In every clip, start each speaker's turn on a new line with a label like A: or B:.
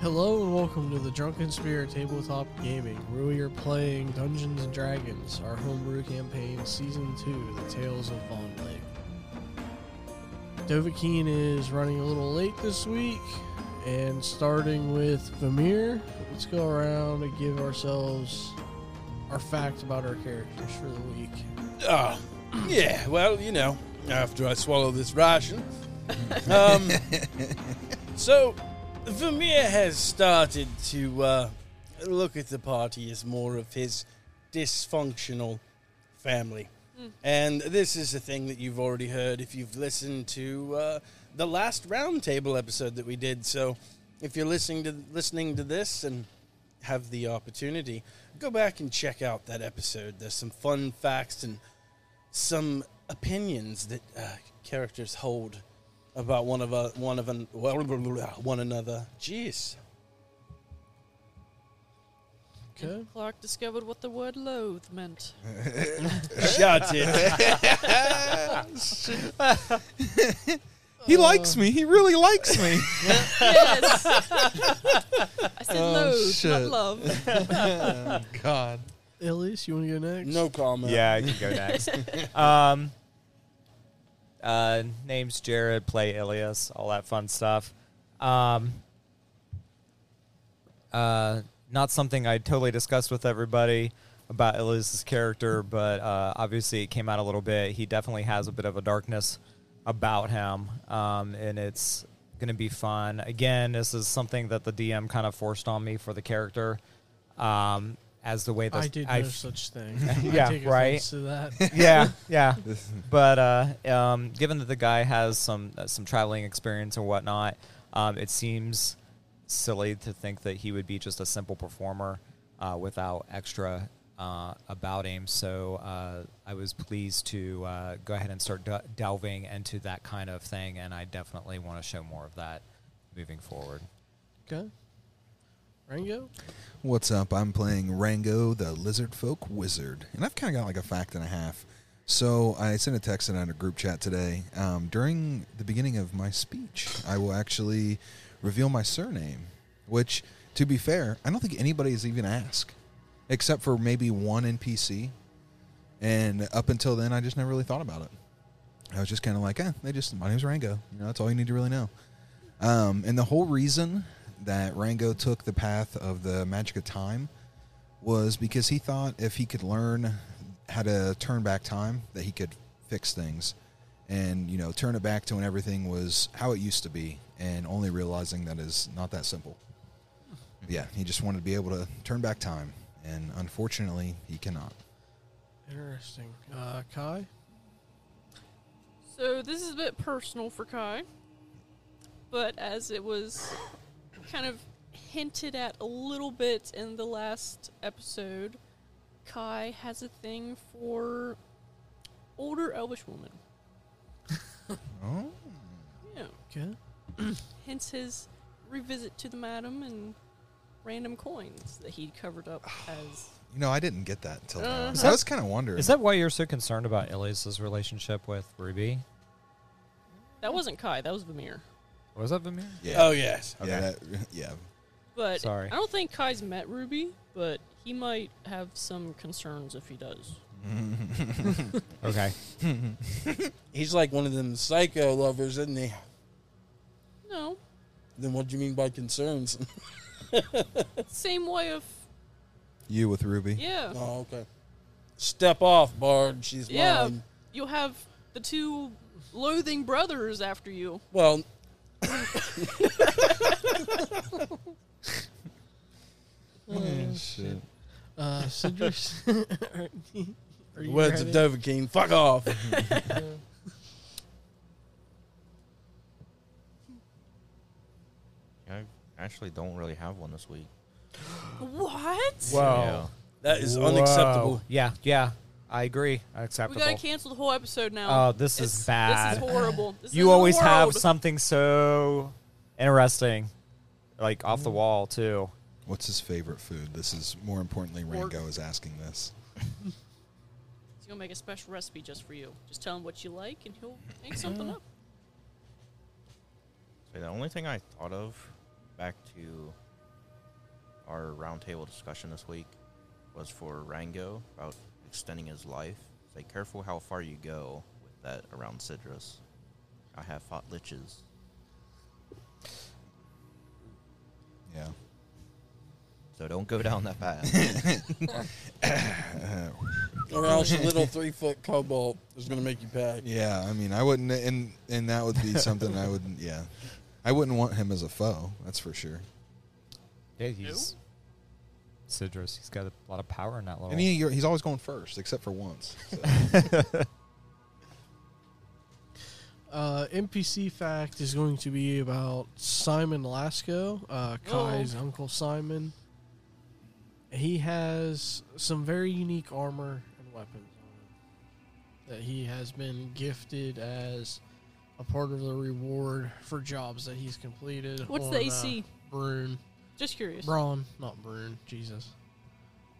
A: Hello and welcome to the Drunken Spirit Tabletop Gaming, where we are playing Dungeons and Dragons, our homebrew campaign, Season 2, The Tales of Von Lake. Dovahkiin is running a little late this week, and starting with Vamir, let's go around and give ourselves our facts about our characters for the week.
B: Oh, yeah. Well, you know, after I swallow this ration. Um, so, Vermeer has started to uh, look at the party as more of his dysfunctional family. And this is a thing that you've already heard if you've listened to uh, the last roundtable episode that we did. So, if you're listening to listening to this and have the opportunity, go back and check out that episode. There's some fun facts and some opinions that uh, characters hold about one of a, one of an, well, blah, blah, blah, one another. Jeez,
A: Okay?
C: Clark discovered what the word loathe meant.
B: shut it!
D: He likes me. He really likes me.
C: yes! I said
D: Oh,
C: loathe, not
D: shit.
C: love.
D: God.
A: Elise, you want to go next?
B: No comment.
E: Yeah, I can go next. um, uh, name's Jared. Play Ilias. All that fun stuff. Um, uh, not something I totally discussed with everybody about Ilias's character, but uh, obviously it came out a little bit. He definitely has a bit of a darkness about him, um, and it's going to be fun. Again, this is something that the DM kind of forced on me for the character. Um, as the way that
A: I did no
E: I
A: such thing.
E: Yeah,
A: I take
E: right.
A: offense to that.
E: yeah, yeah. But uh, um, given that the guy has some uh, some traveling experience and whatnot, um, it seems silly to think that he would be just a simple performer uh, without extra uh, about him. So uh, I was pleased to uh, go ahead and start d- delving into that kind of thing, and I definitely want to show more of that moving forward.
A: Okay. Rango?
D: What's up? I'm playing Rango, the lizard folk wizard, and I've kind of got like a fact and a half. So I sent a text out in a group chat today. Um, during the beginning of my speech, I will actually reveal my surname, which, to be fair, I don't think anybody has even asked, except for maybe one NPC. And up until then, I just never really thought about it. I was just kind of like, eh, they just my name's Rango. You know, that's all you need to really know. Um, and the whole reason that Rango took the path of the magic of time was because he thought if he could learn how to turn back time, that he could fix things and, you know, turn it back to when everything was how it used to be and only realizing that is not that simple. Yeah, he just wanted to be able to turn back time. And unfortunately, he cannot.
A: Interesting. Uh, Kai?
C: So this is a bit personal for Kai, but as it was kind of hinted at a little bit in the last episode, Kai has a thing for older elvish women.
D: Oh,
C: Yeah.
A: Okay.
C: Hence his revisit to the madam and random coins that he covered up as
D: you know, I didn't get that until now.
C: Is
D: I
E: that-
D: was kind of wondering.
E: Is that why you're so concerned about Ilias's relationship with Ruby?
C: that wasn't Kai, that was Vamir.
E: Was that Vimir?
D: yeah.
B: Oh yes.
D: Yeah,
E: Okay.
D: that- yeah.
C: But
E: Sorry.
C: I don't think Kai's met Ruby, but he might have some concerns if he does.
E: Okay.
B: He's like one of them psycho lovers, isn't he?
C: No,
B: Then what do you mean by concerns?
C: same way of
D: You with Ruby.
C: yeah,
B: oh, okay. Step off, Bard. She's
C: yeah.
B: mine.
C: You'll have the two loathing brothers after you.
B: Well,
D: Shit.
A: Uh, Sidrus, are you- are you
B: words of
A: ready?
B: Dovahkiin. Fuck off.
F: I actually don't really have one this week.
C: What?
E: Wow.
B: That is unacceptable.
E: Yeah, yeah. I agree.
C: We
E: Acceptable.
C: gotta cancel the whole episode now.
E: Oh, this
C: It's-
E: is bad.
C: This is horrible. This is
E: you
C: the
E: always have
C: world.
E: something so interesting, like off the wall too.
D: What's his favorite food? This is more importantly, Rango is asking this.
C: He's gonna make a special recipe just for you. Just tell him what you like, and he'll make something up.
F: So the only thing I thought of back to our roundtable discussion this week was for Rango about extending his life. Say, careful how far you go with that around Sidrus. I have fought liches.
D: Yeah.
F: So don't go down that path.
B: Or else a little three foot cobalt is going to make you pack.
D: Yeah, I mean, I wouldn't, and and that would be something I wouldn't. Yeah, I wouldn't want him as a foe. That's for sure.
E: Yeah, he's Sidrus. He's got a lot of power in that little.
D: And he, you're- he's always going first, except for once. So,
A: Uh, NPC fact is going to be about Simon Lasco, uh, Kai's uncle Simon. He has some very unique armor and weapons on him that he has been gifted as a part of the reward for jobs that he's completed.
G: What's
A: on,
G: the AC?
A: Uh, Brune.
G: Just curious.
A: Braun, not Brune. Jesus.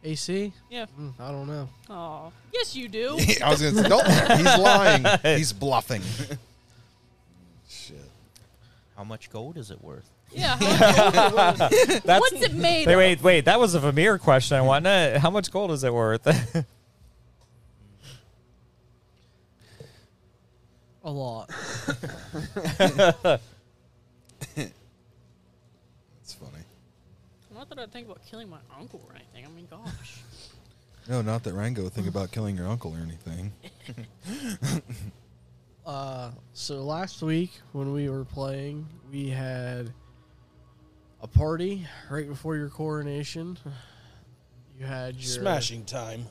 A: AC?
G: Yeah.
A: Mm, I don't know.
G: Aw. Yes, you do.
D: I was gonna say, don't. He's lying. He's bluffing. Shit.
F: how much gold is it worth?
G: yeah. how-
E: That's-
G: What's it made
E: Wait,
G: of?
E: wait, wait. That was a Vermeer question. Wasn't it? How much gold is it worth?
A: A lot.
D: That's funny.
G: Not that I think about killing my uncle or anything. I mean, gosh.
D: No, not that Rango would think about killing your uncle or anything.
A: Uh, so last week when we were playing, we had a party right before your coronation. You had your
B: Smashing time.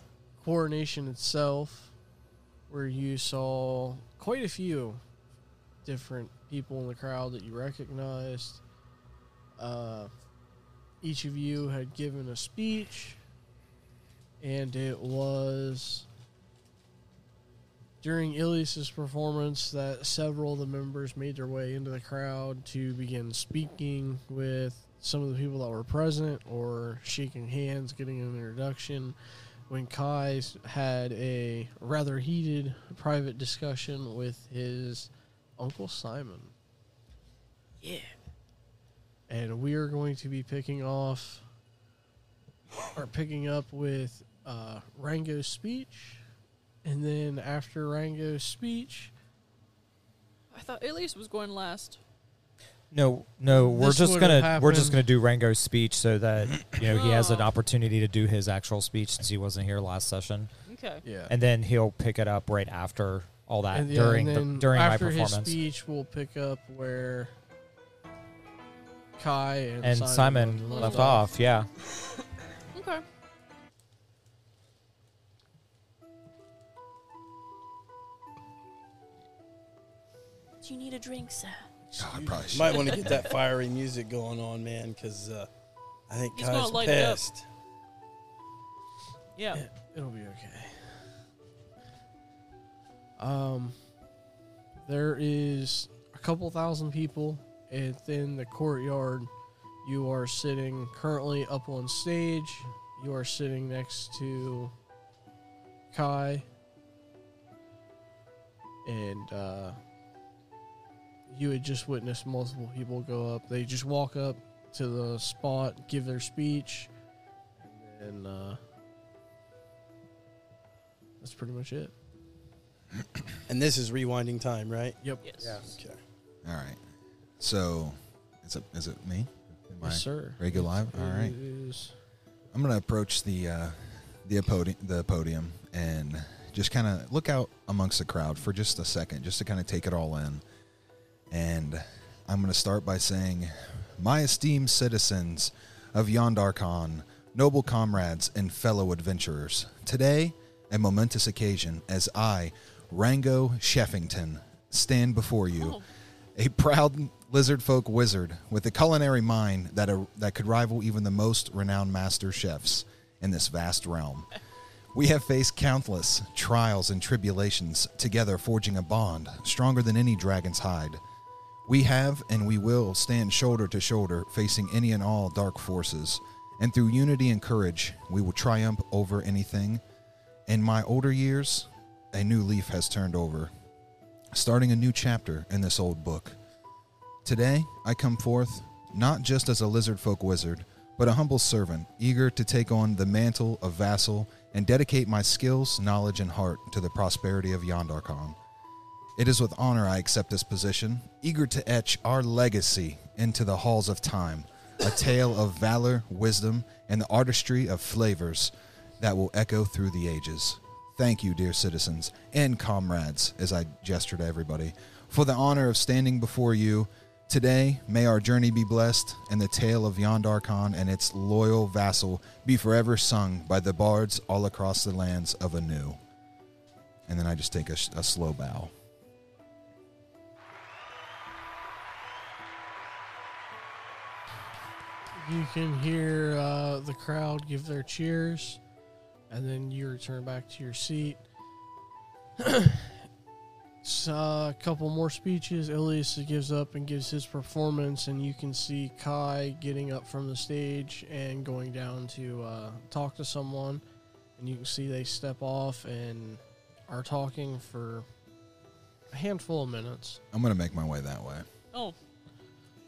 A: coronation itself, where you saw quite a few different people in the crowd that you recognized. Uh, each of you had given a speech, and it was during Ilias's performance that several of the members made their way into the crowd to begin speaking with some of the people that were present or shaking hands, getting an introduction when Kai s- had a rather heated private discussion with his Uncle Simon.
G: Yeah.
A: And we are going to be picking off or picking up with uh, Rango's speech. And then after Rango's speech,
G: I thought Ilias was going last.
E: no, no. We're
A: This
E: just
A: would've
E: gonna we're just gonna
A: happened-
E: do Rango's speech so that you know he has an
G: Oh.
E: opportunity to do his actual speech since he wasn't here last session,
G: Okay.
A: yeah,
E: and then he'll pick it up right after all that
A: and, yeah,
E: uh, during
A: and
E: the, during my
A: after his
E: performance.
A: speech, we'll pick up where Kai and,
E: And Simon, left off. Yeah.
G: Okay. Do you need a drink, sir?
D: God, I probably should.
B: Might want to get that fiery music going on, man, because uh, I think
G: He's
B: Kai's
G: gonna light it up.
B: pissed.
G: Yeah.
A: It'll be okay. Um, there is a couple thousand people within the courtyard. You are sitting currently up on stage. You are sitting next to Kai. And uh, you had just witnessed multiple people go up. They just walk up to the spot, give their speech, and then uh, that's pretty much it.
B: And this is rewinding time, right?
A: Yep.
G: Yes.
B: Okay.
D: All right. So, is it is it me? Am I
A: Yes, sir.
D: Regular live. All right.
A: It is-
D: I'm gonna approach the uh, the podium the podium and just kind of look out amongst the crowd for just a second, just to kind of take it all in. And I'm gonna start by saying, my esteemed citizens of Yondarkon, noble comrades and fellow adventurers, today a momentous occasion as I, Rango Sheffington, stand before you
G: Oh.
D: a proud lizard folk wizard with a culinary mind that, a, that could rival even the most renowned master chefs in this vast realm. We have faced countless trials and tribulations, together forging a bond stronger than any dragon's hide. We have and we will stand shoulder to shoulder facing any and all dark forces, and through unity and courage, we will triumph over anything. In my older years, a new leaf has turned over, starting a new chapter in this old book. Today, I come forth not just as a lizard folk wizard, but a humble servant, eager to take on the mantle of vassal and dedicate my skills, knowledge, and heart to the prosperity of Yandarkon. It is with honor I accept this position, eager to etch our legacy into the halls of time, a tale of valor, wisdom, and the artistry of flavors that will echo through the ages. Thank you, dear citizens and comrades, as I gesture to everybody, for the honor of standing before you. Today, may our journey be blessed, and the tale of Yandarkon and its loyal vassal be forever sung by the bards all across the lands of Anu. And then I just take a, sh- a slow bow.
A: You can hear uh, the crowd give their cheers, and then you return back to your seat. S- uh, a couple more speeches. Ilias gives up and gives his performance, and you can see Kai getting up from the stage and going down to uh, talk to someone. And you can see they step off and are talking for a handful of minutes.
D: I'm going to make my way that way.
G: Oh,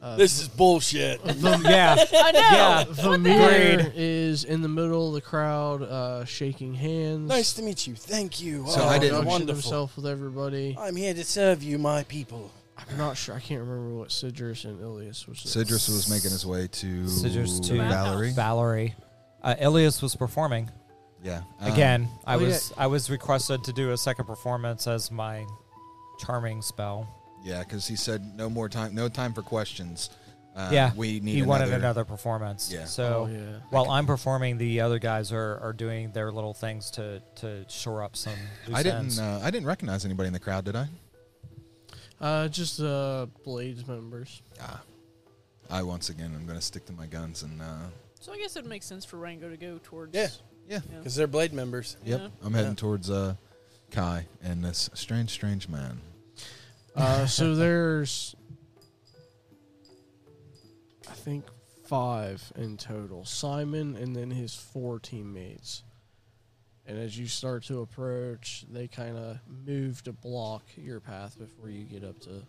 A: Uh,
B: This is bullshit.
E: yeah.
G: Oh. I know.
E: Yeah.
A: Vamir is in the middle of the crowd, uh, shaking hands.
B: Nice to meet you. Thank you.
D: So
B: oh,
D: I
A: I
D: did-
A: did
D: didn't-
B: Wonderful.
A: himself with everybody.
B: I'm here to serve you, my people.
A: I'm not sure. I can't remember what Sidrus and Ilias was.
D: Sidrus was making his way to,
E: Sidrus to-
D: Valerie.
E: Valerie. Uh, Ilias was performing
D: Yeah. um,
E: again. I
A: oh, yeah.
E: was I was requested to do a second performance as my charming spell.
D: Yeah, because he said no more time, no time for questions. Uh,
E: Yeah,
D: we need.
E: he
D: another,
E: wanted another performance.
D: Yeah.
E: So
A: Oh, yeah.
E: while I'm performing, the other guys are, are doing their little things to, to shore up some. Loose
D: I didn't.
E: ends.
D: Uh, I didn't recognize anybody in the crowd, did I?
A: Uh, just uh, Blades members.
D: Ah, I once again. I'm going to stick to my guns and. Uh,
G: So I guess it makes sense for Rango to go towards.
B: Yeah.
D: Yeah.
B: Because they're Blade members.
D: yep.
G: Yeah.
D: I'm heading
B: Yeah.
D: towards uh, Kai and this strange, strange man.
A: Uh, so there's, I think, five in total. Simon and then his four teammates. And as you start to approach, they kind of move to block your path before you get up to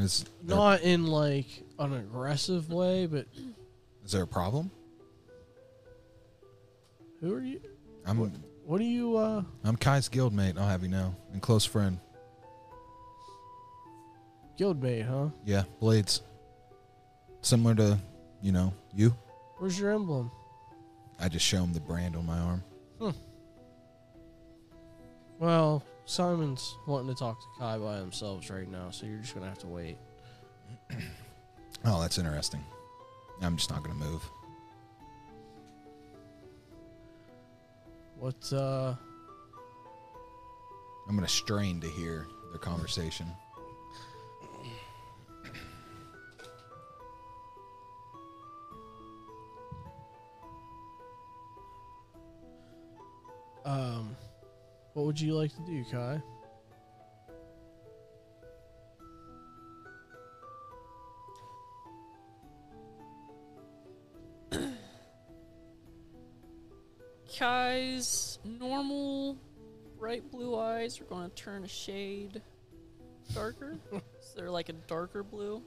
D: Is there,
A: not in like an aggressive way, but
D: is there a problem?
A: who are you?
D: I'm.
A: What are you? Uh,
D: I'm Kai's guildmate. I'll have you know, and close friend.
A: guildmate, huh?
D: Yeah, blades. Similar to, you know, you.
A: Where's your emblem?
D: I just show him the brand on my arm.
A: Well, Simon's wanting to talk to Kai by themselves right now, so you're just gonna have to wait.
D: Oh, that's interesting. I'm just not going to move.
A: What? Uh,
D: I'm going to strain to hear their conversation.
A: um, what would you like to do, Kai?
G: Kai's normal bright blue eyes are going to turn a shade darker. so they're like a darker blue.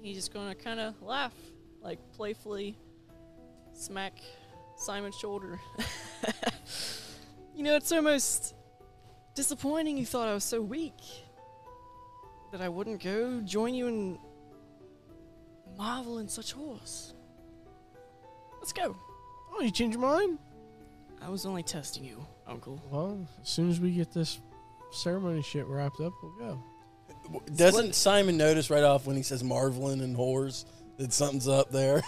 G: He's just going to kind of laugh, like playfully smack Simon's shoulder. you know, it's almost disappointing you thought I was so weak that I wouldn't go join you and marvel in such horse. Let's go.
A: Oh, you changed your mind?
G: I was only testing you, Uncle.
A: Well, as soon as we get this ceremony shit wrapped up, we'll go.
B: W- Doesn't Simon notice right off when he says Marvelin and whores that something's up there?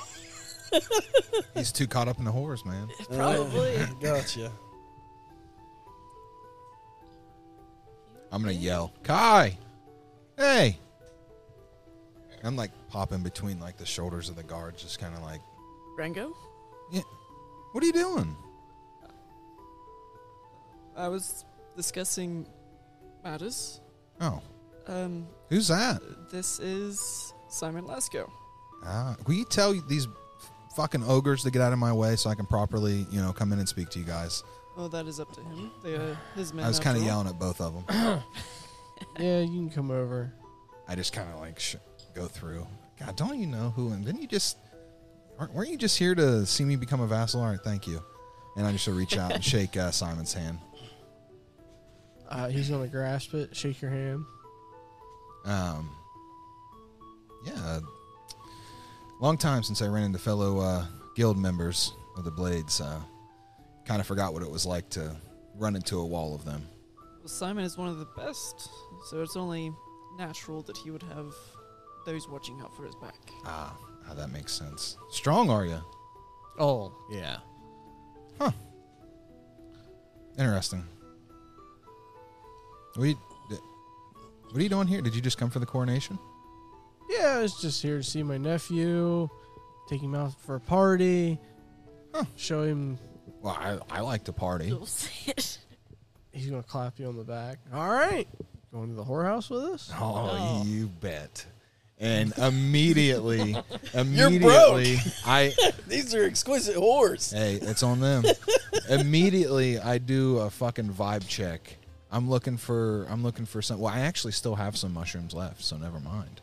D: He's too caught up in the horrors, man.
G: Probably.
B: gotcha.
D: I'm going to yell, Kai! Hey! I'm like popping between like the shoulders of the guards, just kind of like,
G: Rango?
D: what are you doing?
G: I was discussing matters.
D: Oh,
G: Um,
D: who's that?
G: this is Simon Lasco.
D: Ah, will you tell these fucking ogres to get out of my way so I can properly, you know, come in and speak to you guys?
C: Oh, that is up to him. They are his men.
D: I was kind of
C: after all.
D: yelling at both of them.
A: yeah, you can come over.
D: I just kind of like sh- go through. God, don't you know who? And didn't you just aren't, weren't you just here to see me become a vassal? All right, thank you. And I just reach out and shake uh, Simon's hand.
A: Uh, he's gonna grasp it, shake your hand.
D: Um, yeah, uh, long time since I ran into fellow uh, guild members of the Blades. Uh, kind of forgot what it was like to run into a wall of them.
C: Well, Simon is one of the best, so it's only natural that he would have those watching out for his back.
D: Ah, ah that makes sense. Strong are you?
A: Oh yeah.
D: Interesting. What are you, what are you doing here? Did you just come for the coronation?
A: Yeah, I was just here to see my nephew, take him out for a party,
D: Huh.
A: show him.
D: Well, I, I like to party.
C: Oh,
G: You'll see it.
A: He's gonna clap you on the back. All right, going to the whorehouse with us?
D: Oh, you bet. And immediately, immediately, I
B: These are exquisite whores.
D: hey, it's on them. immediately, I do a fucking vibe check. I'm looking for I'm looking for some. Well, I actually still have some mushrooms left, so never mind.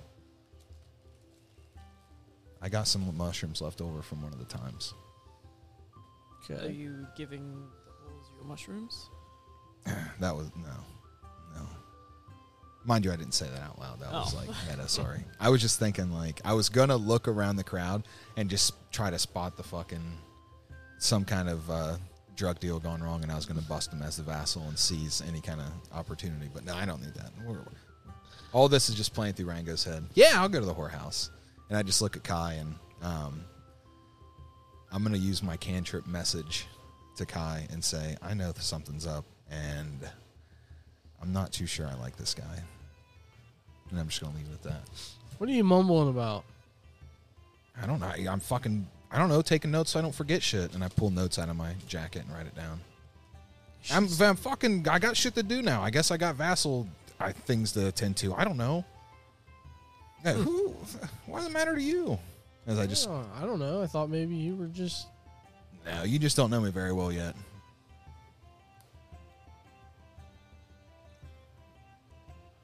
D: I got some mushrooms left over from one of the times.
C: Are
A: Okay.
C: you giving the wolves your mushrooms?
D: That was no, no. Mind you, I didn't say that out loud. That was
C: Oh.
D: like meta. Sorry, I was just thinking like I was gonna look around the crowd and just try to spot the fucking some kind of uh, drug deal gone wrong, and I was gonna bust him as the vassal and seize any kind of opportunity. But no, I don't need that. We're, all this is just playing through Rango's head. Yeah, I'll go to the whorehouse, and I just look at Kai and um, I'm gonna use my cantrip message to Kai and say, I know that something's up, and I'm not too sure I like this guy. And I'm just gonna leave it at that.
A: What are you mumbling about?
D: I don't know. I- I'm fucking. I don't know. Taking notes so I don't forget shit, and I pull notes out of my jacket and write it down. I'm, I'm fucking. I got shit to do now. I guess I got vassal I, things to attend to. I don't know. Yeah, who? Why does it matter to you? As I just.
A: Oh, I don't know. I thought maybe you were just.
D: No, you just don't know me very well yet.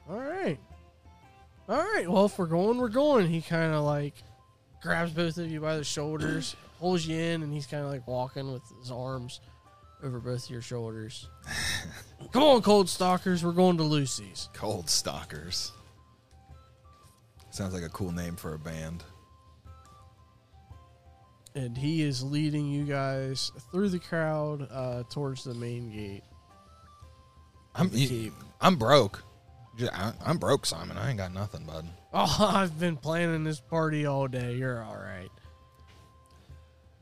A: All right. All right. Well, if we're going, we're going. He kind of like grabs both of you by the shoulders, pulls you in, and he's kind of like walking with his arms over both of your shoulders. Come on, cold stalkers. We're going to Lucy's.
D: Cold Stalkers. Sounds like a cool name for a band.
A: And he is leading you guys through the crowd uh, towards the main gate.
D: I'm
A: The keep.
D: I'm broke. Ju- I- I'm broke, Simon. I ain't got nothing, bud.
A: Oh, I've been planning this party all day. You're all right.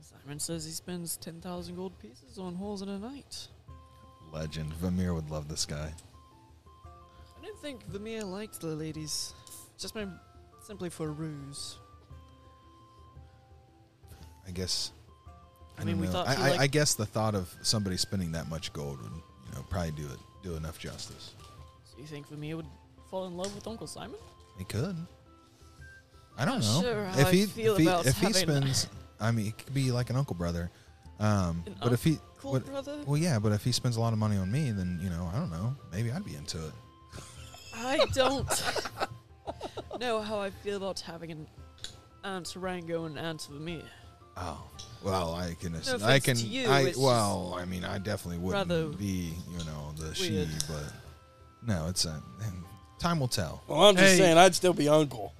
C: Simon says he spends 10,000 gold pieces on holes in a night.
D: Legend. Vamir would love this guy.
C: I don't think Vimea liked the ladies. Just my, simply for a ruse.
D: I guess.
C: I mean,
D: don't
C: we
D: know.
C: thought he
D: I, I, I
C: liked-
D: guess the thought of somebody spending that much gold would, you know, probably do it do enough justice.
C: So you think Vimea would fall in love with Uncle Simon?
D: He could. I
C: Not
D: don't know
C: sure how
D: if
C: I
D: he
C: feel
D: if he,
C: about
D: if he
C: having-
D: spends. I mean, it could be like an uncle brother. Um,
C: An
D: but if he
C: Cool
D: What-
C: brother.
D: Well, yeah, but if he spends a lot of money on me, then you know, I don't know. Maybe I'd be into it.
C: I don't know how I feel about having an Aunt Rango and Aunt Vimea.
D: Oh, well, I can. ass-
C: offense
D: I can.
C: to you,
D: I
C: it's
D: well, I mean, I definitely wouldn't
C: rather
D: be, you know, the she,
C: weird.
D: but no, it's a. Time will tell.
B: Well, I'm just
A: Hey.
B: saying, I'd still be uncle.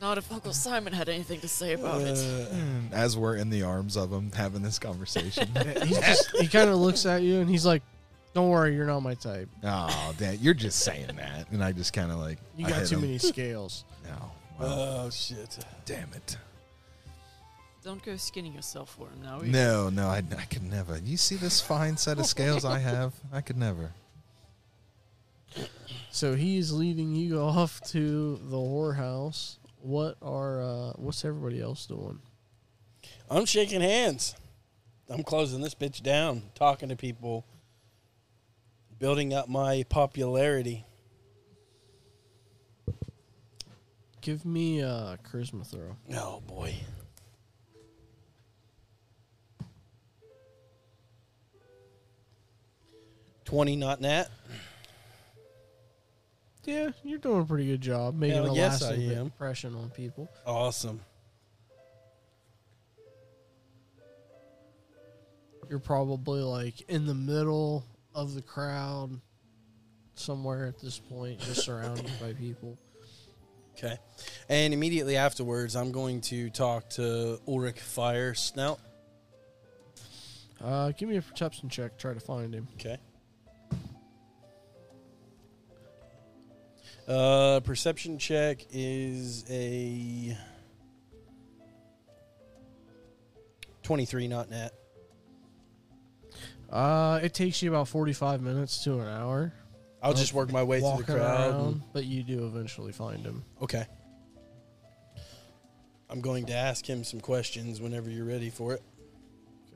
C: Not if Uncle Simon had anything to say about
D: Uh,
C: it.
B: Uh,
D: And As we're in the arms of him having this conversation.
A: He's just, he kind of looks at you and he's like, "Don't worry, you're not my type.
D: oh, Dan, you're just saying that, and I just kind of like
A: You
D: I
A: got
D: hit
A: too
D: him.
A: many Uh, scales."
D: No, well,
B: Oh shit!
D: damn it.
C: Don't go skinning yourself for him
A: Oh,
C: now. either.
D: No, no, I, I could never. You see this fine set of scales I have? I could never.
A: So he's leading you off to the whorehouse. What are uh, what's everybody else doing?
B: I'm shaking hands. I'm closing this bitch down. Talking to people. Building up my popularity.
A: Give me a charisma throw.
B: Oh boy. Twenty, not nat.
A: Yeah, you're doing a pretty good job making
B: Hell
A: a
B: yes,
A: lasting
B: I am.
A: impression on people.
B: Awesome.
A: You're probably like in the middle of the crowd somewhere at this point, just surrounded by people.
B: Okay. And immediately afterwards, I'm going to talk to Ulrich Fire Snout.
A: Uh, give me a perception check. Try to find him.
B: Okay. Uh, perception check is a 23, not net.
A: Uh, it takes you about 45 minutes to an hour
B: I'll just work my way through the
A: walking
B: crowd. and-
A: around, but you do eventually find him.
B: Okay. I'm going to ask him some questions whenever you're ready for it.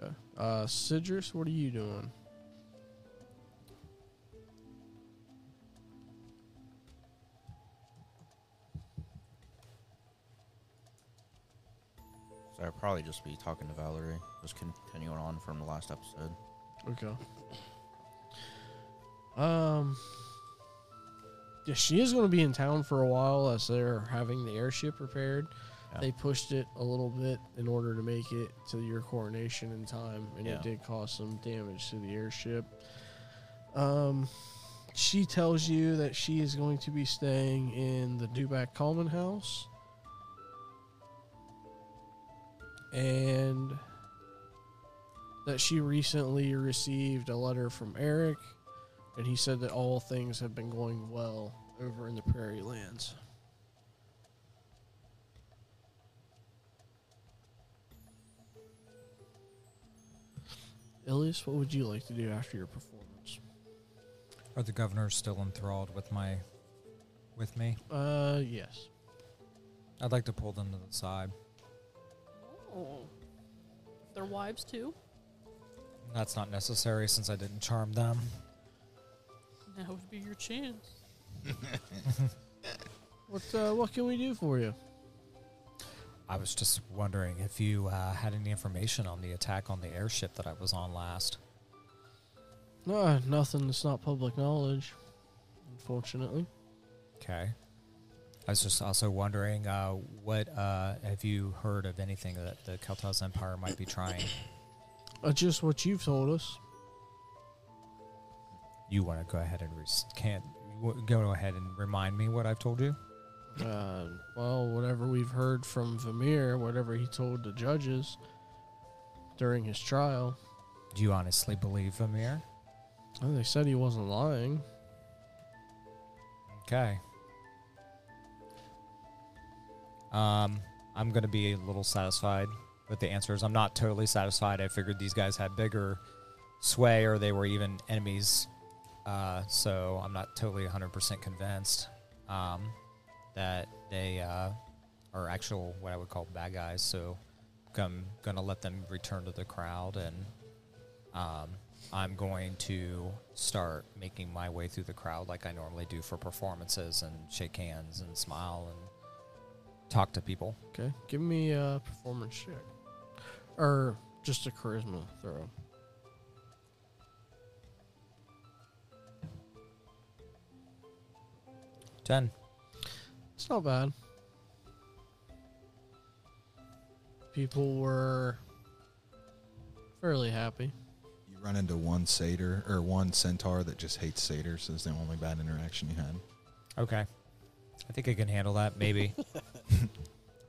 A: Okay. Uh, Sidrus, what are you doing?
F: So I'll probably just be talking to Valerie. Just continuing on from the last episode.
A: Okay. Um. Yeah, she is going to be in town for a while as they're having the airship repaired.
F: Yeah.
A: They pushed it a little bit in order to make it to your coronation in time, and
F: Yeah.
A: it did cause some damage to the airship. Um, she tells you that she is going to be staying in the Dubak Common House. And that she recently received a letter from Eric, and he said that all things have been going well over in the prairie lands. Ilias, what would you like to do after your performance?
E: Are the governors still enthralled with my, with me?
A: Uh, yes.
E: I'd like to pull them to the side.
C: Oh. Their wives, too?
E: That's not necessary since I didn't charm them.
C: That would be your chance.
A: What uh, what can we do for you?
E: I was just wondering if you uh, had any information on the attack on the airship that I was on last.
A: Uh, nothing that's not public knowledge, unfortunately.
E: Okay. I was just also wondering, uh, what uh, have you heard of anything that the Keltas Empire might be trying?
A: Uh, just what you've told us.
E: You want to go ahead and res- can't you wa- go ahead and remind me what I've told you?
A: Uh, well, whatever we've heard from Vamir, whatever he told the judges during his trial,
E: Do you honestly believe Amir?
A: well, Oh, they said he wasn't lying.
E: Okay. Um, I'm gonna be a little satisfied with the answers. I'm not totally satisfied. I figured these guys had bigger sway, or they were even enemies. Uh, so I'm not totally 100% convinced um, that they uh, are actual what I would call bad guys. So I'm gonna let them return to the crowd, and um, I'm going to start making my way through the crowd like I normally do for performances and shake hands and smile and talk to people.
A: Okay, give me a performance check, or just a charisma throw.
E: Ten.
A: It's not bad. People were fairly happy.
D: You run into one satyr or one centaur that just hates satyrs. So it's the only bad interaction you had.
E: Okay. I think I can handle that, maybe. I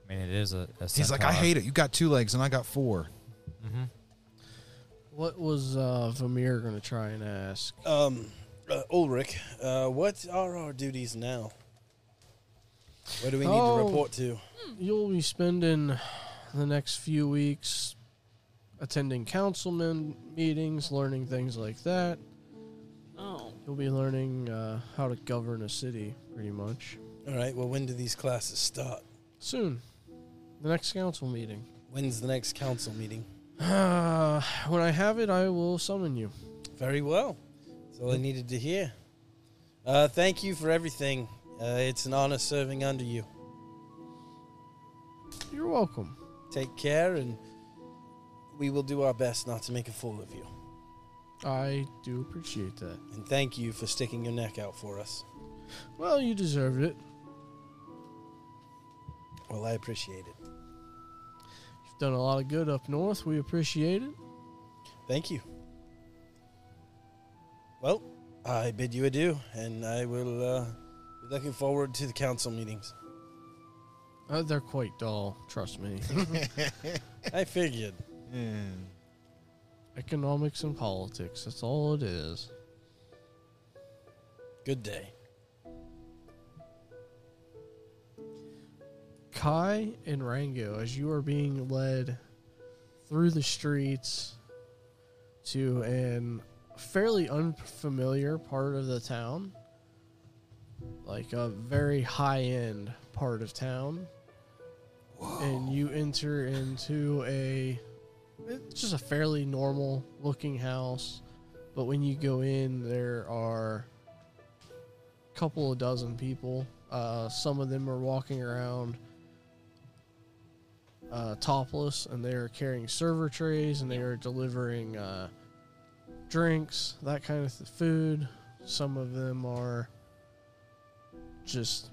E: mean, it is a. a
D: He's like, I hate it. You got two legs and I got four.
E: Mm-hmm.
A: What was uh, Vamir going to try and ask?
B: Um, uh, Ulrich, uh, what are our duties now? What do we need to
A: Oh.
B: report to?
A: You'll be spending the next few weeks attending councilman meetings, learning things like that.
H: Oh,
A: You'll be learning uh, how to govern a city, pretty much.
B: All right. Well, when do these classes start?
A: Soon, the next council meeting.
B: When's the next council meeting?
A: Uh, when I have it, I will summon you.
B: Very well. That's all I needed to hear. Uh, thank you for everything. Uh, it's an honor serving under you.
A: You're welcome.
B: Take care, and we will do our best not to make a fool of you.
A: I do appreciate that.
B: And thank you for sticking your neck out for us.
A: Well, you deserved it.
B: Well, I appreciate it.
A: You've done a lot of good up north. We appreciate it.
B: Thank you. Well, I bid you adieu, and I will uh, be looking forward to the council meetings.
A: Uh, they're quite dull, trust me.
B: I figured.
A: Economics and politics, that's all it is.
B: Good day.
A: Kai and Rango, as you are being led through the streets to an fairly unfamiliar part of the town, like a very high end part of town, and you enter into a it's just a fairly normal looking house, but when you go in, there are couple of dozen people. Uh, some of them are walking around uh, topless, and they are carrying server trays, and they are delivering uh, drinks, that kind of th- food. Some of them are just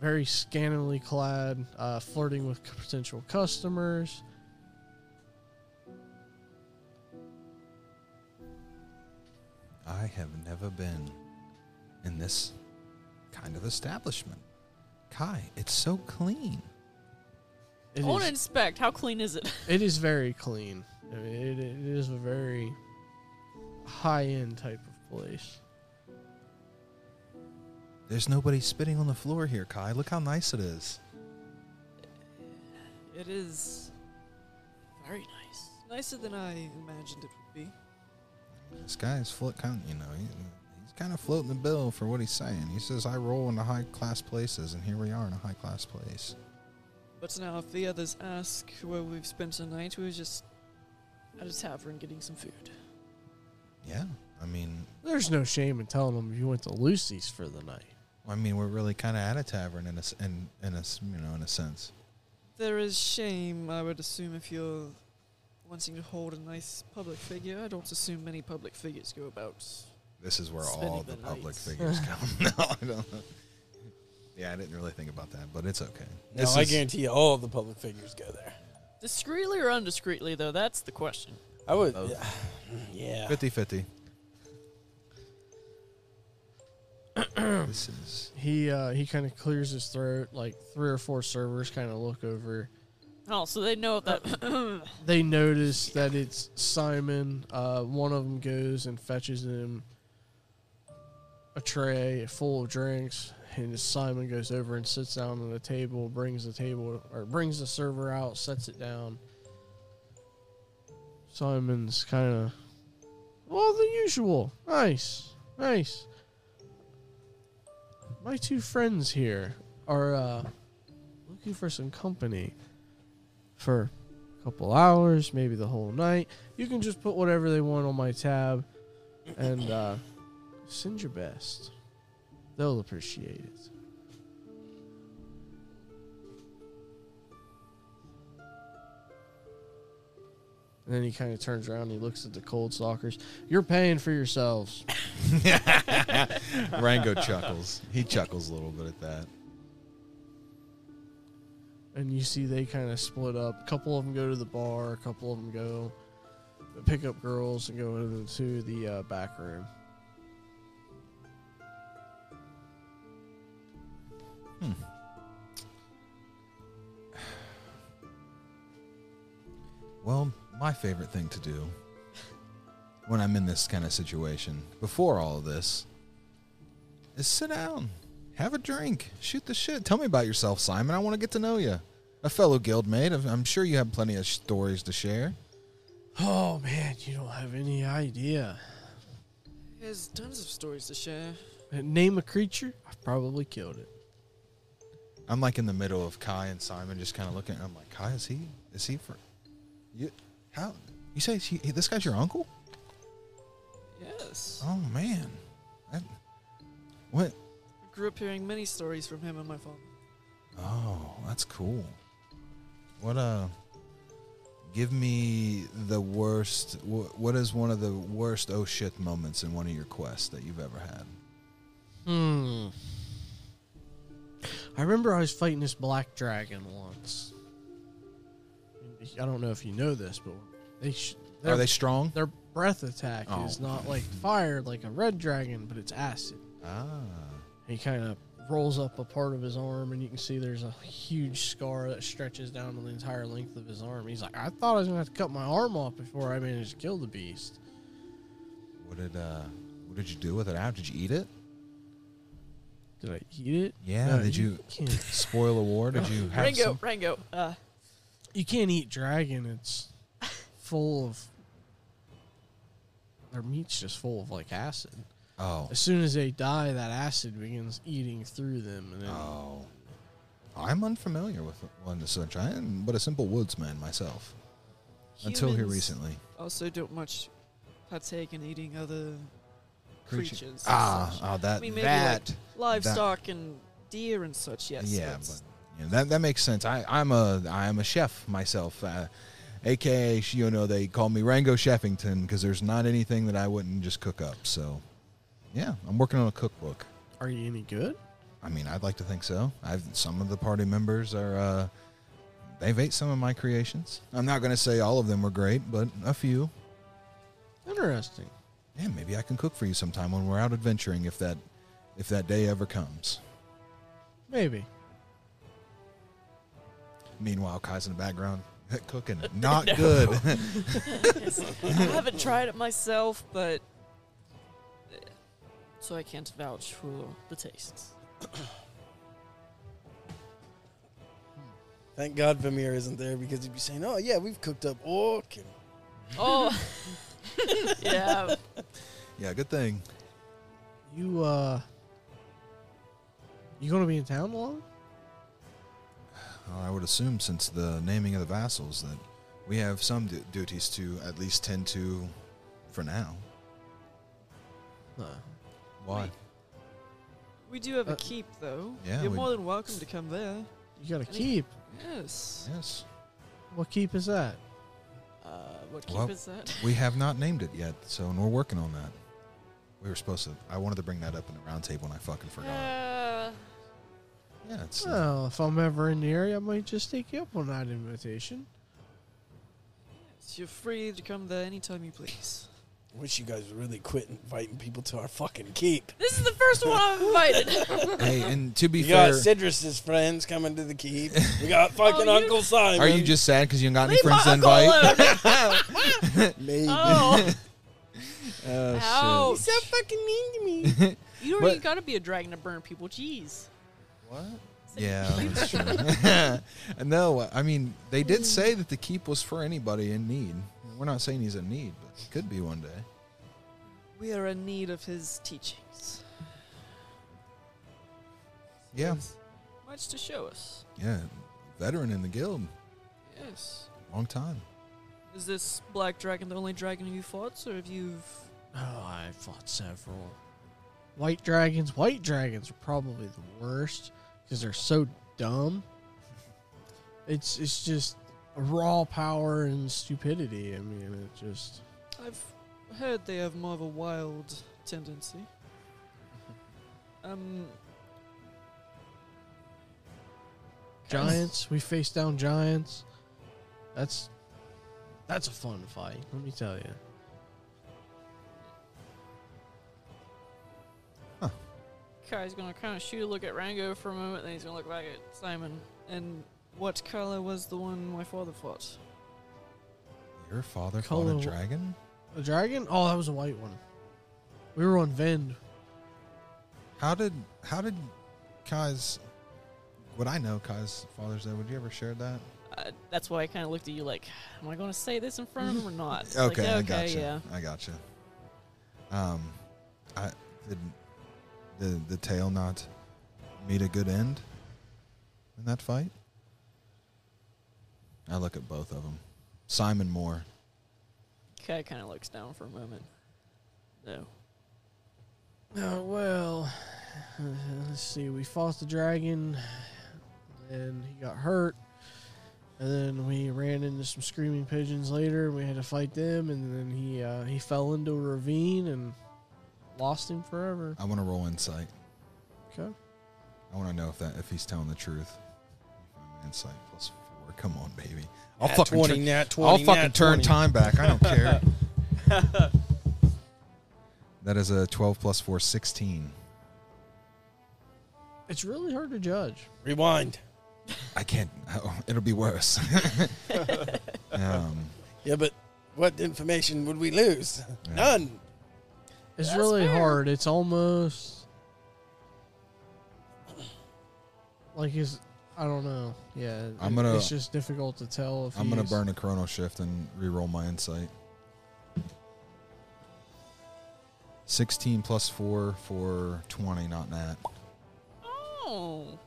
A: very scantily clad, uh, flirting with c- potential customers.
D: I have never been in this kind of establishment. Kai, it's so clean.
A: It
G: I want to
A: is-
G: inspect. How clean is it?
A: It is very clean. I mean, it, it is a very high end type of place.
D: There's nobody spitting on the floor here, Kai. Look how nice it is.
C: It is very nice. Nicer than I imagined it would be.
D: This guy is float kind you know, he, he's kind of floating the bill for what he's saying. He says, I roll into high class places, and here we are in a high class place.
C: But now, if the others ask where we've spent the night, we were just at a tavern getting some food.
D: Yeah. I mean,
A: There's no shame in telling them you went to Lucy's for the night.
D: I mean, we're really kind of at a tavern in a, s- in, in a, s- you know, in a sense.
C: There is shame, I would assume, if you're wanting to hold a nice public figure. I don't assume many public figures go about.
D: This is where
C: Spinning
D: all
C: the
D: the public
C: lights.
D: figures come. no, I don't know. Yeah, I didn't really think about that, but it's okay.
B: No,
D: This
B: I
D: is-
B: guarantee you all the public figures go there.
G: Discreetly or undiscreetly, though, that's the question.
B: I would.
F: Both.
B: Yeah.
D: 50 50. this is.
A: He uh, he kind of clears his throat. Like three or four servers kind of look over.
G: Oh, so they know that.
A: They notice that it's Simon. Uh, one of them goes and fetches him a tray full of drinks, and Simon goes over and sits down on the table, brings the table or brings the server out, sets it down. Simon's kind of well the usual. Nice, nice. My two friends here are uh, looking for some company for a couple hours, maybe the whole night. You can just put whatever they want on my tab and uh, send your best. They'll appreciate it. And then he kind of turns around and he looks at the cold stalkers. You're paying for yourselves.
D: Rango chuckles. He chuckles a little bit at that.
A: and you see they kind of split up. A couple of them go to the bar, a couple of them go pick up girls and go into the uh, back room.
D: Hmm. Well, my favorite thing to do when I'm in this kind of situation, before all of this, is sit down, have a drink, shoot the shit. Tell me about yourself, Simon. I want to get to know you. A fellow guildmate. I'm- I'm sure you have plenty of stories to share.
A: Oh man, you don't have any idea.
C: There's tons of stories to share.
A: And Name a creature, I've probably killed it.
D: I'm like in the middle of Kai and Simon, just kind of looking. I'm like, Kai, is he? Is he for? You? How? You say he, he- this guy's your uncle?
C: Yes.
D: Oh man, that, what?
C: I grew up hearing many stories from him and my father.
D: Oh, that's cool. What uh? Give me the worst. Wh- what is one of the worst oh shit moments in one of your quests that you've ever had?
A: Hmm. I remember I was fighting this black dragon once. I don't know if you know this, but they sh-
D: Are
A: their-
D: they strong?
A: their breath attack
D: Oh.
A: is not like fire, like a red dragon, but it's acid.
D: Ah.
A: He kind of rolls up a part of his arm, and you can see there's a huge scar that stretches down to the entire length of his arm. He's like, I thought I was gonna have to cut my arm off before I managed to kill the beast.
D: What did uh? What did you do with it? How did you eat it?
A: Did I eat it?
D: Yeah.
A: No,
D: did you,
A: can't.
D: spoil a war? Did you have
C: Rango,
D: some?
C: Rango. Uh,
A: you can't eat dragon. It's full of their meat's just full of like acid.
D: Oh.
A: As soon as they die, that acid begins eating through them, and then
D: Oh. I'm unfamiliar with one as such. I am but a simple woodsman myself. Until here
C: humans
D: recently.
C: Also, don't much partake in eating other
D: Creature-
C: creatures. and
D: Ah,
C: such.
D: ah, that
C: I mean, maybe, like,
D: that
C: livestock and deer and such. Yes.
D: yeah,
C: that's-
D: but you know, that that makes sense. I I'm a I'm a chef myself, uh, aka you know they call me Rango Sheffington because there's not anything that I wouldn't just cook up. So, yeah, I'm working on a cookbook.
A: are you any good?
D: I mean, I'd like to think so. I've some of the party members are uh, they've ate some of my creations. I'm not going to say all of them were great, but a few.
A: Interesting.
D: Yeah, maybe I can cook for you sometime when we're out adventuring if that if that day ever comes.
A: Maybe.
D: Meanwhile, Kai's in the background cooking. Not good.
C: I haven't tried it myself, but uh, so I can't vouch for the tastes.
B: Thank God Vamir isn't there because he'd be saying, "Oh yeah, we've cooked up orc." And
C: Oh, yeah.
D: yeah, good thing.
A: You uh, you gonna be in town long?
D: Well, I would assume since the naming of the vassals that we have some du- duties to at least tend to for now.
A: No.
D: Why?
C: We do have a
A: Uh,
C: keep, though.
D: yeah,
C: You're
D: we-
C: more than welcome to come there.
A: You got a
C: I think-
A: keep.
C: Yes.
D: Yes.
A: What keep is that?
C: Uh, what keep
D: Well-
C: is that?
D: We have not named it yet, so and we're working on that. We were supposed to. I wanted to bring that up in the round table, and I fucking forgot.
C: Uh,
D: yeah, it's.
A: Well, if I'm ever in the area, I might just take you up on that invitation.
C: so you're free to come there anytime you please.
B: I wish you guys would really quit inviting people to our fucking keep.
C: This is the first one I've invited.
D: hey, and to be
B: We
D: fair,
B: got Sidrus's friends coming to the keep. We got fucking
C: Oh, you-
B: Uncle Simon.
D: are you just sad because you ain't got any
C: Leave my
D: friends to
C: uncle
D: invite?
C: alone.
B: Maybe.
C: Oh,
D: Oh,
C: ouch.
D: shit.
C: so fucking mean to me. You already
D: But-
C: got to be a dragon to burn people. Jeez.
D: Yeah, that's true. no, I mean they did say that the keep was for anybody in need. We're not saying he's in need, but he could be one day.
C: We are in need of his teachings.
D: Yeah.
C: Yes. Much to show us.
D: Yeah, veteran in the guild,
C: Yes.
D: long time.
C: Is this black dragon the only dragon you fought, or have you?
A: Oh, I fought several. White dragons. White dragons are probably the worst because they're so dumb. It's it's just raw power and stupidity. I mean, it just
C: I've heard they have more of a wild tendency. Um,
A: giants. We faced down giants. That's that's a fun fight. Let me tell you.
C: Kai's gonna kind of shoot a look at Rango for a moment, then he's gonna look back at Simon. And what color was the one my father fought?
D: Your father
A: Color-
D: fought a dragon.
A: A dragon? Oh, that was a white one. We were on Vend.
D: How did how did Kai's? Would I know Kai's father's day? Would you ever share that?
C: Uh, that's why I kind of looked at you like, am I gonna say this in front of him or not? It's
D: Okay,
C: like,
D: I
C: okay,
D: gotcha.
C: yeah.
D: I gotcha. Um, I did the the tale not meet a good end in that fight. I look at both of them, Simon Moore.
C: Kai kind of looks down for a moment. No.
A: Oh, well, let's see. We fought the dragon, and he got hurt. And then we ran into some screaming pigeons later, and we had to fight them. And then he uh, he fell into a ravine and lost him forever.
D: I want to roll insight.
A: Okay.
D: I want to know if that if he's telling the truth. Insight plus four. Come on, baby. I'll fucking turn-
B: nat
D: I'll fucking
B: nat
D: turn
B: 20.
D: time back. I don't care. that is a 12 plus 4, 16.
A: It's really hard to judge.
B: Rewind.
D: I can't. oh, it'll be worse. um,
B: Yeah, but what information would we lose?
D: Yeah.
B: None.
A: It's
G: That's
A: really
G: fair.
A: hard. It's almost like it's. I don't know. Yeah,
D: I'm
A: it-
D: gonna-
A: It's just difficult to tell if
D: I'm gonna
A: he's-
D: burn a chrono shift and re-roll my insight. 16 plus 4 for 20, not that.
G: Oh.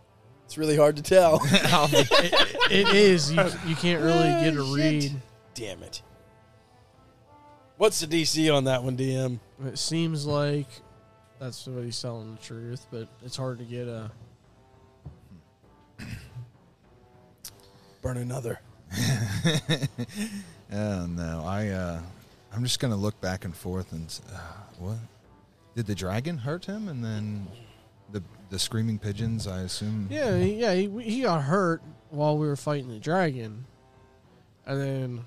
B: It's really hard to tell.
A: It is. You, you can't really get a
B: Oh,
A: read.
B: shit. Damn it. What's the DC on that one, DM?
A: It seems like that's what he's telling the truth, but it's hard to get a.
B: Burn another.
D: Oh no, I uh, I'm just gonna look back and forth and s- uh, what did the dragon hurt him? And then the the screaming pigeons, I assume.
A: Yeah, he- yeah. He, he got hurt while we were fighting the dragon, and then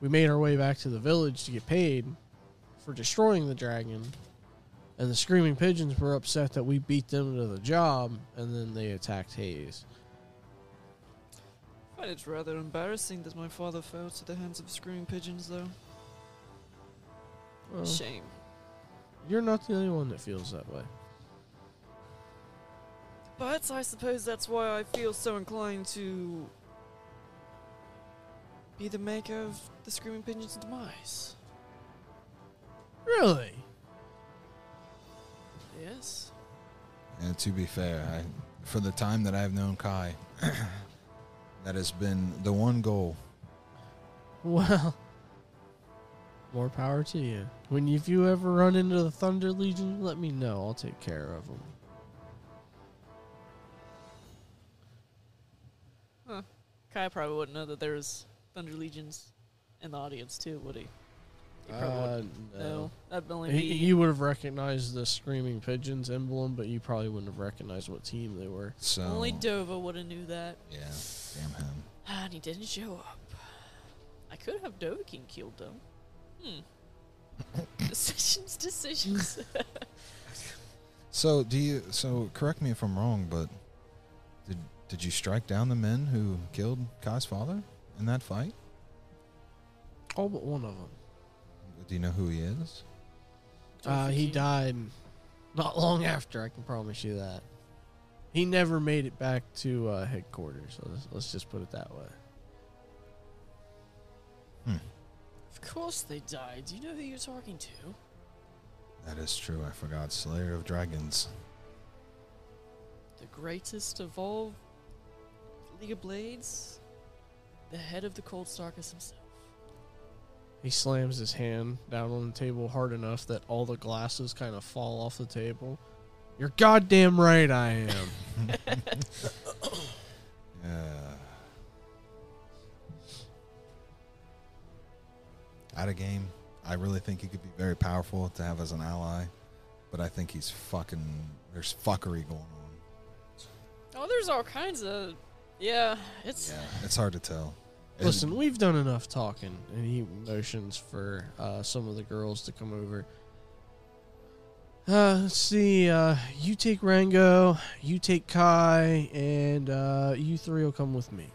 A: we made our way back to the village to get paid for destroying the dragon. And the screaming pigeons were upset that we beat them to the job, and then they attacked Hayes.
C: But it's rather embarrassing that my father fell to the hands of screaming pigeons, though.
D: Oh.
A: Well,
C: Shame.
A: you're not the only one that feels that way.
C: But I suppose that's why I feel so inclined to be the maker of the screaming pigeon's demise.
A: Really?
C: Yes.
D: And to be fair, I, for the time that I've known Kai, that has been the one goal.
A: Well, more power to you. When you- if you ever run into the Thunder Legion, let me know. I'll take care of them.
C: Kai probably wouldn't know that there's Thunder Legions in the audience too, would he? He probably
A: Uh,
C: wouldn't
A: no.
C: know. That'd only be
A: He, you would have recognized the Screaming Pigeons emblem, but you probably wouldn't have recognized what team they were.
D: So
C: only
G: Oh.
C: Dova would have knew that,
D: yeah, damn him.
C: and he didn't show up. I could have Dova King killed though. Hmm. decisions, decisions.
D: So do you? So correct me if I'm wrong, but did did you strike down the men who killed Kai's father in that fight?
A: All Oh, but one of them.
D: Do you know who he is?
A: Uh, he
C: Dovahkiin.
A: died not long after, I can promise you that. He never made it back to uh, headquarters. Let's, let's just put it that way.
C: Of course they died. Do you know who you're talking to?
D: That is true. I forgot Slayer of Dragons.
C: The greatest of all League of Blades? The head of the Cold Starkers himself.
A: He slams his hand down on the table hard enough that all the glasses kind of fall off the table. You're goddamn right I am.
D: Yeah. Out of game. I really think he could be very powerful to have as an ally, but I think he's fucking. There's fuckery going on.
G: Oh, there's all kinds of. Yeah, it's.
D: Yeah, it's hard to tell. And-
A: Listen, we've done enough talking. And he motions for uh, some of the girls to come over. Uh, let's see. Uh, you take Rango, you take Kai, and uh, you three will come with me.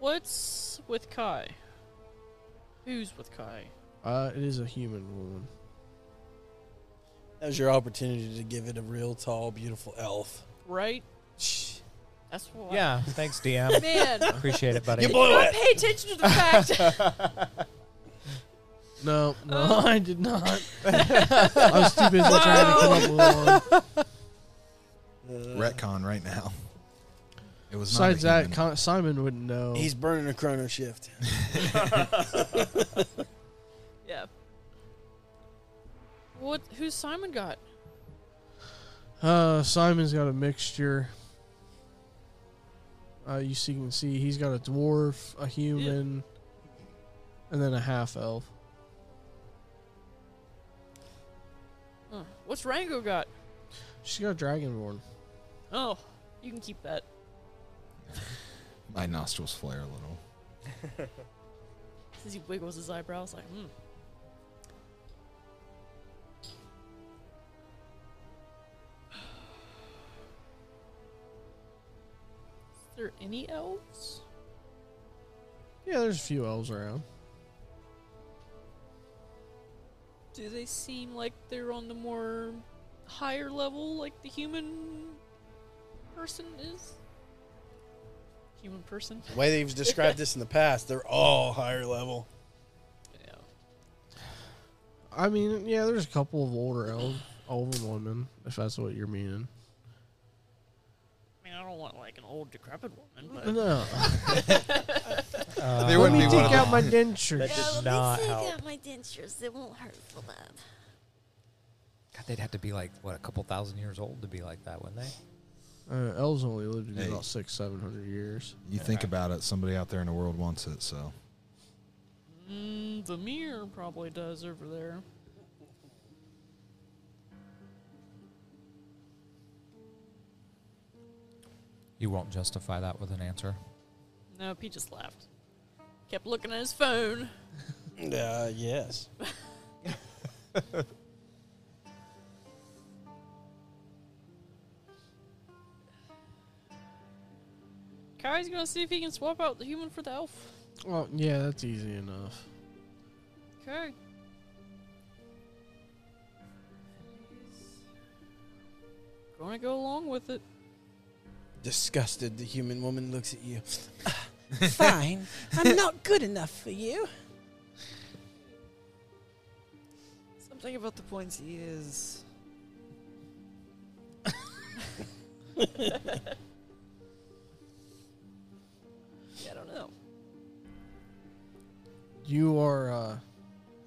G: What's with Kai? Who's with Kai?
A: Uh, it is a human woman.
B: That was your opportunity to give it a real tall, beautiful elf.
G: Right? That's why.
E: Yeah, thanks, DM.
G: Man,
E: Appreciate it, buddy.
B: You blew
G: I
B: it.
G: pay attention to the fact.
A: No, no, I did not. I was too busy trying to come up with one.
B: Uh,
D: retcon right now. It was not a
A: uh, Besides that,
D: human.
A: Con- Simon wouldn't know.
B: He's burning a chrono shift.
G: yeah. What? Who's Simon got?
A: Uh, Simon's got a mixture. Uh, you see, you can see he's got a dwarf, a human, and then a half elf.
G: Huh. What
C: What's Rango got?
A: She's got a dragonborn.
C: Oh, you can keep that.
D: My nostrils flare a little.
C: Since he wiggles his eyebrows, like, hmm. Is there any elves?
A: Yeah, there's a few elves around.
G: Do they seem like they're on the more higher level, like the human person is?
C: Human person?
B: The way they've described this in the past, they're all higher level.
C: Yeah.
A: I mean, yeah, there's a couple of older elves, older women, if that's what you're meaning.
C: I mean, I don't want like an old decrepit woman, but
A: No,
D: they
A: let
D: wouldn't
A: me
D: be
A: take
D: one of
A: out
D: the,
A: my dentures.
E: That did not help.
I: my dentures. It won't hurt for that.
E: God, they'd have to be like what a couple thousand years old to be like that, wouldn't they?
A: Uh, elves only lived to be
D: Hey.
A: about six, seven hundred years.
D: You think about it, somebody out there in the world wants it, so
G: Mm-hmm.
C: mm, the mirror probably does over there.
E: You won't justify that with an answer.
C: Nope, he just laughed. Kept looking at his phone.
B: Uh, yes.
C: Kai's gonna see if he can swap out the human for the elf.
A: Well, yeah, that's easy enough.
C: Okay. Gonna go along with it.
B: Disgusted, the human woman looks at you.
J: Fine. I'm not good enough for you.
C: Something about the pointy is. yeah, I don't know.
A: You are uh,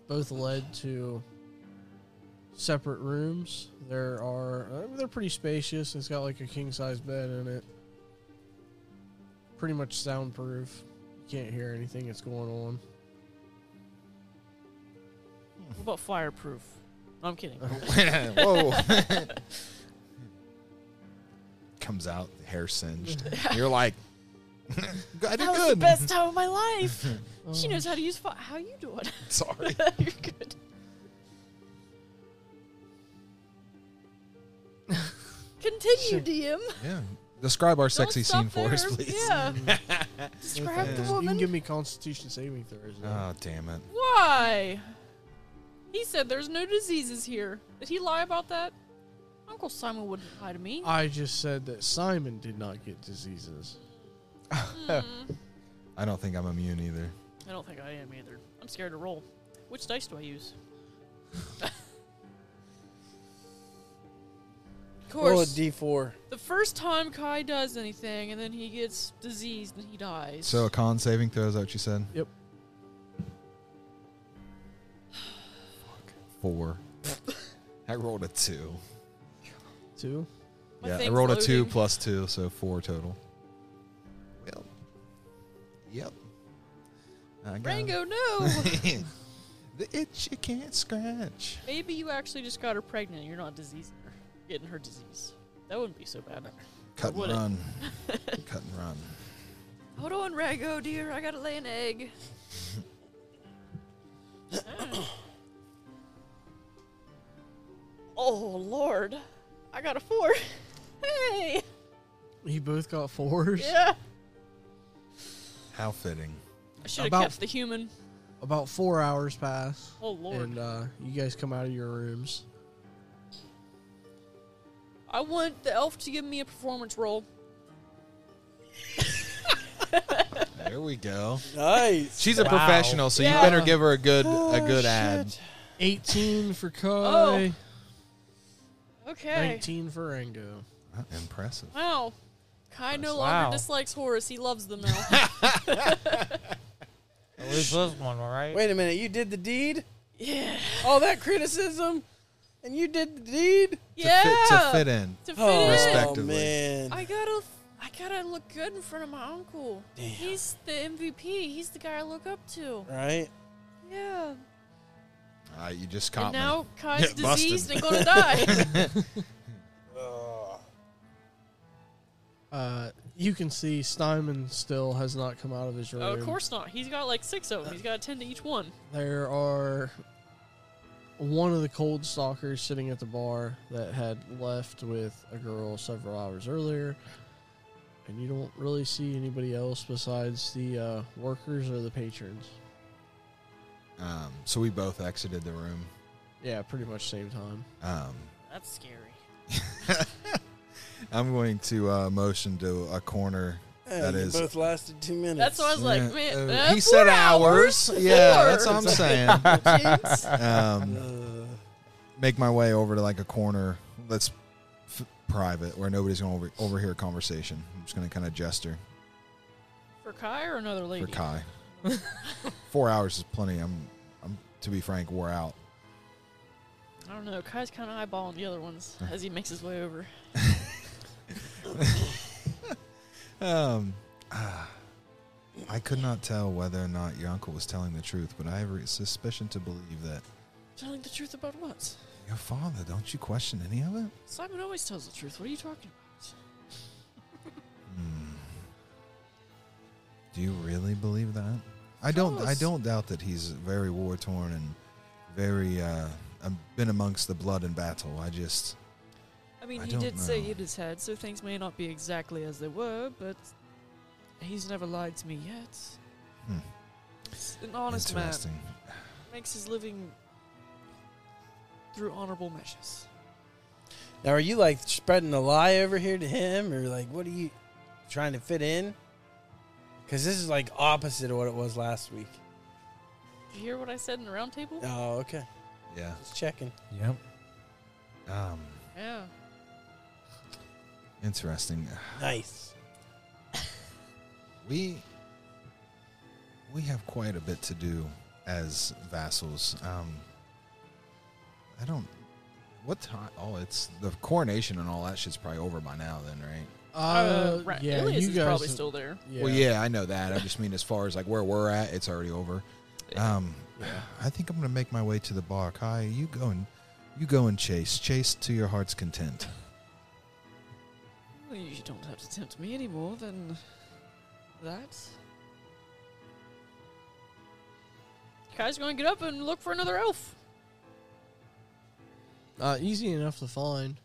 A: both led to separate rooms. There are uh, they're pretty spacious. It's got like a king size bed in it. Pretty much soundproof. You can't hear anything that's going on.
C: What about fireproof? No, I'm kidding.
D: whoa. Comes out, hair singed. You're like, I did
C: That was the
D: good.
C: best time of my life. she
A: Um,
C: knows how to use fire. How you doing?
D: Sorry.
C: You're good. Continue, DM.
D: Yeah. Describe our
C: Don't
D: sexy
C: stop
D: scene for us,
C: there.
D: please.
C: Yeah. Describe the
A: You can
C: woman.
A: give me Constitution saving throws. though.
D: Oh, damn it.
C: Why? He said there's no diseases here. Did he lie about that? Uncle Simon wouldn't lie to me.
A: I just said that Simon did not get diseases.
D: I don't think I'm immune either.
C: I don't think I am either. I'm scared to roll. Which dice do I use? of course.
B: Roll a d4.
C: the first time Kai does anything and then he gets diseased and he dies.
D: So a con saving throw is that what you said?
A: Yep.
D: Four. I rolled a two.
A: Two.
C: My
D: yeah, I
C: thing's
D: rolled a two
C: loading.
D: plus two, so four total. Well, yep. I got
C: Rango, no!
D: it. the itch you can't scratch.
C: Maybe you actually just got her pregnant. You're not diseasing her. You're getting her disease. That wouldn't be so bad.
D: Cut and
C: Would it?
D: run. Cut and run.
C: Hold on, Rago, dear. I gotta lay an egg. oh, Lord. I got a four. Hey!
A: You both got fours.
C: Yeah.
D: How fitting.
C: I should have
A: About-
C: kept the human.
A: About four hours pass,
C: Oh, Lord.
A: and uh, you guys come out of your rooms.
C: I want the elf to give me a performance roll.
D: There we go.
B: Nice.
D: She's a professional, so
C: Yeah.
D: you better give her a good a good ad.
A: 18 for Kai,
C: Oh. Okay.
A: 19 for Rango.
D: Uh, Impressive.
C: Wow. Kai no
E: Wow.
C: longer dislikes Horus. He loves them now.
E: At least this one, all right?
B: Wait a minute, you did the deed?
C: yeah.
B: All that criticism? And you did the deed?
C: yeah.
D: To, fit, to fit in.
C: To fit
B: Oh,
C: in.
D: Respectively.
B: man.
C: I gotta, I gotta look good in front of my uncle. He's the MVP. He's the guy I look up to.
B: right?
C: Yeah.
D: Uh, you just
C: And
D: caught me.
C: now Kai's
B: Yeah, busted.
C: diseased and gonna die.
A: Uh, you can see Steinman still has not come out of his room.
C: oh, of course not. He's got like six of them. He's got to ten to each one.
A: There are one of the cold stalkers sitting at the bar that had left with a girl several hours earlier. And you don't really see anybody else besides the uh, workers or the patrons.
D: Um, so we both exited the room.
A: Yeah, pretty much same time.
D: Um,
C: That's scary.
D: I'm going to uh, motion to a corner. That
B: you
D: is-
B: both lasted two minutes.
C: That's why I was like,
D: Yeah,
C: man,
D: uh,
C: uh, four
D: he said hours. Yeah, that's what I'm
C: Four.
D: saying.
C: Jeez.
D: Um,
B: Uh,
D: make my way over to like a corner that's f- private where nobody's going to over- overhear a conversation. I'm just going to kind of gesture
C: For Kai or another lady?
D: for Kai. Four hours is plenty. I'm, I'm to be frank, wore out.
C: I don't know. Kai's kind of eyeballing the other ones as he makes his way over.
D: Um, ah, I could not tell whether or not your uncle was telling the truth, but I have a suspicion to believe that
C: Telling the truth about what?
D: your father. Don't you question any of it?
C: Simon always tells the truth. What are you talking about?
D: Hmm. Do you really believe that? I don't. I
C: course.
D: don't doubt that he's very war torn and very uh, um, been amongst the blood in battle. I just
C: I mean,
D: I
C: he
D: don't
C: did say
D: know.
C: in his head, so things may not be exactly as they were, but he's never lied to me yet.
D: Hmm.
C: He's An honest man
D: interesting.
C: makes his living through honorable measures.
B: now, are you like spreading a lie over here to him, or like, what are you trying to fit in? Because this is like opposite of what it was last week.
C: Did you hear what I said in the round table?
B: Oh, okay.
D: Yeah.
B: Just checking.
E: Yep.
D: Um.
C: Yeah.
D: Interesting.
B: Nice.
D: We we have quite a bit to do as vassals. Um, I don't. What time? Oh, it's the coronation and all that shit's probably over by now. Then, right?
A: Uh,
C: Ra-
A: yeah,
C: Ilias
A: you
C: is
A: guys.
C: probably still there.
A: yeah.
D: Well, yeah, I know that. I just mean as far as like where we're at, it's already over. Um,
A: Yeah.
D: I think I'm gonna make my way to the bar. Kai, you go and you go and chase, chase to your heart's content.
K: Well, you don't have to tempt me any more than that.
C: Kai's going to get up and look for another elf.
A: Uh, easy enough to find.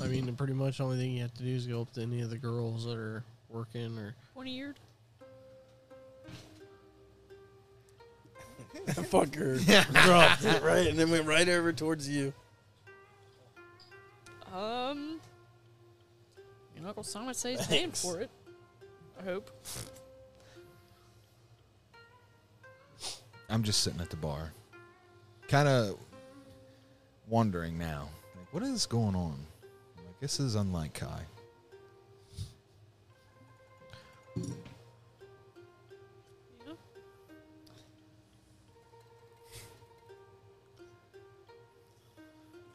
A: I mean, the pretty much only thing you have to do is go up to any of the girls that are working or
C: 20 year.
B: The fucker dropped it right, and then went right over towards you.
C: Um. Your Uncle Simon says he's paying for it. I hope.
D: I'm just sitting at the bar, kind of wondering now, like, what is going on? I'm like, this is unlike Kai.
C: Yeah.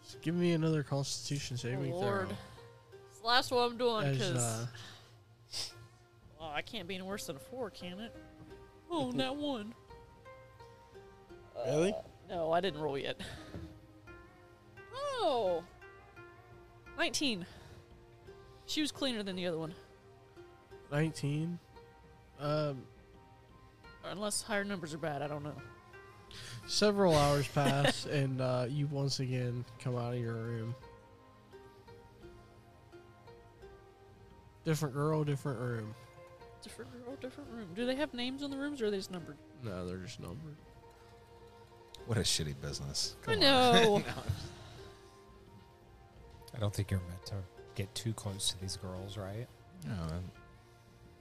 A: Just give me another Constitution saving
C: Lord.
A: throw.
C: It's the last one I'm doing
A: As,
C: because
A: uh,
C: I can't be any worse than a four, can it? Oh, not one.
B: Really?
C: No, I didn't roll yet. Oh. 19. She was cleaner than the other one.
A: 19. Um,
C: Unless higher numbers are bad, I don't know.
A: several hours pass, and uh, you once again come out of your room. Different girl, different room.
C: Different girl, different room. Do they have names on the rooms or are they just numbered?
A: No, they're just numbered.
D: What a shitty business. Come
C: I
D: on.
C: know.
E: I don't think you're meant to get too close to these girls, right?
D: No,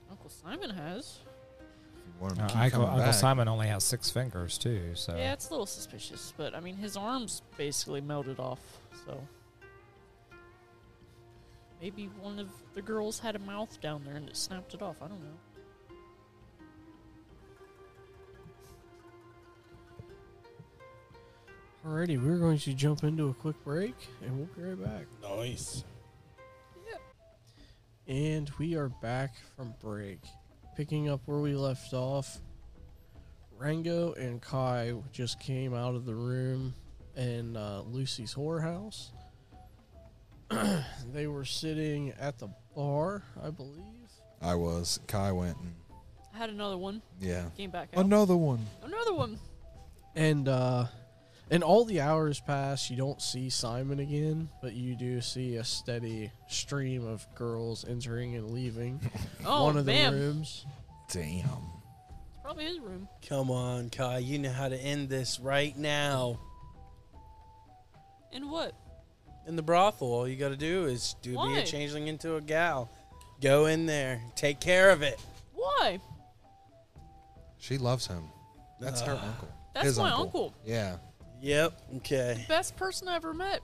C: Uncle Simon has.
D: if you want 'em to
L: Uh,
E: No,
D: keep
E: I, Uncle
D: coming back-
E: Simon only has six fingers too,
D: Uh.
E: so
C: Yeah, it's a little suspicious, but I mean, his arms basically melted off, so. Maybe one of the girls had a mouth down there and it snapped it off. I don't know.
A: Alrighty, we're going to jump into a quick break, and we'll be right back.
B: Nice.
A: And we are back from break. Picking up where we left off, Rango and Kai just came out of the room in uh, Lucy's horror house. they were sitting at the bar, I believe.
D: I was. Kai went and
G: I had another one.
D: yeah.
G: Came back out.
D: Another one.
G: Another one.
A: And uh, and all the hours pass. You don't see Simon again, but you do see a steady stream of girls entering and leaving
G: Oh,
A: one of
G: man.
A: the rooms.
D: Damn.
G: It's probably his room.
B: Come on, Kai. You know how to end this right now.
G: And what?
B: In the brothel, all you got to do is do be
G: Why?
B: a changeling into a gal. Go in there. Take care of it.
G: Why?
D: She loves him. That's her uncle.
G: That's
D: His
G: my uncle.
D: Yeah.
B: Yep. Okay.
G: Best person I ever met.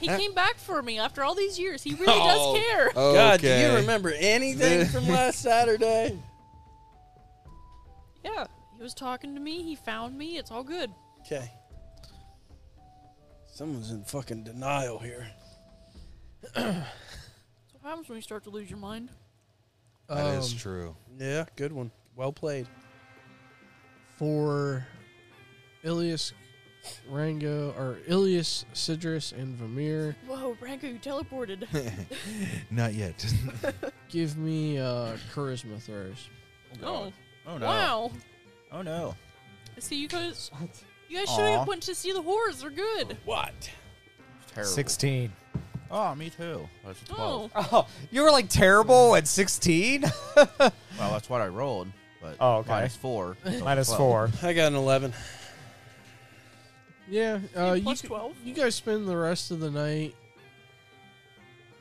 G: he came back for me after all these years. He really
F: Oh.
G: does care.
B: God, do you remember anything from last Saturday?
G: Yeah, he was talking to me. He found me. It's all good.
B: Okay. Someone's in fucking denial here.
G: That's what happens when you start to lose your mind.
D: That is
A: Um,
D: true.
B: Yeah, good one. Well played.
A: for Ilias Rango or Ilias Sidrus and Vamir.
G: Whoa, Branko, you teleported.
D: Not yet.
A: Give me uh, charisma throws.
G: oh,
F: Oh no.
G: wow.
F: Oh no.
G: See, you guys, you guys should have
F: Aw.
G: went to see the horrors. They're good.
B: What?
F: It's terrible.
L: 16.
F: Oh, me too. That's a 12.
G: Oh,
E: Oh, you were like terrible at 16?
F: Well, that's what I rolled, but
E: Oh, okay.
F: minus four. so
E: Minus
F: 12.
E: four.
B: I got an 11.
A: Yeah, uh, you,
G: plus
A: g-
G: twelve.
A: you guys spend the rest of the night.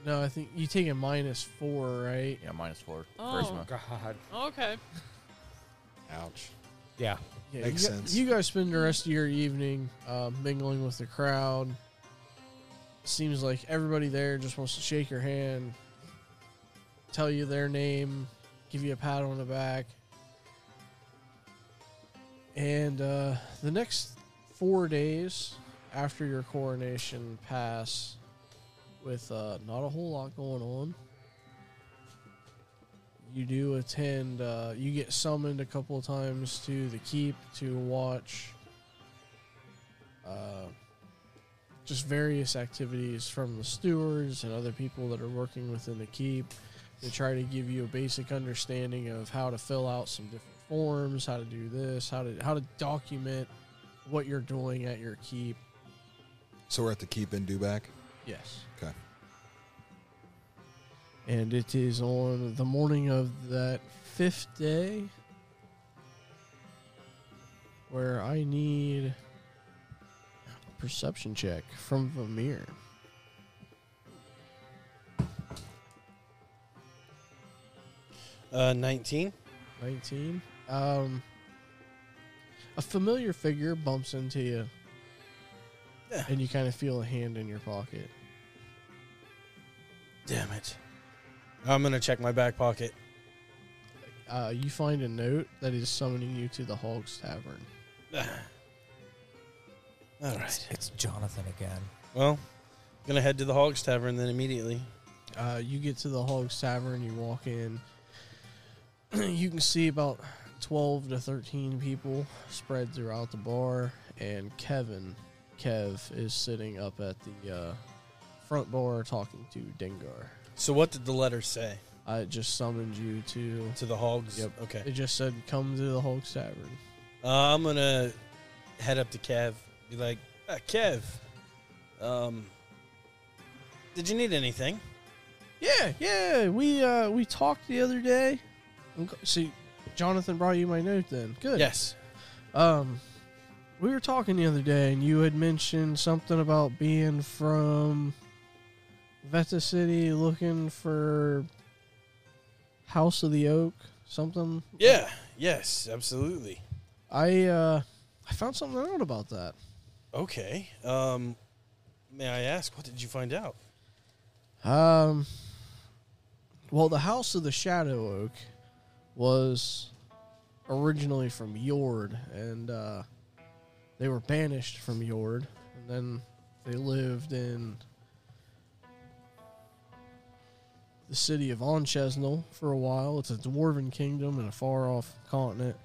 A: No, I think you take a minus four, right?
F: Yeah, minus four.
G: Oh.
F: Charisma.
E: God.
G: Okay.
D: Ouch.
E: Yeah.
A: Yeah,
D: Makes
A: you, gu-
D: sense.
A: You guys spend the rest of your evening uh, mingling with the crowd. Seems like everybody there just wants to shake your hand, tell you their name, give you a pat on the back. And uh, the next four days after your coronation pass, with uh, not a whole lot going on, you do attend uh, you get summoned a couple of times to the keep to watch uh, just various activities from the stewards and other people that are working within the keep to try to give you a basic understanding of how to fill out some different forms how to do this how to how to document what you're doing at your keep
D: So we're at the keep and do back.
A: yes
D: Okay.
A: and it is on the morning of that fifth day where I need a perception check from Vamir.
B: Uh, 19.
A: 19. Um, a familiar figure bumps into you,
B: Yeah.
A: and you kind of feel a hand in your pocket.
B: Damn it. I'm going to check my back pocket.
A: Uh, you find a note that is summoning you to the Hogs Tavern.
B: All right.
E: It's Jonathan again.
B: Well, going to head to the Hogs Tavern then immediately.
A: Uh, you get to the Hogs Tavern, you walk in. you can see about 12 to 13 people spread throughout the bar, and Kevin, Kev, is sitting up at the uh, front bar talking to Dengar.
B: So, what did the letter say
A: I just summoned you to.
B: to the Hogs?
A: Yep.
B: Okay.
A: It just said, come to the Hogs Tavern.
B: Uh, I'm gonna head up to Kev. Be like, uh, Kev, um, did you need anything?
A: Yeah, yeah. We uh, we talked the other day. Okay, See, Jonathan brought you my note then. Good.
B: Yes.
A: Um, we were talking the other day, and you had mentioned something about being from Veta City, looking for House of the Oak, something.
B: Yeah. Yes. Absolutely.
A: I uh, I found something out about that.
B: Okay. Um, may I ask, what did you find out?
A: Um, well, the House of the Shadow Oak was originally from Yord, and uh, they were banished from Yord, and then they lived in the city of Onchesnel for a while. It's a dwarven kingdom in a far off continent.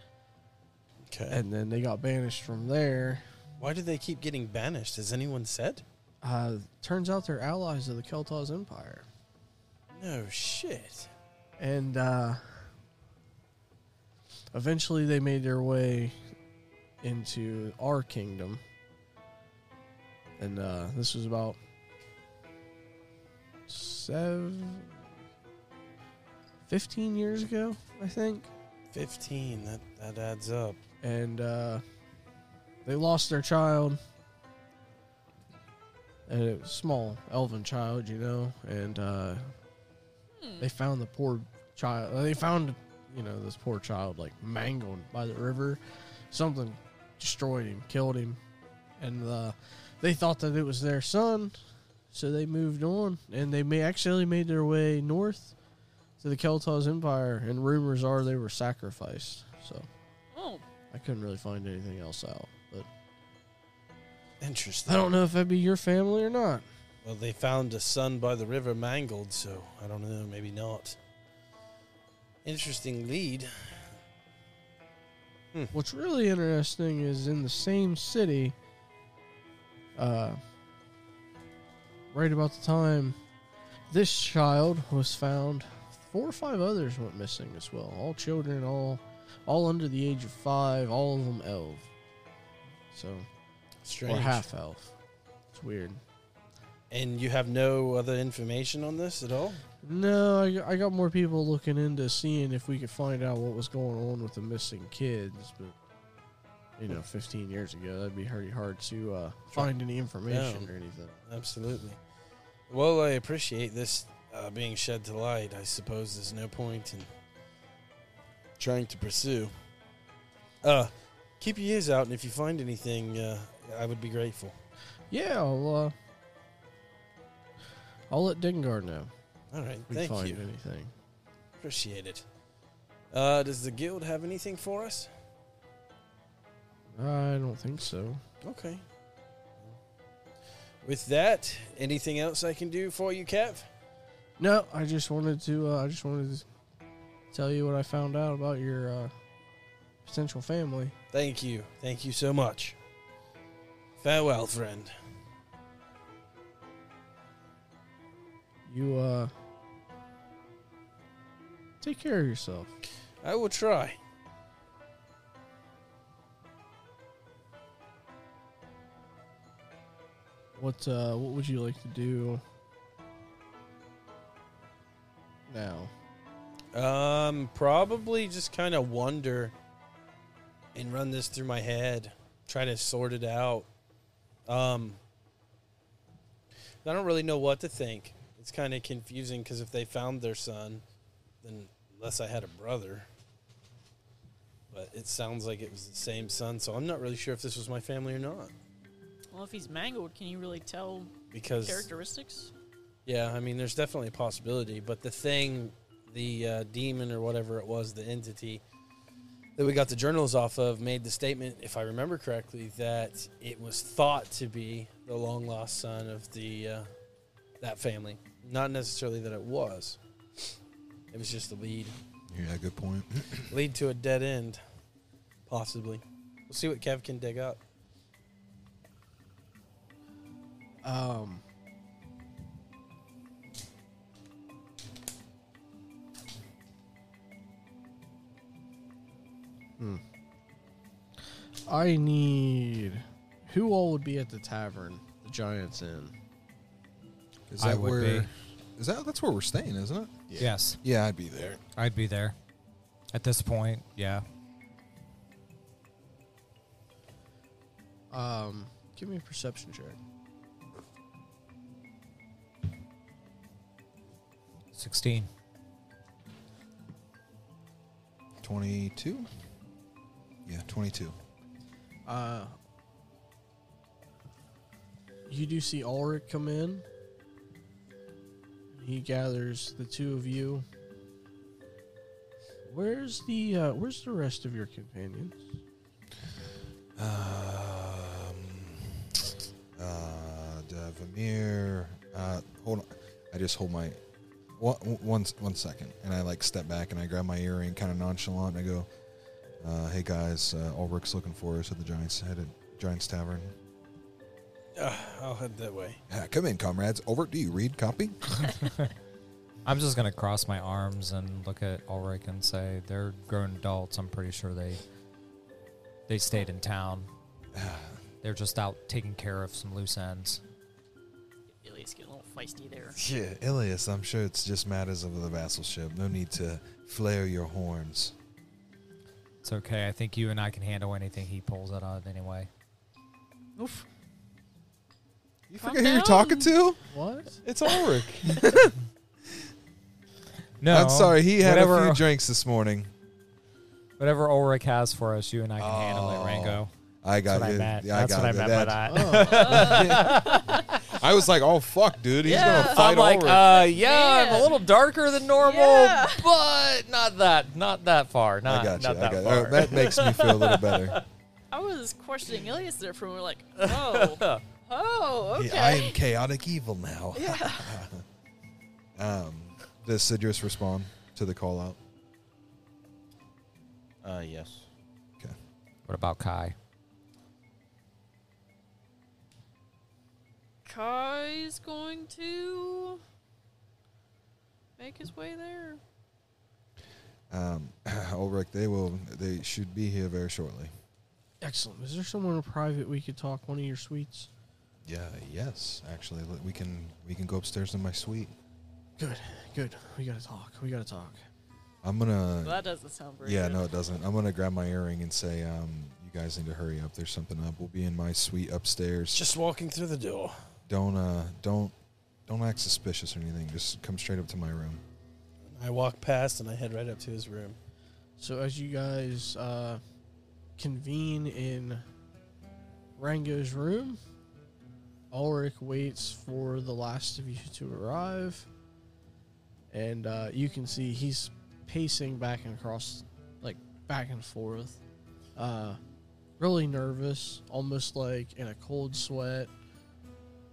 B: Okay.
A: and then they got banished from there.
B: Why do they keep getting banished? Has anyone said?
A: Uh, turns out they're allies of the Keltaz Empire,
B: No shit.
A: and uh, eventually they made their way into our kingdom. And uh, this was about seven, 15 years ago, I think.
B: 15. That, that adds up.
A: and uh, they lost their child. And it was a small elven child, you know, and uh,
G: Hmm.
A: they found the poor child. uh, They found, you know, this poor child like mangled by the river. Something destroyed him, killed him, and uh, they thought that it was their son, so they moved on, and they may actually made their way north to the Keltaz Empire. And rumors are they were sacrificed. So
G: Oh,
A: I couldn't really find anything else out. But
B: Interesting.
A: I don't know if that'd be your family or not.
B: Well, they found a son by the river mangled, so I don't know, maybe not. Interesting lead.
A: What's really interesting is in the same city, uh, right about the time this child was found, four or five others went missing as well. All children, all all under the age of five, all of them elf. So
B: Strange.
A: or half elf. It's weird.
B: And you have no other information on this at all?
A: No, I, I got more people looking into seeing if we could find out what was going on with the missing kids, but you know, 15 years ago, that'd be pretty hard to uh, find any information
B: Yeah.
A: or anything.
B: Absolutely. Well, I appreciate this uh, being shed to light. I suppose there's no point in trying to pursue. Uh, keep your ears out, and if you find anything, uh, I would be grateful.
A: Yeah, I'll uh, I'll let Dingard know
B: All right,
A: if we
B: thank
A: find
B: you.
A: anything.
B: Appreciate it. Uh, does the guild have anything for us?
A: I don't think so.
B: Okay. With that, anything else I can do for you, Kev?
A: No, I just wanted to uh, I just wanted to tell you what I found out about your uh, potential family.
B: Thank you. Thank you so much. Farewell, friend.
A: You uh, take care of yourself.
B: I will try.
A: What uh, what would you like to do now?
B: Um, probably just kind of wonder and run this through my head, try to sort it out. Um, I don't really know what to think. It's kind of confusing because if they found their son, then unless I had a brother, but it sounds like it was the same son, so I'm not really sure if this was my family or not.
G: well, if he's mangled, can you really tell
B: Because
G: characteristics?
B: Yeah, I mean, there's definitely a possibility, but the thing, the uh, demon or whatever it was, the entity that we got the journals off of, made the statement, if I remember correctly, that it was thought to be the long lost son of the uh, that family, not necessarily that it was. It was just a lead,
D: Yeah, good point.
B: lead to a dead end, possibly. We'll see what Kev can dig up.
A: Um, hmm. I need who all would be at the tavern, the Giants Inn.
D: Is
E: I
D: that
E: would
D: where?
E: be.
D: Is that that's where we're staying, isn't it?
E: Yes,
D: Yeah, I'd be there.
E: I'd be there. At this point, yeah.
A: Um, give me a perception check.
E: 16.
D: Twenty-two. Yeah, twenty-two.
A: Uh, you do see Ulrich come in. He gathers the two of you. Where's the uh, Where's the rest of your companions?
D: Um, uh, Davamir. Uh, hold on. I just hold my one, one, one second, and I like step back and I grab my earring, kind of nonchalant, and I go, Uh, hey guys, uh, Ulrich's looking for us at the Giants head at Giants Tavern.
B: Uh, I'll head that way.
D: Ah, come in, comrades. Ulrich, do you read copy?
L: I'm just gonna cross my arms and look at Ulrich and say they're grown adults. I'm pretty sure they they stayed in town. They're just out taking care of some loose ends.
C: Ilya's getting a little feisty there.
D: Yeah, Ilias, I'm sure it's just matters of the vassalship. No need to flare your horns.
L: It's okay. I think you and I can handle anything he pulls out of anyway.
C: Oof.
D: You
C: Calm
D: forget who you're
C: down.
D: talking to?
A: What?
D: It's Ulrich.
L: No,
D: I'm sorry, he had
L: whatever,
D: a few drinks this morning.
L: Whatever Ulrich has for us, you and I can handle it,
D: Oh,
L: Rango.
D: I
L: That's
D: got
L: what I
D: you.
L: meant.
D: Yeah,
L: That's
D: I got
L: what I
D: you.
L: meant
D: that.
L: by that.
A: Oh,
D: I was like, oh fuck, dude, he's
L: Yeah,
D: gonna fight
L: I'm like,
D: Ulrich.
L: uh, yeah, I'm
C: Man.
L: a little darker than normal,
C: Yeah.
L: but not that, not that far, not,
D: I got you.
L: not
D: I
L: that
D: got you.
L: far.
D: Uh, that makes me feel a little better.
C: I was questioning Ilias there for a moment, like, oh, oh, okay.
D: Yeah, I am chaotic evil now.
C: Yeah.
D: um, does Sidrus respond to the call out?
F: Uh, yes.
L: What about Kai?
G: Kai's going to make his way there.
D: Um, Ulrich, they will. They should be here very shortly.
A: Excellent. Is there somewhere in private we could talk? One of your suites?
D: Yeah. Yes. Actually, let- we can we can go upstairs to my suite.
A: Good. We gotta talk. We gotta talk.
D: I'm gonna.
C: Well, that doesn't sound very
D: yeah.
C: good.
D: No, it doesn't. I'm gonna grab my earring and say, um, you guys need to hurry up. There's something up. We'll be in my suite upstairs.
B: Just walking through the door.
D: don't uh, don't don't act suspicious or anything. Just come straight up to my room.
B: I walk past and I head right up to his room.
A: So as you guys uh, convene in Rango's room, Ulrich waits for the last of you to arrive, and uh, you can see he's pacing back and across, like back and forth, uh, really nervous, almost like in a cold sweat.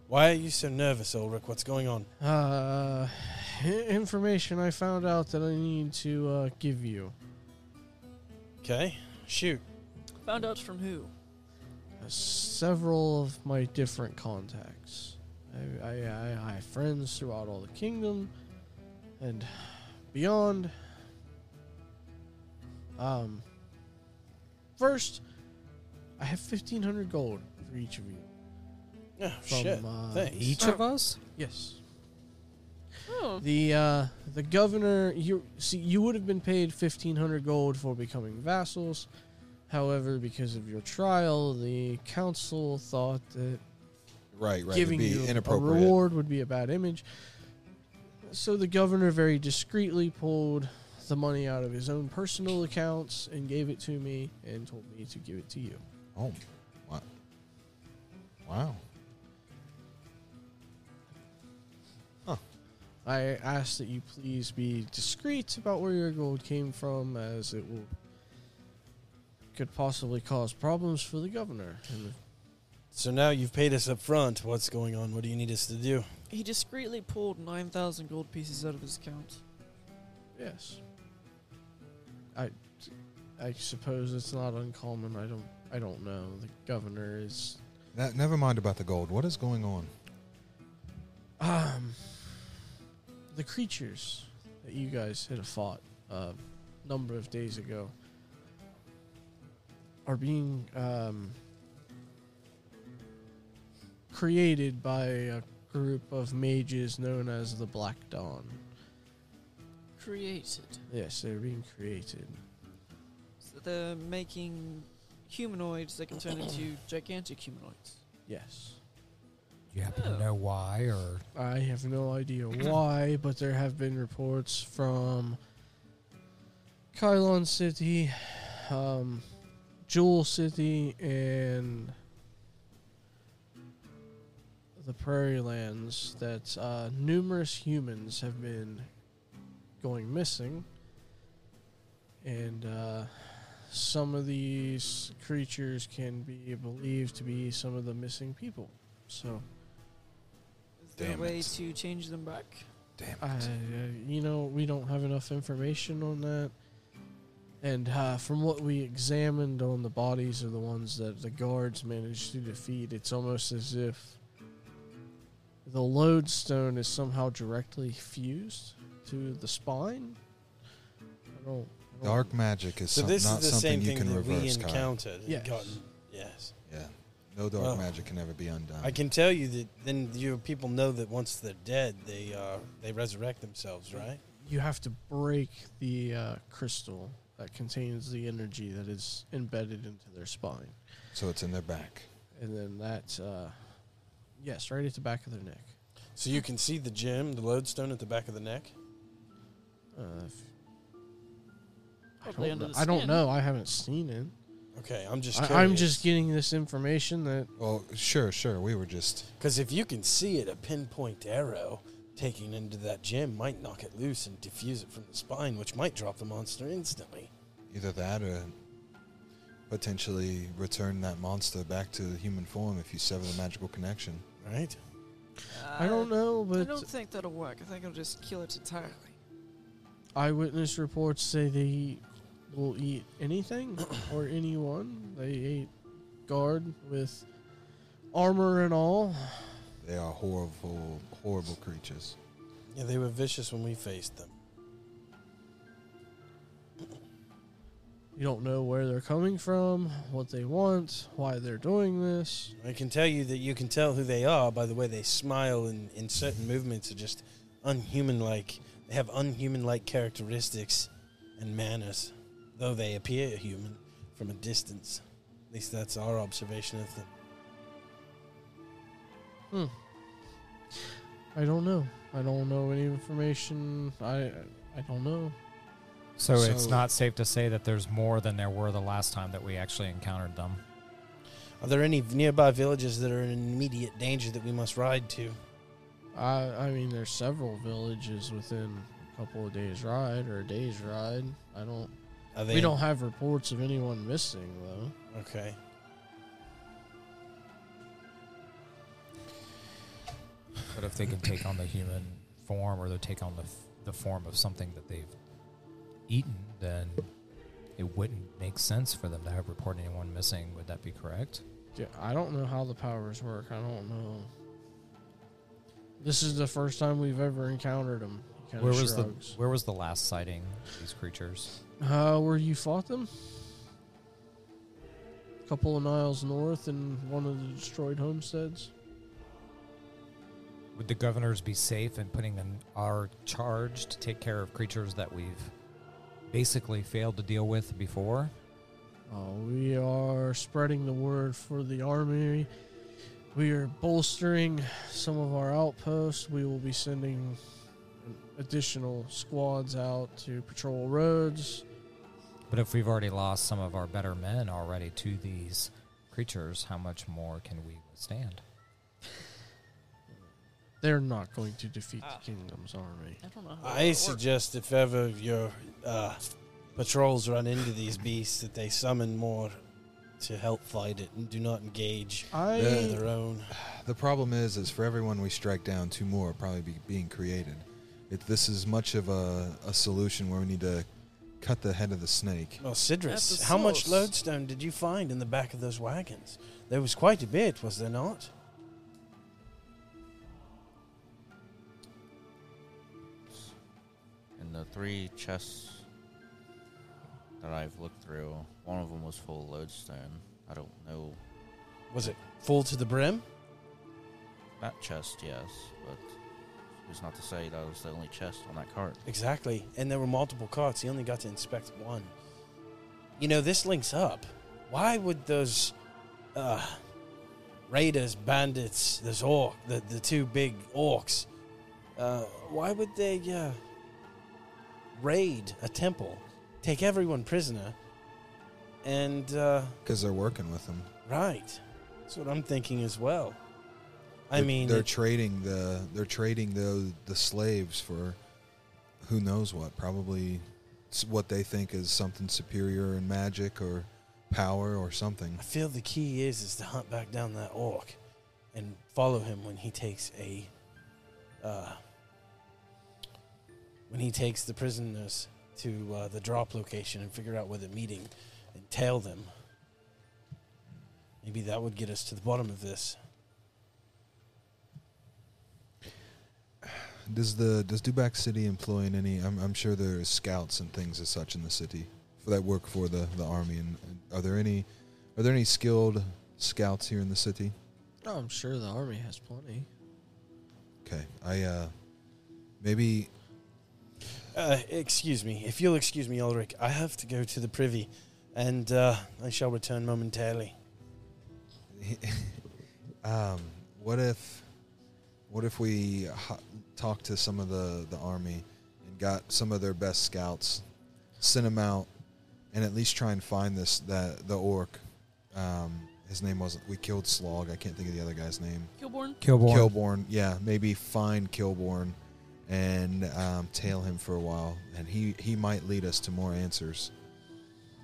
B: Why are you so nervous, Ulrich? What's going on?
A: Uh, i- information I found out that I need to uh, give you.
B: Okay, shoot.
C: Found out from who?
A: several of my different contacts. I, I, I, I have friends throughout all the kingdom and beyond. Um, first, I have 1,500 gold for each of you.
B: Oh,
A: From,
B: shit.
A: uh,
B: Thanks.
L: Each of us?
A: Yes.
C: Oh,
A: The uh, the governor, you see, you would have been paid fifteen hundred gold for becoming vassals. However, because of your trial, the council thought that
D: Right. Right.
A: giving
D: It'd be
A: you a
D: inappropriate.
A: reward would be a bad image. So the governor very discreetly pulled the money out of his own personal accounts and gave it to me and told me to give it to you.
D: Oh, wow. Wow.
A: I ask that you please be discreet about where your gold came from, as it will could possibly cause problems for the governor. And
B: So now you've paid us up front. What's going on? What do you need us to do?
C: he discreetly pulled 9,000 gold pieces out of his account.
A: yes, I, I suppose it's not uncommon. I don't, I don't know. The governor is
D: Ne- never mind about the gold. What is going on?
A: Um, the creatures that you guys had fought a number of days ago are being um, created by a group of mages known as the Black Dawn.
C: Created.
A: Yes, they're being created.
C: So they're making humanoids that can turn into gigantic humanoids.
A: Yes.
L: You happen
C: Oh.
L: to know why, or
A: I have no idea why, but there have been reports from Kylon City, um, Jewel City, and the Prairie Lands that uh, numerous humans have been going missing, and uh, some of these creatures can be believed to be some of the missing people. So.
C: Is there
D: Damn
C: a way
D: it.
C: to change them back?
D: Damn
A: I, uh, you know, we don't have enough information on that. And uh, from what we examined on the bodies of the ones that the guards managed to defeat, it's almost as if the lodestone is somehow directly fused to the spine. I don't. I don't-
D: Dark magic is
B: So
D: some-
B: this
D: not
B: is the
D: something
B: same
D: you
B: thing
D: can
B: that we
D: reverse. Kai.
B: encountered. and
A: Yes.
B: gotten- yes.
D: Yeah, no dark
B: Oh.
D: magic can ever be undone.
B: I can tell you that then your people know that once they're dead, they uh, they resurrect themselves, right?
A: You have to break the uh, crystal that contains the energy that is embedded into their spine,
D: So it's in their back.
A: and then that, uh, yes, right at the back of their neck.
B: So you can see the gem, the lodestone at the back of the neck.
A: Uh, if- I
G: Probably
A: don't,
G: under
A: know.
G: the
A: I don't
G: skin.
A: know. I haven't seen it.
B: Okay, I'm just.
A: I, I'm just getting this information that
D: Oh, sure, sure. We were just
B: because if you can see it, a pinpoint arrow taking into that gem might knock it loose and diffuse it from the spine, which might drop the monster instantly.
D: either that or potentially return that monster back to human form if you sever the magical connection.
B: Right?
A: I don't know,
C: Uh, I
A: but
C: don't think that'll work. I think I'll just kill it entirely.
A: eyewitness reports say they will eat anything or anyone. They ate guard with armor and all.
D: They are horrible, horrible creatures.
B: Yeah, they were vicious when we faced them.
A: You don't know where they're coming from, what they want, why they're doing this.
B: I can tell you that you can tell who they are by the way they smile and in certain movements are just unhuman like. They have unhuman like characteristics and manners, though they appear human from a distance. At least that's our observation of them.
A: I don't know. I don't know any information. I I don't know.
E: So, it's
D: So-
E: not safe to say that there's more than there were the last time that we actually encountered them.
B: Are there any nearby villages that are in immediate danger that we must ride to?
A: I I mean, there's several villages within a couple of days' ride or a day's ride. I don't.
B: Are they
A: We don't have reports of anyone missing though.
B: Okay.
E: But if they can take on the human form or they take on the, f- the form of something that they've eaten, then it wouldn't make sense for them to have reported anyone missing. Would that be correct?
A: Yeah, I don't know how the powers work. I don't know. This is the first time we've ever encountered them. Kind
E: where
A: of
E: was the
A: shrugs.
E: Where was the last sighting of these creatures?
A: Uh, where you fought them? A couple of miles north in one of the destroyed homesteads.
E: Would the governors be safe in putting in our charge to take care of creatures that we've basically failed to deal with before?
A: Uh, we are spreading the word for the army. We are bolstering some of our outposts. We will be sending additional squads out to patrol roads.
E: But if we've already lost some of our better men already to these creatures, how much more can we withstand?
A: They're not going to defeat
C: Ah.
A: the kingdom's army.
G: I don't know. How
B: I
G: that works.
B: suggest if ever your uh, patrols run into these beasts that they summon more to help fight it and do not engage
A: I
B: on their own.
D: The problem is, is for everyone we strike down, two more are probably be being created. It, this is much of a, a solution where we need to cut the head of the snake.
B: Well,
C: At
B: Sidrus,
C: the
B: how much
C: source.
B: lodestone did you find in the back of those wagons? There was quite a bit, was there not?
F: And the three chests that I've looked through, one of them was full of lodestone. I don't know
B: Was it full to the brim?
F: that chest, yes, but it's not to say that was the only chest on that cart.
B: Exactly. And there were multiple carts. He only got to inspect one. You know, this links up. Why would those uh, raiders, bandits, those orc, the, the two big orcs, uh, why would they uh, raid a temple, take everyone prisoner, and. Uh,
D: Because they're working with them.
B: right. That's what I'm thinking as well. I
D: They're-
B: mean,
D: they're
B: it-
D: trading the they're trading the the slaves for who knows what. Probably s- what they think is something superior in magic or power or something.
B: I feel the key is is to hunt back down that orc and follow him when he takes a uh, when he takes the prisoners to uh, the drop location and figure out where they're meeting and tail them. Maybe that would get us to the bottom of this.
D: Does the does Dubac City employ in any? I'm, I'm sure there's scouts and things as such in the city for that work for the, the army. And, and are there any are there any skilled scouts here in the city?
A: Oh, I'm sure the army has plenty.
D: Okay, I uh, maybe
B: Uh, excuse me. If you'll excuse me, Ulrich, I have to go to the privy, and uh, I shall return momentarily.
D: um, what if what if we ho- talked to some of the the army and got some of their best scouts, sent them out, and at least try and find this that the orc. Um, his name wasn't. We killed Slog. I can't think of the other guy's name.
M: Kilborn?
E: Kilborn.
D: Kilborn, yeah, maybe find Kilborn and um, tail him for a while, and he he might lead us to more answers.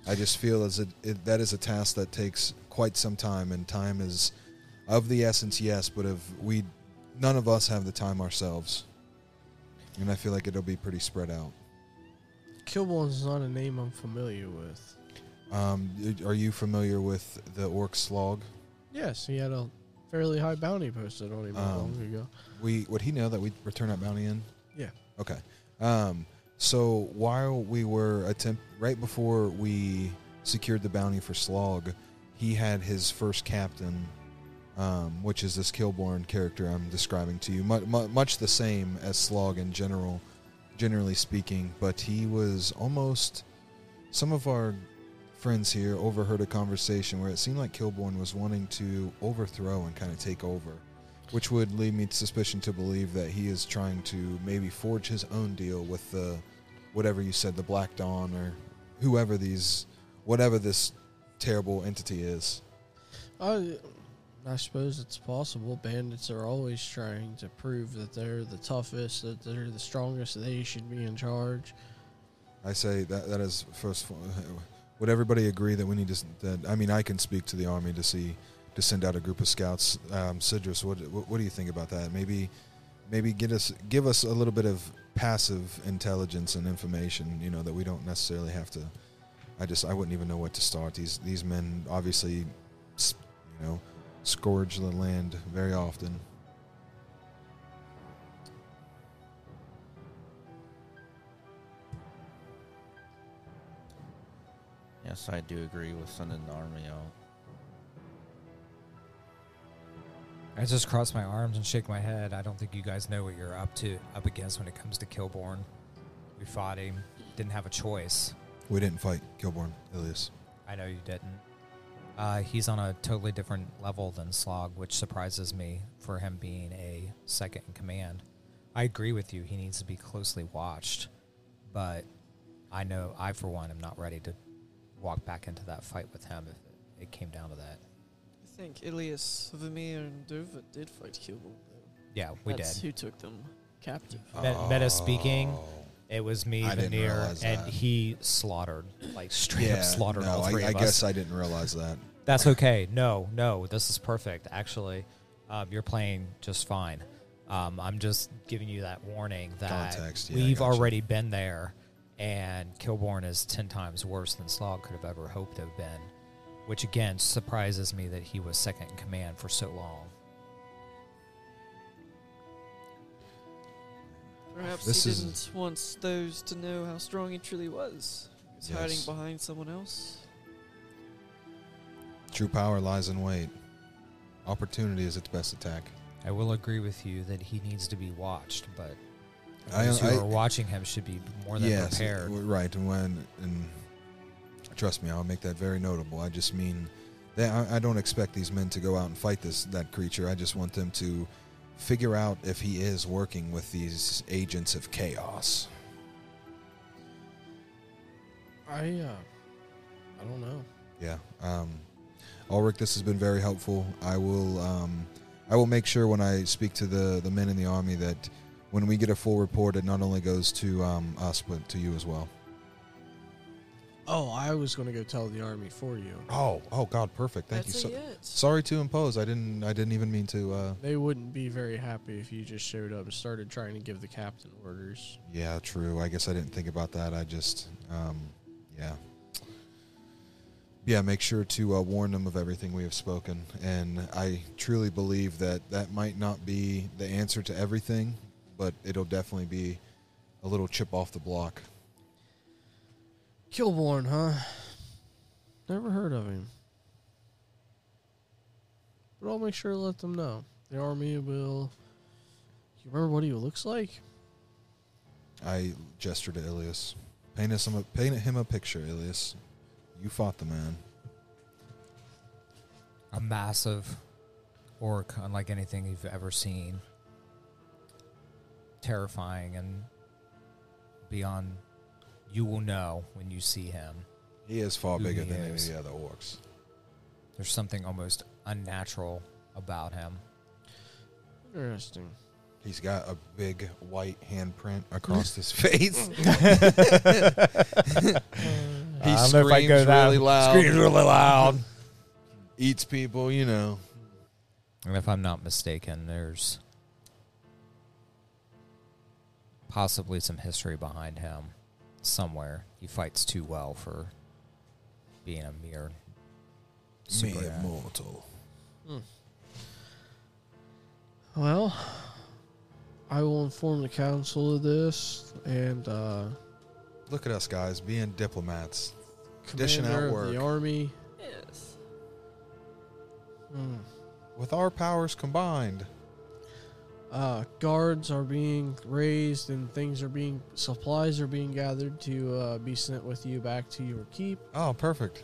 D: I just feel as it, it that is a task that takes quite some time, and time is of the essence, yes, but if we none of us have the time ourselves, and I feel like it'll be pretty spread out.
A: Kilborn's not a name I'm familiar with.
D: Um, y- are you familiar with the orc slog?
A: Yes, he had a fairly high bounty posted on him not
D: Um,
A: long ago.
D: We would he know that we return that bounty in?
A: Yeah.
D: Okay. Um, so while we were attempt right before we secured the bounty for Slog, he had his first captain, um, which is this Kilborn character I'm describing to you, much, much the same as Slog in general, generally speaking. But he was almost some of our friends here overheard a conversation where it seemed like Kilborn was wanting to overthrow and kind of take over which would lead me to suspicion to believe that he is trying to maybe forge his own deal with the whatever you said the black dawn or whoever these whatever this terrible entity is
A: I, I suppose it's possible. Bandits are always trying to prove that they're the toughest, that they're the strongest, they should be in charge.
D: i say that that is first fo- would everybody agree that we need to s- that i mean i can speak to the army to see to send out a group of scouts um sidrus what, what what do you think about that maybe maybe get us give us a little bit of passive intelligence and information you know that we don't necessarily have to I just I wouldn't even know what to start. These these men obviously, s- you know, scourge the land very often.
F: Yes, I do agree with sending the army out.
E: I just cross my arms and shake my head. I don't think you guys know what you're up to up against when it comes to Kilborn. We fought him. Didn't have a choice.
D: We didn't fight Kilborn, Ilias.
E: I know you didn't. Uh, he's on a totally different level than Slog, which surprises me for him being a second in command. I agree with you. He needs to be closely watched, but I know I, for one, am not ready to walk back into that fight with him if it came down to that.
C: I think Ilias, Vimir, and Dova did fight Kilborn. though.
E: Yeah, we
C: That's
E: did.
C: who took them captive.
E: Met- meta speaking, It was me,
D: I didn't
E: Veneer,
D: realize
E: and
D: that.
E: he slaughtered, like straight
D: yeah,
E: up slaughtered
D: no,
E: all
D: I-
E: three
D: I,
E: of us.
D: guess I didn't realize that.
E: That's okay. No, no, this is perfect. Actually, um, you're playing just fine. Um, I'm just giving you that warning that
D: Context, yeah, I
E: we've
D: gotcha.
E: already been there, and Kilborn is ten times worse than Slog could have ever hoped to have been, which again surprises me that he was second in command for so long.
C: Perhaps
D: This
C: he
D: is-
C: didn't want those to know how strong he truly was. He was hiding
D: Yes.
C: behind someone else.
D: True power lies in wait. Opportunity is its best attack.
E: I will agree with you that he needs to be watched, but
D: I-
E: those
D: I-
E: who are watching him should be more than
D: yes,
E: prepared.
D: w- right. And when and trust me, I'll make that very notable. I just mean that I, I don't expect these men to go out and fight this that creature. I just want them to figure out if he is working with these agents of chaos.
A: I, uh, I don't know.
D: Yeah. Um, Ulrich, this has been very helpful. I will um, I will make sure when I speak to the, the men in the army that when we get a full report, it not only goes to um, us but to you as well.
A: Oh, I was going to go tell the army for you.
D: Oh, oh God, perfect. Thank
C: That's
D: you.
C: a
D: So,
C: yes.
D: sorry to impose. I didn't. I didn't even mean to. Uh,
A: They wouldn't be very happy if you just showed up and started trying to give the captain orders.
D: yeah, true. I guess I didn't think about that. I just, um, yeah, yeah. Make sure to uh, warn them of everything we have spoken. And I truly believe that that might not be the answer to everything, but it'll definitely be a little chip off the block.
A: Kilborn, huh? Never heard of him. But I'll make sure to let them know. The army will. You remember what he looks like?
D: I gesture to Ilias. Paint us some, paint him a picture, Ilias. You fought the man.
L: a massive orc unlike anything you've ever seen. Terrifying and beyond. You will know when you see him.
D: He is far
L: Who
D: bigger
L: he
D: than
L: is.
D: any of the other orcs.
L: There's something almost unnatural about him.
A: Interesting.
D: He's got a big white handprint across his face. he
L: I don't
A: Uh,
D: screams
L: know if I go that-
D: really loud.
L: Screams really loud.
D: Eats people, you know.
L: And if I'm not mistaken, there's possibly some history behind him somewhere. He fights too well for being a mere
D: Me
L: super.
D: immortal.
A: Well, I will inform the council of this and uh,
D: Look at us guys being diplomats. Dishing out
A: commander of
D: work.
A: the army.
C: Yes.
A: Hmm.
D: With our powers combined,
A: Uh, guards are being raised and things are being supplies are being gathered to uh, be sent with you back to your keep.
D: Oh, perfect.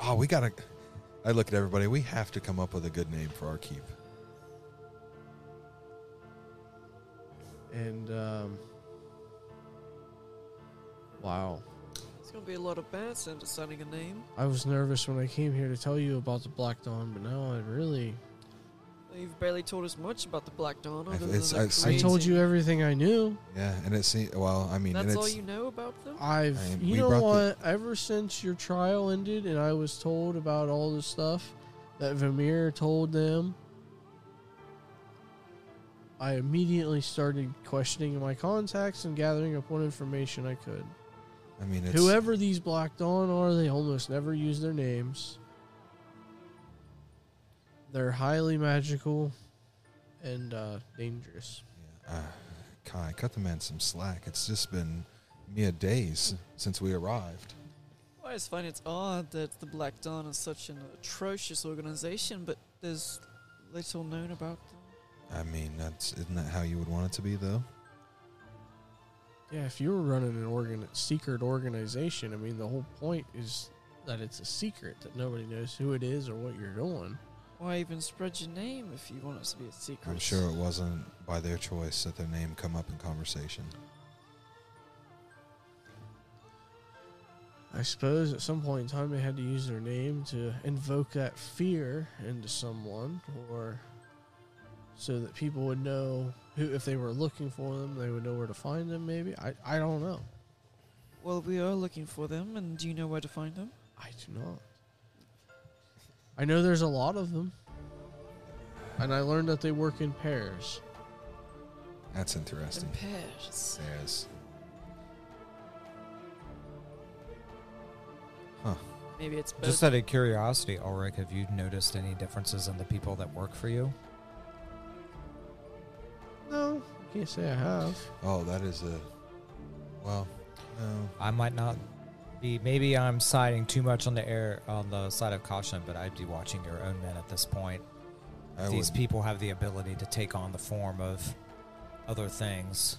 D: Oh, we gotta. I look at everybody. We have to come up with a good name for our keep.
A: And um, wow,
C: It's going to be a lot of bats into signing a name.
A: I was nervous when I came here to tell you about the Black Dawn, but now I really
C: You've barely told us much about the Black Dawn. Other than
D: It's-
C: that
D: it's-
A: I
D: Amazing.
A: told you everything I knew.
D: Yeah, and it seems. Well, I mean,
C: That's
D: and
C: all
D: it's,
C: you know about them?
A: I've
D: I-
A: you
D: we
A: know
D: brought
A: what?
D: the-
A: Ever since your trial ended and I was told about all the stuff that Vamir told them, I immediately started questioning my contacts and gathering up what information I could.
D: I mean, it's,
A: Whoever these Black Dawn are, they almost never use their names. They're highly magical and uh, dangerous.
D: Yeah, uh, Kai, cut the man some slack. It's just been mere days since we arrived.
C: I just find it's odd that the Black Dawn is such an atrocious organization, but there's little known about them.
D: I mean, that's isn't that how you would want it to be, though?
A: Yeah, if you were running an organ secret organization, I mean, the whole point is that it's a secret that nobody knows who it is or what you're doing.
C: Why even spread your name if you want it to be a secret?
D: I'm sure it wasn't by their choice that their name come up in conversation.
A: I suppose at some point in time they had to use their name to invoke that fear into someone, or so that people would know who, if they were looking for them, they would know where to find them. Maybe I, I don't know.
C: Well, we are looking for them, and do you know where to find them?
A: I do not. I know there's a lot of them, and I learned that they work in pairs.
D: That's interesting.
C: Pairs.
D: There's
C: Maybe it's
L: Just
C: both.
L: out of curiosity, Ulrich, have you noticed any differences in the people that work for you?
A: No, I can't say I have.
D: oh, that is a well, no.
L: I might not be. Maybe I'm siding too much on the air on the side of caution, but I'd be watching your own men at this point.
D: I
L: These
D: would-
L: people have the ability to take on the form of other things.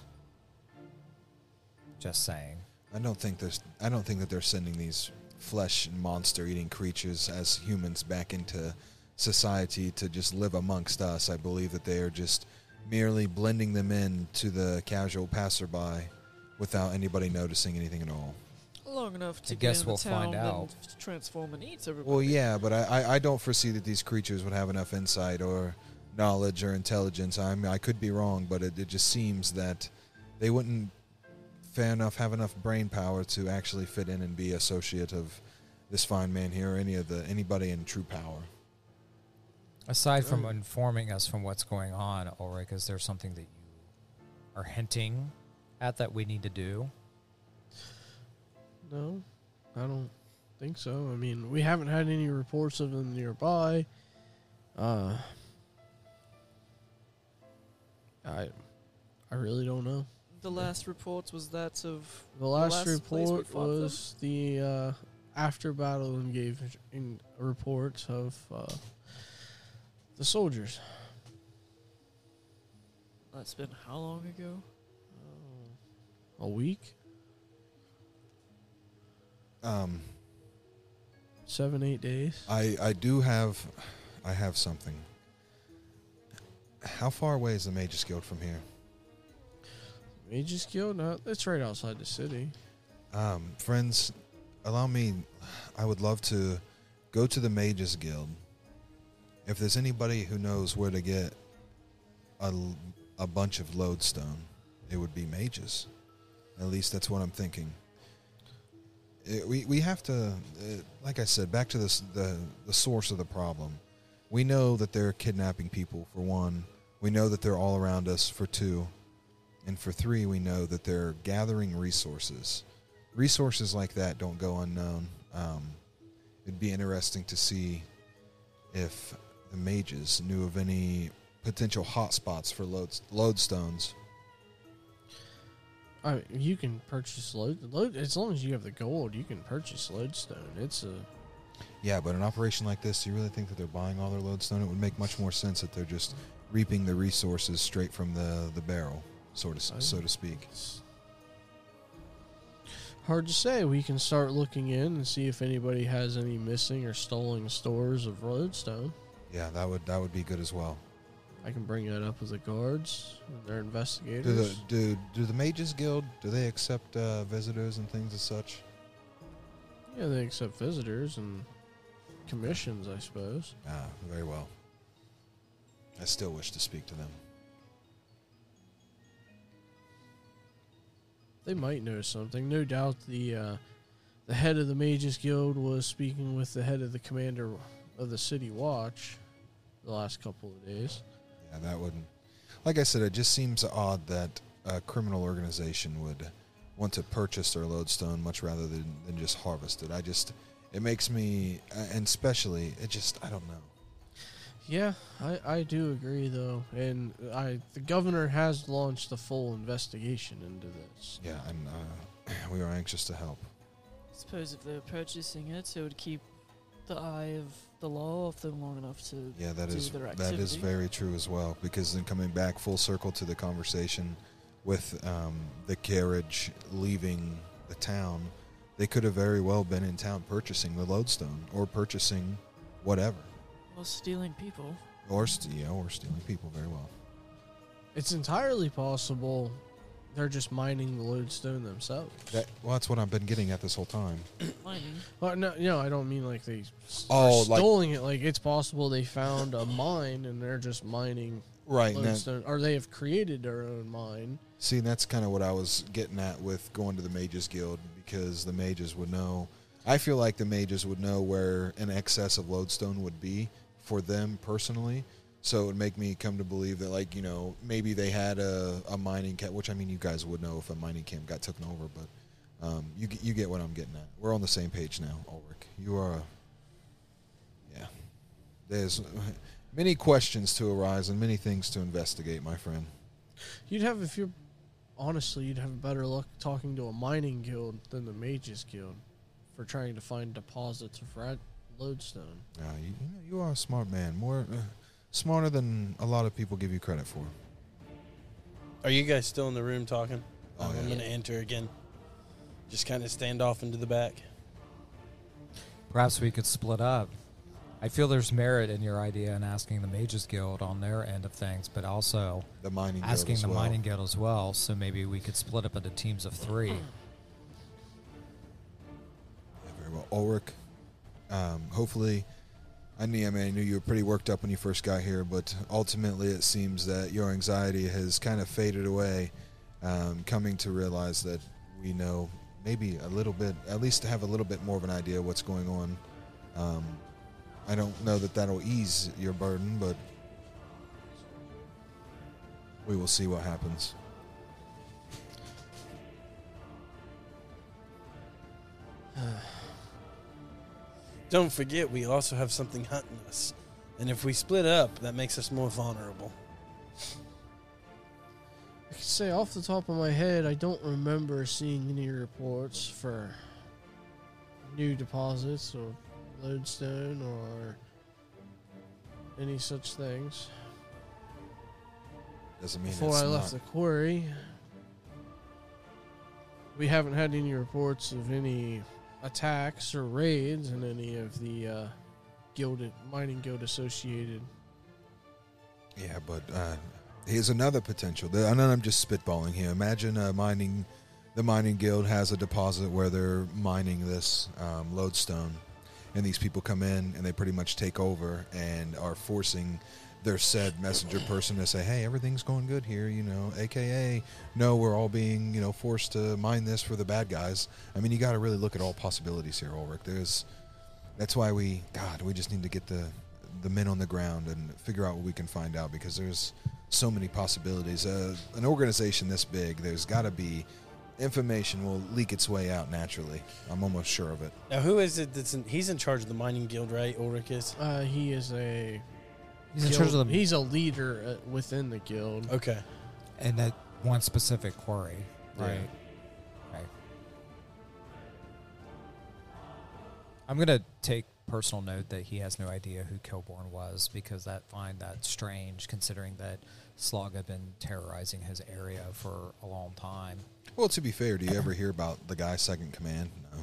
L: Just saying.
D: I don't think there's. I don't think that they're sending these flesh monster-eating creatures as humans back into society to just live amongst us. I believe that they are just merely blending them in to the casual passerby without anybody noticing anything at all.
C: long enough to
L: I
C: get
L: guess
C: into
L: we'll
C: town
L: find
C: and
L: out.
C: f- transform and eat everybody.
D: Well, yeah, but I, I, I don't foresee that these creatures would have enough insight or knowledge or intelligence. I mean, I could be wrong, but it, it just seems that they wouldn't fair enough, have enough brain power to actually fit in and be associate of this fine man here or any of the anybody in true power.
L: Aside from informing us from what's going on, Ulrich, is there something that you are hinting at that we need to do?
A: No, I don't think so. I mean, we haven't had any reports of them nearby. Uh, I, I really don't know.
C: The last report was that of
A: The last,
C: last place we
A: report
C: fought them?
A: was the uh, after battle engagement in reports of uh, the soldiers.
C: that's been how long ago?
A: A week,
D: Um,
A: seven, eight days.
D: I I do have, I have something. How far away is the Mages Guild from here?
A: Mages Guild, no, that's uh, right outside the city.
D: Um, friends, allow me. I would love to go to the Mages Guild. If there's anybody who knows where to get a, l- a bunch of lodestone, it would be mages. At least that's what I'm thinking. It- we, we have to, uh, like I said, back to this, the, the source of the problem. We know that they're kidnapping people, for one. We know that they're all around us, for two. And for three, we know that they're gathering resources. Resources like that don't go unknown. Um, it'd be interesting to see if the mages knew of any potential hotspots for load, lodestones.
A: I mean, you can purchase load, load as long as you have the gold. You can purchase lodestone. It's a
D: Yeah, but an operation like this, do you really think that they're buying all their lodestone? It would make much more sense that they're just reaping the resources straight from the, the barrel, sort of,
A: I-
D: so to speak.
A: it's hard to say. We can start looking in and see if anybody has any missing or stolen stores of lodestone.
D: Yeah, that would that would be good as well.
A: I can bring that up with the guards, and their
D: Do
A: investigators.
D: the do do the mages guild do they accept uh, visitors and things as such?
A: yeah, they accept visitors and commissions, I suppose.
D: Ah, very well. I still wish to speak to them.
A: They might know something. No doubt the uh, the head of the Mages Guild was speaking with the head of the commander of the City Watch the last couple of days.
D: Yeah, that wouldn't. Like I said, it just seems odd that a criminal organization would want to purchase their lodestone much rather than, than just harvest it. I just, it makes me, uh, and especially, it just, I don't know.
A: Yeah, I, I do agree though, and I the governor has launched a full investigation into this.
D: Yeah, and uh, we are anxious to help.
C: suppose if they were purchasing it, it would keep the eye of the law off them long enough to.
D: Yeah, that
C: Do
D: is
C: their
D: that is
C: activity.
D: very true as well. Because then coming back full circle to the conversation with um, the carriage leaving the town, they could have very well been in town purchasing the lodestone or purchasing whatever,
C: Well, stealing people.
D: or st- yeah, or stealing people. Very well.
A: It's entirely possible they're just mining the lodestone themselves.
D: That, well, that's what I've been getting at this whole time.
C: Mining.
A: Well, no, no, I don't mean like they
D: Oh,
A: oh,
D: like-
A: stealing it. Like it's possible they found a mine and they're just mining
D: Right. now,
A: lodestone, or they have created their own mine.
D: See, and that's kind of what I was getting at with going to the Mages Guild because the mages would know. I feel like the mages would know where an excess of lodestone would be for them personally. So it would make me come to believe that, like, you know, maybe they had a, a mining camp, which I mean, you guys would know if a mining camp got taken over, but um, you, get- you get what I'm getting at. We're on the same page now, Ulrich. You are, a, yeah. There's many questions to arise and many things to investigate, my friend.
A: You'd have if you're honestly, you'd have better luck talking to a mining guild than the mages guild for trying to find deposits of red lodestone.
D: Uh, you, you know, you are a smart man, more uh, smarter than a lot of people give you credit for.
B: Are you guys still in the room talking?
D: Oh,
B: I'm
D: yeah.
B: going to enter again. Just kind of stand off into the back.
L: Perhaps we could split up. I feel there's merit in your idea in asking the Mages Guild on their end of things, but also
D: The mining guild
L: asking
D: as
L: the
D: well.
L: Mining Guild as well. So maybe we could split up into teams of three.
D: Yeah, very well, Ulrich. Um, hopefully, I knew I mean I knew you were pretty worked up when you first got here, but ultimately it seems that your anxiety has kind of faded away, um, coming to realize that we know maybe a little bit, at least have a little bit more of an idea what's going on. Um, I don't know that that'll ease your burden, but we will see what happens.
B: Don't forget, we also have something hunting us. And if we split up, that makes us more vulnerable.
A: I can say off the top of my head, I don't remember seeing any reports for new deposits or lodestone or any such things.
D: Doesn't mean
A: Before
D: it's
A: I left
D: not-
A: the quarry, we haven't had any reports of any attacks or raids in any of the uh, guilded mining guild associated.
D: Yeah, but uh, here's another potential. The- I know I'm just spitballing here. Imagine uh, mining, the mining guild has a deposit where they're mining this um, lodestone, and these people come in and they pretty much take over and are forcing their said messenger person to say, "Hey, everything's going good here," you know, aka, "No, we're all being you know forced to mine this for the bad guys." I mean, you got to really look at all possibilities here, Ulrich. There's that's why we god we just need to get the the men on the ground and figure out what we can find out because there's so many possibilities uh, an organization this big there's got to be information will leak its way out naturally i'm almost sure of it
B: Now, who is it that's in, he's in charge of the mining guild, right? Ulrich is?
A: Uh, he is a
E: He's in charge
A: guild-
E: of the
A: he's a leader uh, within the guild.
D: Oh,
B: Okay.
E: and that one specific quarry, right? Right. I'm gonna take personal note that he has no idea who Kilborn was because that find that strange considering that Slog had been terrorizing his area for a long time.
D: well to be fair do you ever hear about the guy's second command no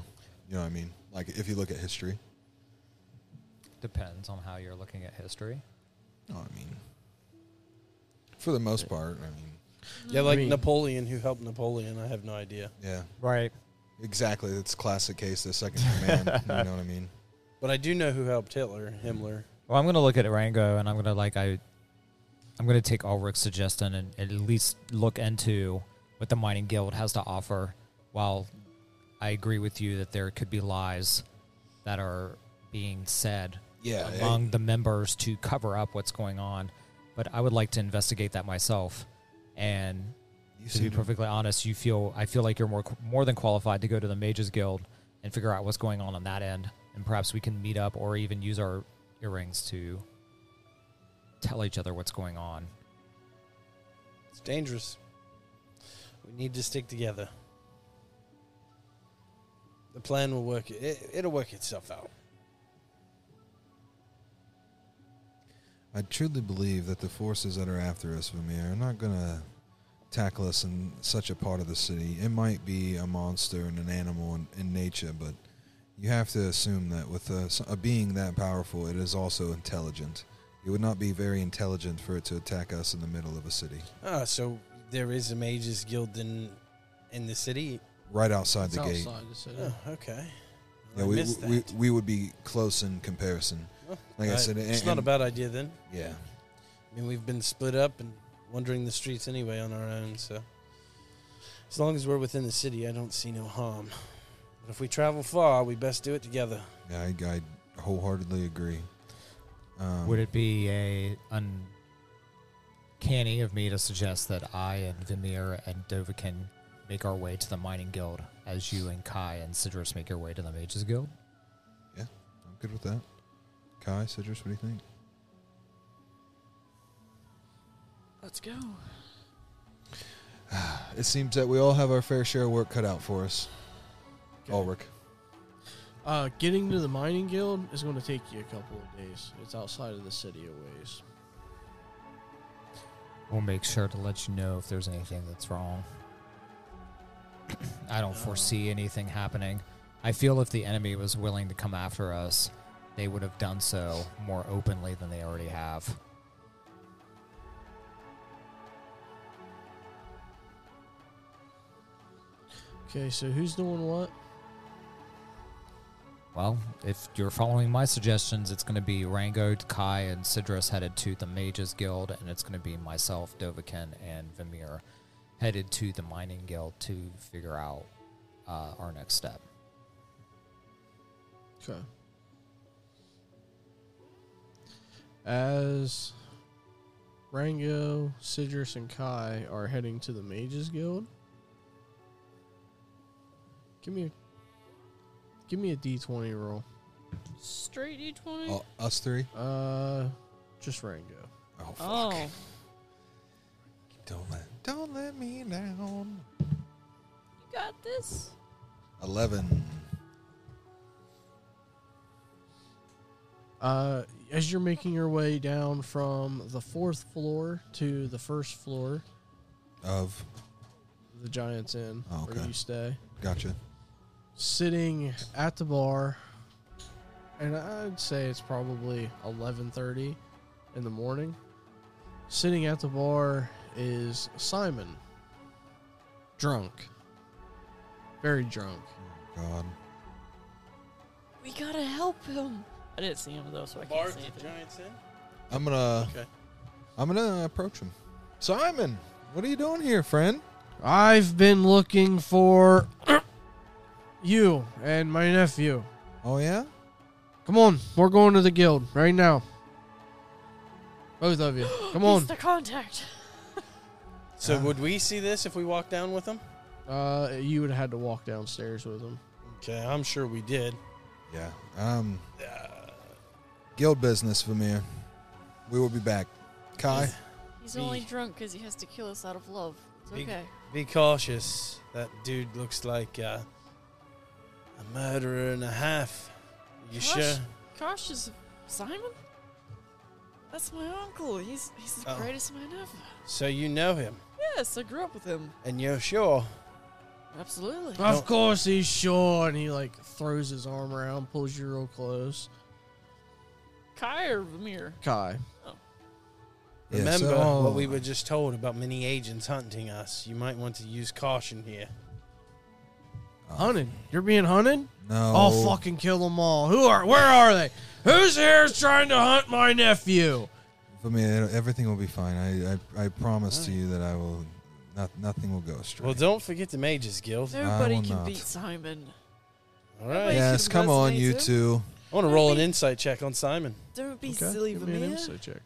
D: you know what i mean like if you look at history
E: Depends on how you're looking at history.
D: no i mean for the most part i mean
B: Yeah, like
A: I mean-
B: Napoleon, who helped Napoleon. I have no idea.
D: yeah
E: Right.
D: exactly it's classic case the second command you know what i mean
B: But I do know who helped Hitler, Himmler.
E: Well, I'm gonna look at Rango, and I'm gonna like I, I'm gonna take Ulrich's suggestion and at least look into what the mining guild has to offer. While I agree with you that there could be lies that are being said
D: yeah it-
E: among the members to cover up what's going on, but I would like to investigate that myself. And
D: you
E: to be
D: seem to-
E: perfectly honest, you feel I feel like you're more more than qualified to go to the Mages Guild and figure out what's going on on that end, and perhaps we can meet up or even use our earrings to tell each other what's going on.
B: It's dangerous. We need to stick together. The plan will work. It, it'll work itself out.
D: I truly believe that the forces that are after us, Vamir, are not going to tackle us in such a part of the city. It might be a monster and an animal in, in nature, but you have to assume that with a, s- a being that powerful, it is also intelligent. It would not be very intelligent for it to attack us in the middle of a city,
B: Ah, so there is a mages guild in in the city.
D: right outside
A: It's
D: the gate.
A: outside the city.
B: Oh, okay.
D: Yeah,
B: I
D: we,
B: missed
D: we,
B: that.
D: we would be close in comparison.
B: Well,
D: Like I,
B: I-
D: said, and-
B: it's not a
D: and-
B: bad idea then.
D: Yeah.
B: I mean, we've been split up and wandering the streets anyway on our own, so as long as we're within the city, I don't see no harm. But if we travel far, we best do it together.
D: yeah I, I wholeheartedly agree. Um,
E: Would it be a uncanny of me to suggest that I and Vimir and Dovakin make our way to the mining guild as you and Kai and Sidrus make your way to the Mages Guild?
D: I'm good with that. Kai, Sidrus, what do you think?
C: Let's go.
D: It seems that we all have our fair share of work cut out for us. Ulrich.
A: Uh, getting to the mining guild is going to take you a couple of days. It's outside of the city a ways.
E: We'll make sure to let you know if there's anything that's wrong. I don't foresee anything happening. I feel if the enemy was willing to come after us, they would have done so more openly than they already have.
A: Okay, so who's doing what?
E: Well, if you're following my suggestions, it's going to be Rango, Kai, and Sidrus headed to the Mages Guild, and it's going to be myself, Dovakin, and Vimir headed to the Mining Guild to figure out
L: uh, our next step.
A: Okay. As Rango, Sidrus, and Kai are heading to the Mages Guild, give me a give me a D twenty roll.
G: Straight
C: E
G: D20?
D: Oh, us three?
A: Uh, just Rango.
D: Oh, fuck.
G: oh.
D: Don't let don't let me down.
G: You got this?
D: Eleven.
A: Uh, as you're making your way down from the fourth floor to the first floor,
D: Of
A: the Giants Inn,
D: Oh,
A: where
D: okay.
A: you stay,
D: gotcha.
A: sitting at the bar, and I'd say it's probably 11:30 in the morning. Sitting at the bar is Simon, drunk, very drunk.
D: God.
G: We gotta help him. I didn't see him though, so I can't
B: Bart,
G: say anything.
B: Giants in.
D: I'm gonna
B: Okay.
D: I'm gonna approach him. Simon, what are you doing here, friend?
A: I've been looking for you and my nephew.
D: Oh yeah?
A: Come on, we're going to the guild right now. Both of you, come on.
G: He's the contact.
B: So
D: Ah.
B: would we see this if we walked down with him?
A: Uh, you would have had to walk downstairs with him.
B: Okay, I'm sure we did. Uh,
D: Yeah. Um Guild business, Vamir. We will be back. Kai,
G: He's
B: Me.
G: only drunk because he has to kill us out of love. It's
B: Me.
G: okay.
B: Be cautious. That dude looks like uh, a murderer and a half. You
G: Gosh.
B: sure?
G: Gosh, is Simon? That's my uncle. He's he's the
B: Oh.
G: greatest man ever.
B: So you know him,
G: Yes, I grew up with him.
B: and you're sure?
G: Absolutely.
A: Of course, he's sure, and he like throws his arm around, pulls you real close.
G: Kai or Vamir?
A: Kai,
D: Yeah, Oh.
B: Remember
D: so-
B: what we were just told about many agents hunting us. You might want to use caution here.
A: hunted. You're being hunted.
D: Oh, no
B: Oh,
A: I'll fucking kill them all. Who are? Where are they? Who's here is trying to hunt my nephew?
D: Vamir, everything will be fine. I I, I promise to you that I will not, nothing will go astray.
B: Well, don't forget the Mages Guild.
G: Nobody
D: will
G: can
D: not.
G: beat Simon.
B: All right.
G: Yeah.
D: yes,
G: should
D: come on,
G: resonate
D: you
G: too.
D: two.
B: I want to roll an insight check on Simon.
G: Don't be
A: Okay,
G: silly,
A: give me an
G: Vamir.
A: insight check.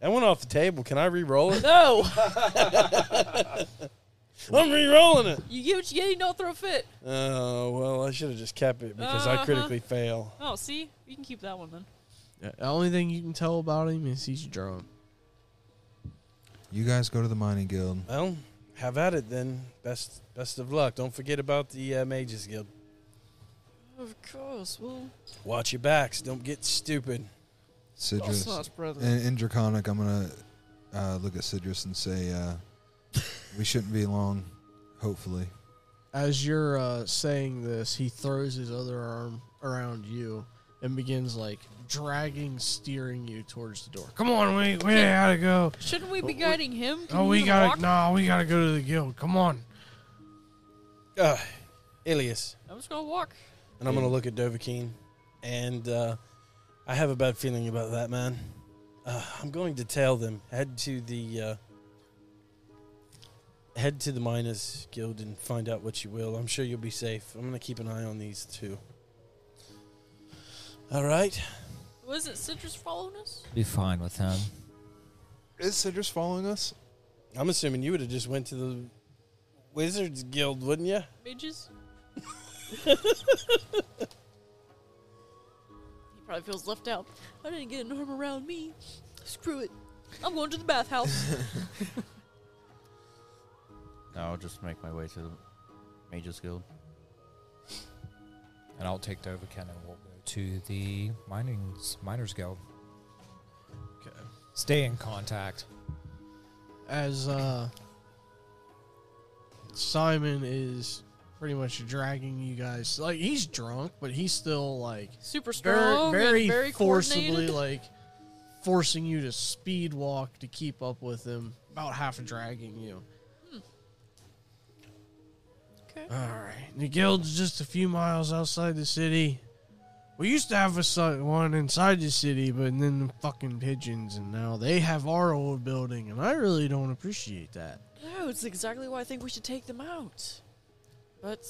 B: That went off the table. Can I re-roll it?
G: No,
B: I'm re-rolling it.
G: you get what you get. You don't throw a fit.
B: Oh well, I should have just kept it because I
G: Uh-huh.
B: critically fail.
G: Oh, see, you can keep that one then.
A: Yeah, The only thing you can tell about him is he's drunk.
D: You guys go to the mining guild.
B: Well, have at it then. Best best of luck. Don't forget about the uh, Mages Guild.
G: Of course, well,
B: Watch your backs. Don't get stupid.
D: Sidrus
G: brother.
D: in, in Draconic, I'm gonna uh, look at Sidrus and say, uh, "We shouldn't be long, hopefully."
A: As you're uh, saying this, he throws his other arm around you and begins like dragging, steering you towards the door. Come on, we we gotta go.
G: Shouldn't we be guiding him? Can
A: Oh,
G: he
A: we
G: even walk?
A: gotta no, we gotta go to the guild. Come on.
B: Uh, Ilias,
G: I'm just gonna walk.
B: and I'm gonna look at Dovahkiin, and uh, I have a bad feeling about that man. Uh, I'm going to tell them head to the uh, head to the Miners Guild and find out what you will. I'm sure you'll be safe. I'm gonna keep an eye on these two. All right.
G: Was it Citrus following us?
L: Be fine with him.
D: Is Sidrus following us?
B: I'm assuming you would have just went to the Wizards Guild, wouldn't you?
G: Midges? he probably feels left out. I didn't get an arm around me. Screw it. I'm going to the bathhouse.
F: No, I'll just make my way to the Mages Guild.
L: And I'll take Dovahkiin and we'll go to the mining's, Miners Guild.
A: Okay.
L: Stay in contact.
A: As uh Simon is pretty much dragging you guys like he's drunk, but he's still like
G: Super
A: very
G: strong.
A: very,
G: and very
A: forcibly
G: coordinated.
A: like forcing you to speed walk to keep up with him, about half dragging you.
G: Okay.
A: All right. The guild's just a few miles outside the city. We used to have a si- one inside the city, but then the fucking pigeons, and now they have our old building, and I really don't appreciate that.
G: No,
C: know. It's exactly why I think we should take them out. But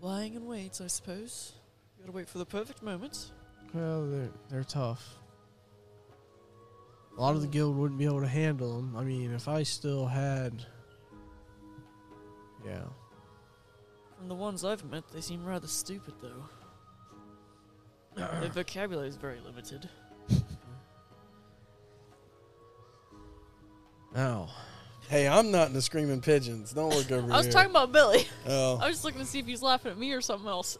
C: lying in wait, I suppose. You gotta wait for the perfect moment.
A: Well, they're they're tough. A lot of the guild wouldn't be able to handle them. I mean, if I still had, yeah,
C: From the ones I've met, they seem rather stupid, though. Their vocabulary is very limited.
A: now
B: Hey, I'm not in the screaming pigeons. Don't look over
G: I was
B: here.
G: talking about Billy.
B: Oh.
G: I was just looking to see if he was laughing at me or something else.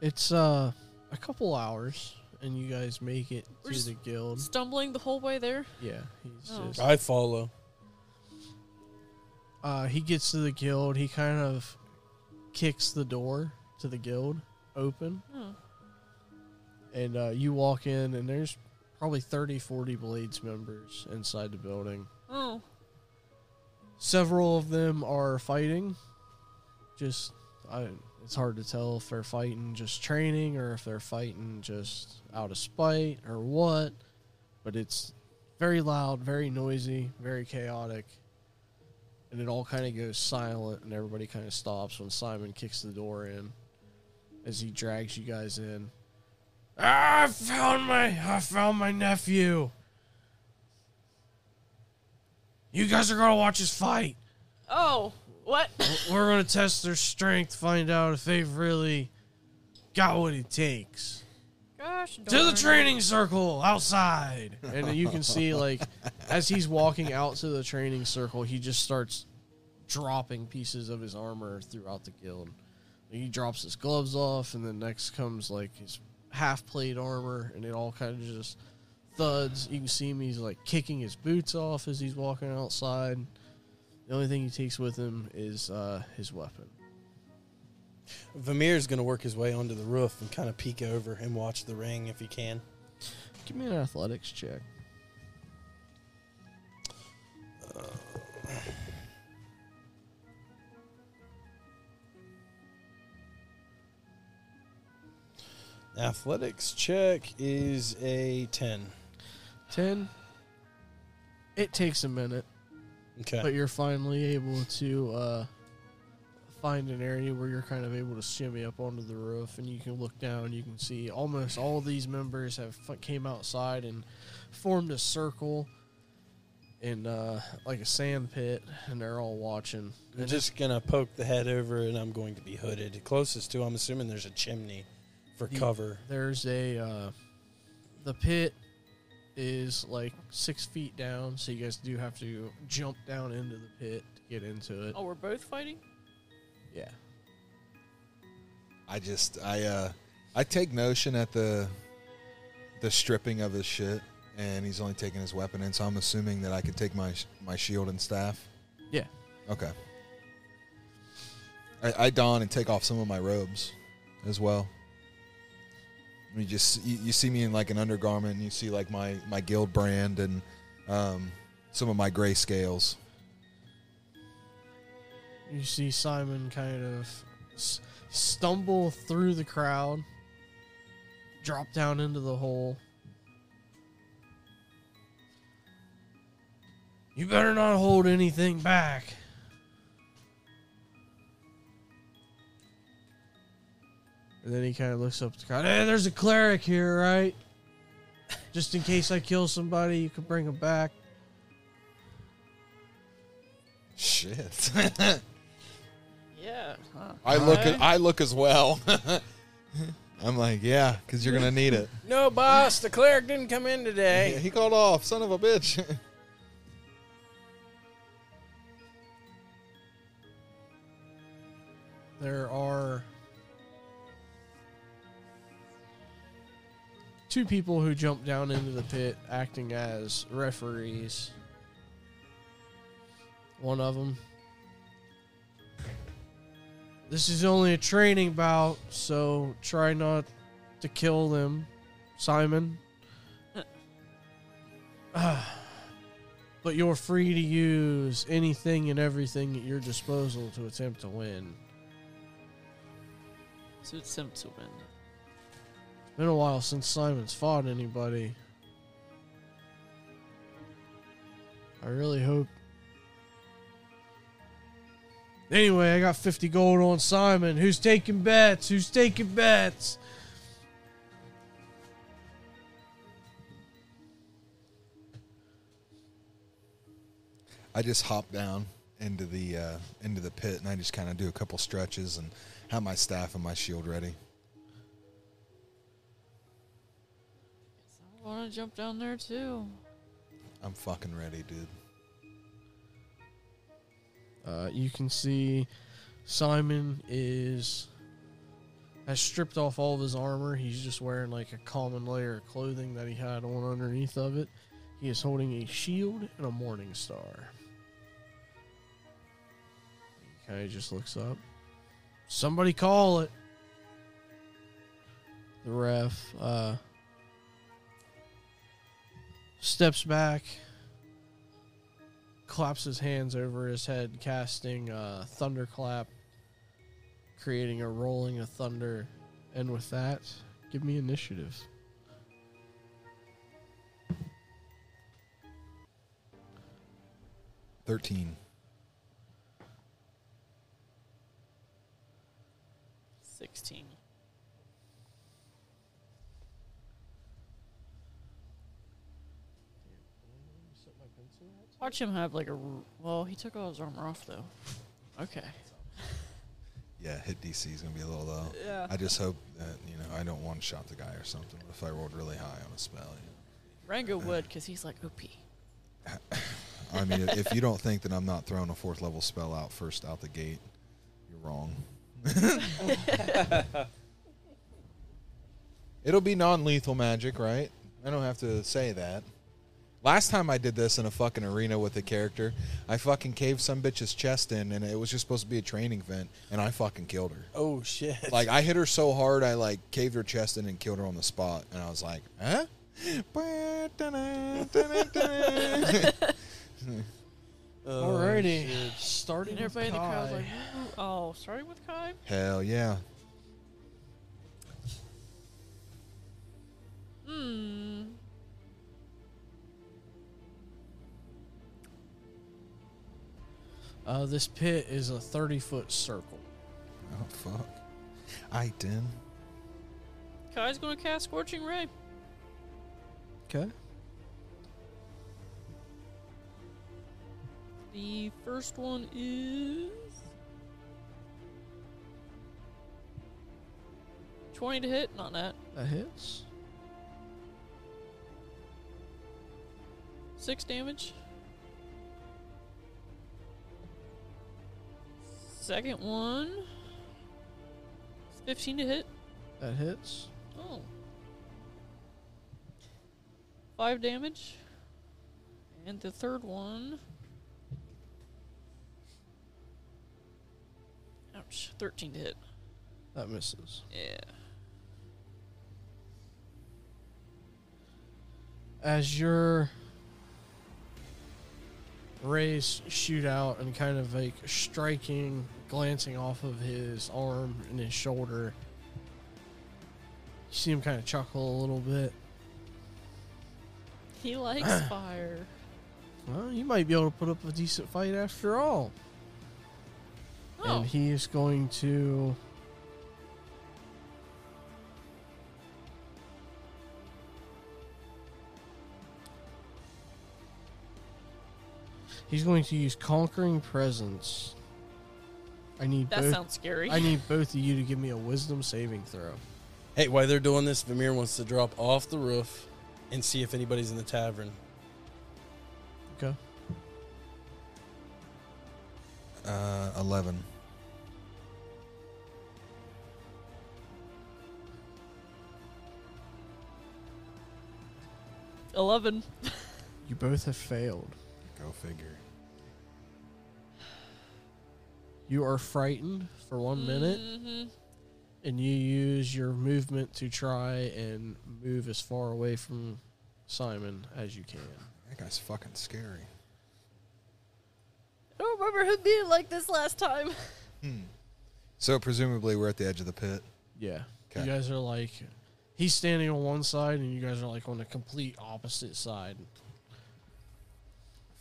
A: it's uh a couple hours, and you guys make it
G: We're
A: to
G: just-
A: the guild.
G: Stumbling the whole way there.
A: Yeah, he's
G: Oh.
A: just
B: I follow.
A: uh, he gets to the guild. He kind of kicks the door to the guild open,
G: Hmm.
A: and uh, you walk in, and there's probably 30, 40 Blades members inside the building.
G: Oh.
A: Several of them are fighting. Just, I, it's hard to tell if they're fighting just training or if they're fighting just out of spite or what. But it's very loud, very noisy, very chaotic. And it all kind of goes silent, and everybody kind of stops when Simon kicks the door in as he drags you guys in. "Ah, I found my, I found my nephew. You guys are gonna watch us fight.
G: Oh. What?
A: We're gonna test their strength, find out if they've really got what it takes.
G: Gosh.
A: To the
G: darn.
A: training circle outside, and you can see like as he's walking out to the training circle, he just starts dropping pieces of his armor throughout the guild. He drops his gloves off, and then next comes like his half plate armor, and it all kind of just thuds. You can see him; he's like kicking his boots off as he's walking outside. The only thing he takes with him is uh, his weapon.
B: Vamir's going to work his way onto the roof and kind of peek over and watch the ring if he can.
A: Give me an athletics check.
B: Uh. Athletics check is a 10.
A: 10. It takes a minute,
B: Okay.
A: but you're finally able to uh, find an area where you're kind of able to shimmy up onto the roof and you can look down. You can see almost all these members have fu- came outside and formed a circle in uh, like a sand pit and they're all watching.
B: I'm just going to poke the head over and I'm going to be hooded. Closest to, I'm assuming there's a chimney for
A: Yeah.
B: cover.
A: There's a uh, the pit is like six feet down, so you guys do have to jump down into the pit to get into it.
G: Oh, we're both fighting?
A: Yeah.
D: I just I uh I take notion at the the stripping of his shit, and he's only taking his weapon in, so I'm assuming that I could take my sh- my shield and staff.
A: Yeah.
D: Okay. I, I don and take off some of my robes as well. You just you, you see me in like an undergarment, and you see like my my guild brand and um, some of my gray scales.
A: You see Simon kind of s- stumble through the crowd, drop down into the hole. You better not hold anything back. And then he kind of looks up at the crowd. Hey, there's a cleric here, right? Just in case I kill somebody, you can bring him back.
D: Shit.
C: Yeah. Huh.
D: I look I look as well. I'm like, yeah, because you're gonna need it.
B: No, boss, the cleric didn't come in today.
D: he called off, son of a bitch.
A: there are two people who jump down into the pit acting as referees. One of them. This is only a training bout, so try not to kill them, Simon. Ah. but you're free to use anything and everything at your disposal to attempt to win.
C: So it's him to win.
A: Been a while since Simon's fought anybody. I really hope. Anyway, I got 50 gold on Simon. Who's taking bets? Who's taking bets?
D: I just hop down into the uh, into the pit and I just kind of do a couple stretches and have my staff and my shield ready.
C: I want to jump down there too.
D: I'm fucking ready, dude.
A: Uh, you can see Simon is has stripped off all of his armor. He's just wearing like a common layer of clothing that he had on underneath of it. He is holding a shield and a morning star. He kind of just looks up. Somebody call it. The ref uh, steps back, claps his hands over his head, casting a thunderclap, creating a rolling of thunder. And with that, give me initiative.
D: Thirteen.
C: 16. Watch him have like a. r- Well, he took all his armor off though. Okay.
D: Yeah, hit DC is gonna be a little low.
C: Yeah.
D: I just hope that you know I don't one shot the guy or something. But if I rolled really high on a spell, you
C: Rango would, because he's like OP.
D: know. I mean, if you don't think that I'm not throwing a fourth level spell out first out the gate, you're wrong. It'll be non-lethal magic, right? I don't have to say that. Last time I did this in a fucking arena with a character, I fucking caved some bitch's chest in, and it was just supposed to be a training vent, and I fucking killed her.
B: Oh shit!
D: Like I hit her so hard, I like caved her chest in and killed her on the spot, and I was like, huh?
B: Oh, Uh,
A: Alrighty, starting
C: And
A: with
C: everybody in the crowd's
A: Kai.
C: like, "Ooh, oh, starting with Kai?
D: Hell yeah.
C: Hmm.
A: Uh, this pit is a 30 foot circle.
D: Oh fuck. I did.
C: Kai's going to cast Scorching Ray.
A: Okay.
C: The first one is. 20 to hit, not that.
A: That hits.
C: 6 damage. Second one. 15 to hit.
A: That hits.
C: Oh. Five damage. And the third one. Ouch. 13 to hit.
A: That misses.
C: Yeah.
A: as your rays shoot out and kind of like striking, glancing off of his arm and his shoulder, you see him kind of chuckle a little bit.
C: He likes fire.
A: Well, you might be able to put up a decent fight after all.
C: Oh.
A: And he is going to. He's going to use conquering presence. I need
C: that
A: both.
C: sounds scary.
A: I need both of you to give me a wisdom saving throw.
B: hey, while they're doing this, Vamir wants to drop off the roof and see if anybody's in the tavern.
A: Okay.
D: Uh, eleven.
C: Eleven.
A: You both have failed.
D: Go figure.
A: You are frightened for one minute,
G: Mm-hmm.
C: Mhm.
A: and you use your movement to try and move as far away from Simon as you can.
D: That guy's fucking scary.
C: I don't remember him being like this last time.
D: So presumably we're at the edge of the pit.
A: Yeah. You
D: Okay.
A: guys are like, he's standing on one side, and you guys are like on the complete opposite side.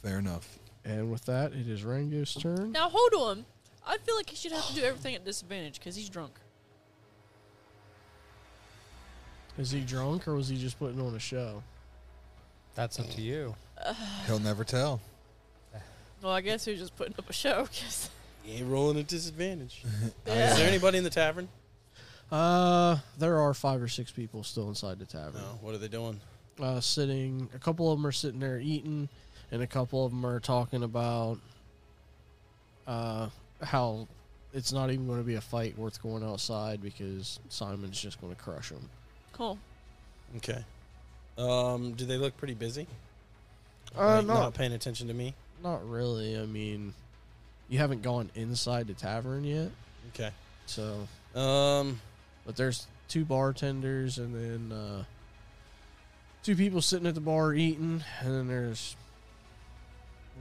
D: Fair enough.
A: And with that, it is Rango's turn.
G: Now hold on. I feel like he should have to do everything at disadvantage because he's drunk.
A: Is he drunk or was he just putting on a show?
E: That's up to you.
D: He'll never tell.
G: Well, I guess he was just putting up a show because
B: You ain't rolling at disadvantage. Uh, Is
G: yeah.
B: there anybody in the tavern?
A: Uh, there are five or six people still inside the tavern.
B: No. What are they doing?
A: Oh. Uh, sitting, a couple of them are sitting there eating, and a couple of them are talking about uh how it's not even going to be a fight worth going outside because Simon's just going to crush him.
G: cool.
B: Okay. Um, do they look pretty busy?
A: Uh,
B: Like,
A: no,
B: not paying attention to me.
A: not really. I mean, you haven't gone inside the tavern yet,
B: Okay.
A: so
B: Um,
A: But there's two bartenders and then uh, two people sitting at the bar eating, and then there's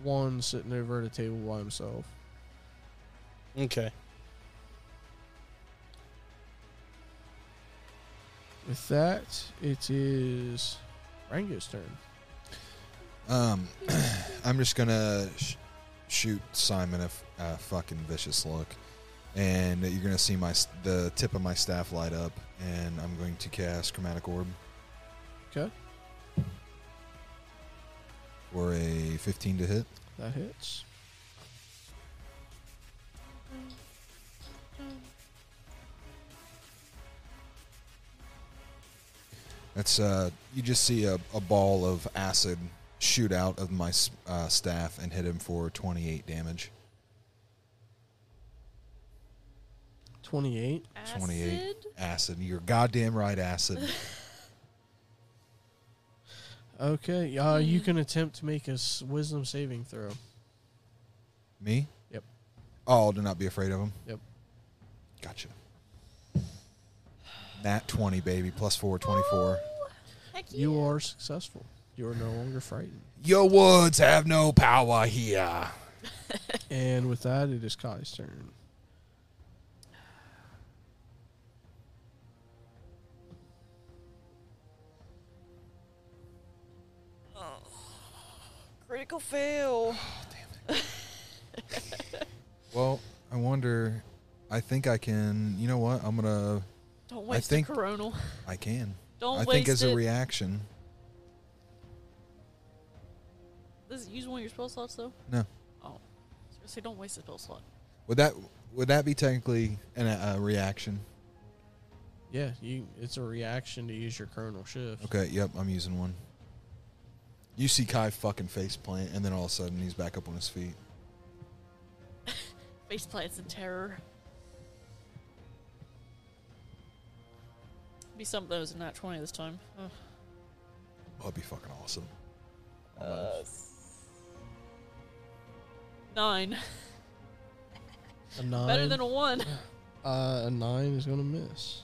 A: one sitting over at a table by himself.
B: okay.
A: With that, it is Rango's turn.
D: Um, I'm just gonna sh- shoot Simon a, f- a fucking vicious look, and you're gonna see my s- the tip of my staff light up, and I'm going to cast Chromatic Orb.
A: 'Kay.
D: For a 15 to hit.
A: That hits.
D: That's uh, you just see a, a ball of acid shoot out of my s- uh, staff and hit him for 28 damage.
A: 28.
D: 28.
G: Acid?
D: Acid, you're goddamn right, acid.
A: Okay, uh, you can attempt to make a s- wisdom saving throw.
D: Me?
A: Yep.
D: Oh, do not be afraid of him.
A: Yep.
D: Gotcha. Nat 20, baby. Plus 4, 24.
G: Heck
A: You
G: yeah.
A: are successful. You are no longer frightened.
D: Your words have no power here.
A: and with that, it is Kai's turn.
C: Critical fail.
D: Well, I wonder. I think I can. You know what? I'm going to.
G: Don't waste
D: think-
G: the coronal.
D: I can.
G: Don't
D: I
G: waste
D: think as
G: it.
D: a reaction.
G: Does it use one of your spell slots though?
D: No.
G: Oh. I was gonna say don't waste the spell slot.
D: Would that would that be technically an, a reaction?
A: Yeah, you. It's a reaction to use your kernel shift.
D: Okay, yep, I'm using one. You see Kai fucking face plant, and then all of a sudden he's back up on his feet.
G: Face plants in terror. Be something that was a nat 20 this time. Ugh.
D: Oh, That'd be fucking awesome.
G: Nine.
A: A nine.
G: Better than a one.
A: uh, a nine is going to miss.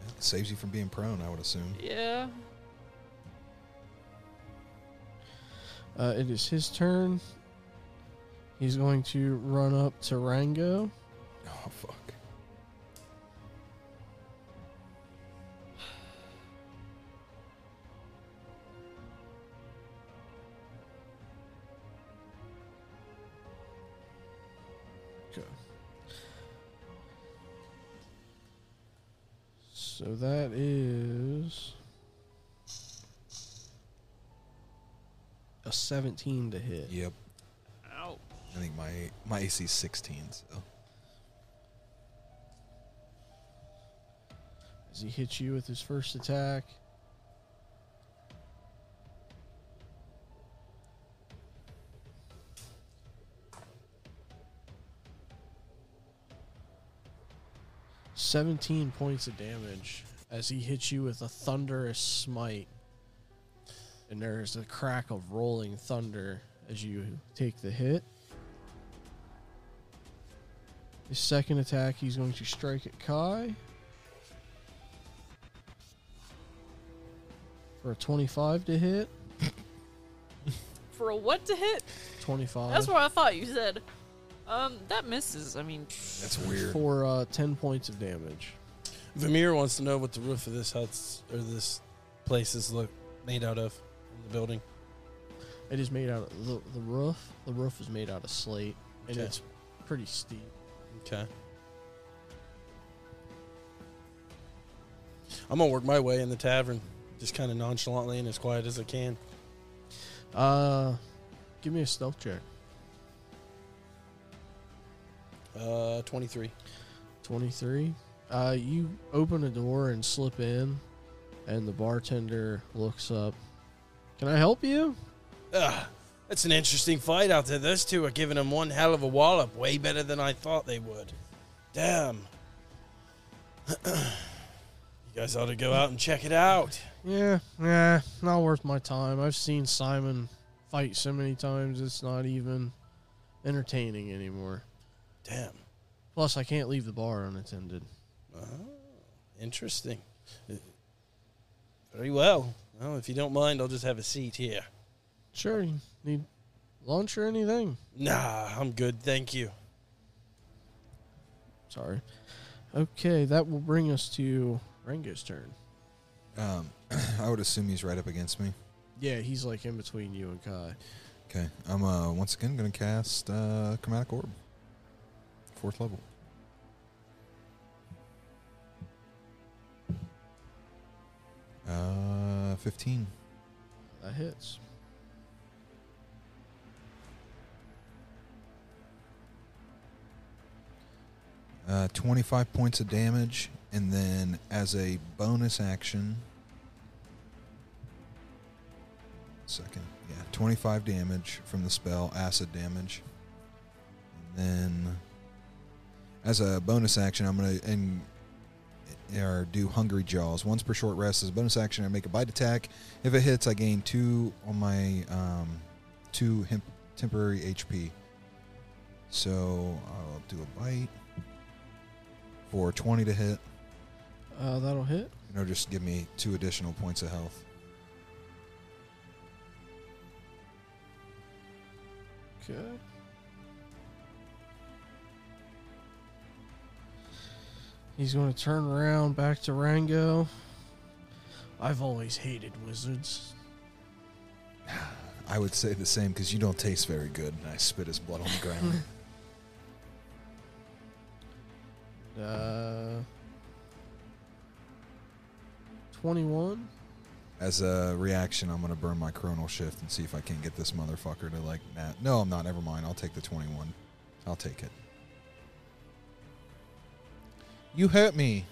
D: Yeah, saves you from being prone, I would assume.
G: Yeah.
A: Uh, it is his turn. He's going to run up to Rango.
D: Oh fuck.
A: So that is a 17 to hit.
D: Yep.
G: Ow.
D: I think my my AC is 16. So
A: As he hits you with his first attack. Seventeen points of damage as he hits you with a thunderous smite, and there is a crack of rolling thunder as you take the hit. His second attack, he's going to strike at Kai. for a 25 to hit.
G: For a what to hit?
A: 25.
G: That's what I thought you said. Um, that misses. I mean,
D: that's weird.
A: For uh, 10 points of damage.
B: Vamir wants to know what the roof of this hut's or this place is look made out of in the building.
A: It is made out of the, the roof. The roof is made out of slate, and
B: Okay.
A: it's pretty steep.
B: Okay. I'm gonna work my way in the tavern, just kind of nonchalantly and as quiet as I can.
A: Uh, give me a stealth check.
B: Uh, 23.
A: 23. Uh, you open a door and slip in, and the bartender looks up. Can I help you?
B: Ugh, that's an interesting fight out there. Those two are giving them one hell of a wallop, way better than I thought they would. Damn. you guys ought to go out and check it out.
A: Yeah, yeah, not worth my time. I've seen Simon fight so many times, it's not even entertaining anymore.
B: Damn.
A: Plus, I can't leave the bar unattended.
B: Oh, Interesting. Very well. Well, if you don't mind, I'll just have a seat here.
A: Sure, you need lunch or anything?
B: Nah, I'm good, thank you.
A: Sorry. Okay, that will bring us to Rango's turn.
D: Um, I would assume he's right up against me.
A: Yeah, he's like in between you and Kai.
D: Okay, I'm uh, once again going to cast uh, Chromatic Orb, fourth level. Uh, fifteen.
A: That hits.
D: Uh, 25 points of damage, and then as a bonus action, second, yeah, 25 damage from the spell, acid damage. And then as a bonus action, I'm going to and or do hungry jaws. Once per short rest as a bonus action, I make a bite attack. If it hits, I gain two on my um, two hemp, temporary HP. So I'll do a bite for 20 to hit.
A: Uh, that'll hit.
D: You know, just give me two additional points of health.
A: Okay. He's going to turn around back to Rango. I've always hated wizards.
D: I would say the same because you don't taste very good. And I spit his blood on the ground.
A: Uh, 21.
D: As a reaction, I'm going to burn my chronal shift and see if I can get this motherfucker to, like, nah, no, I'm not. Never mind. I'll take the 21. I'll take it. You hurt me.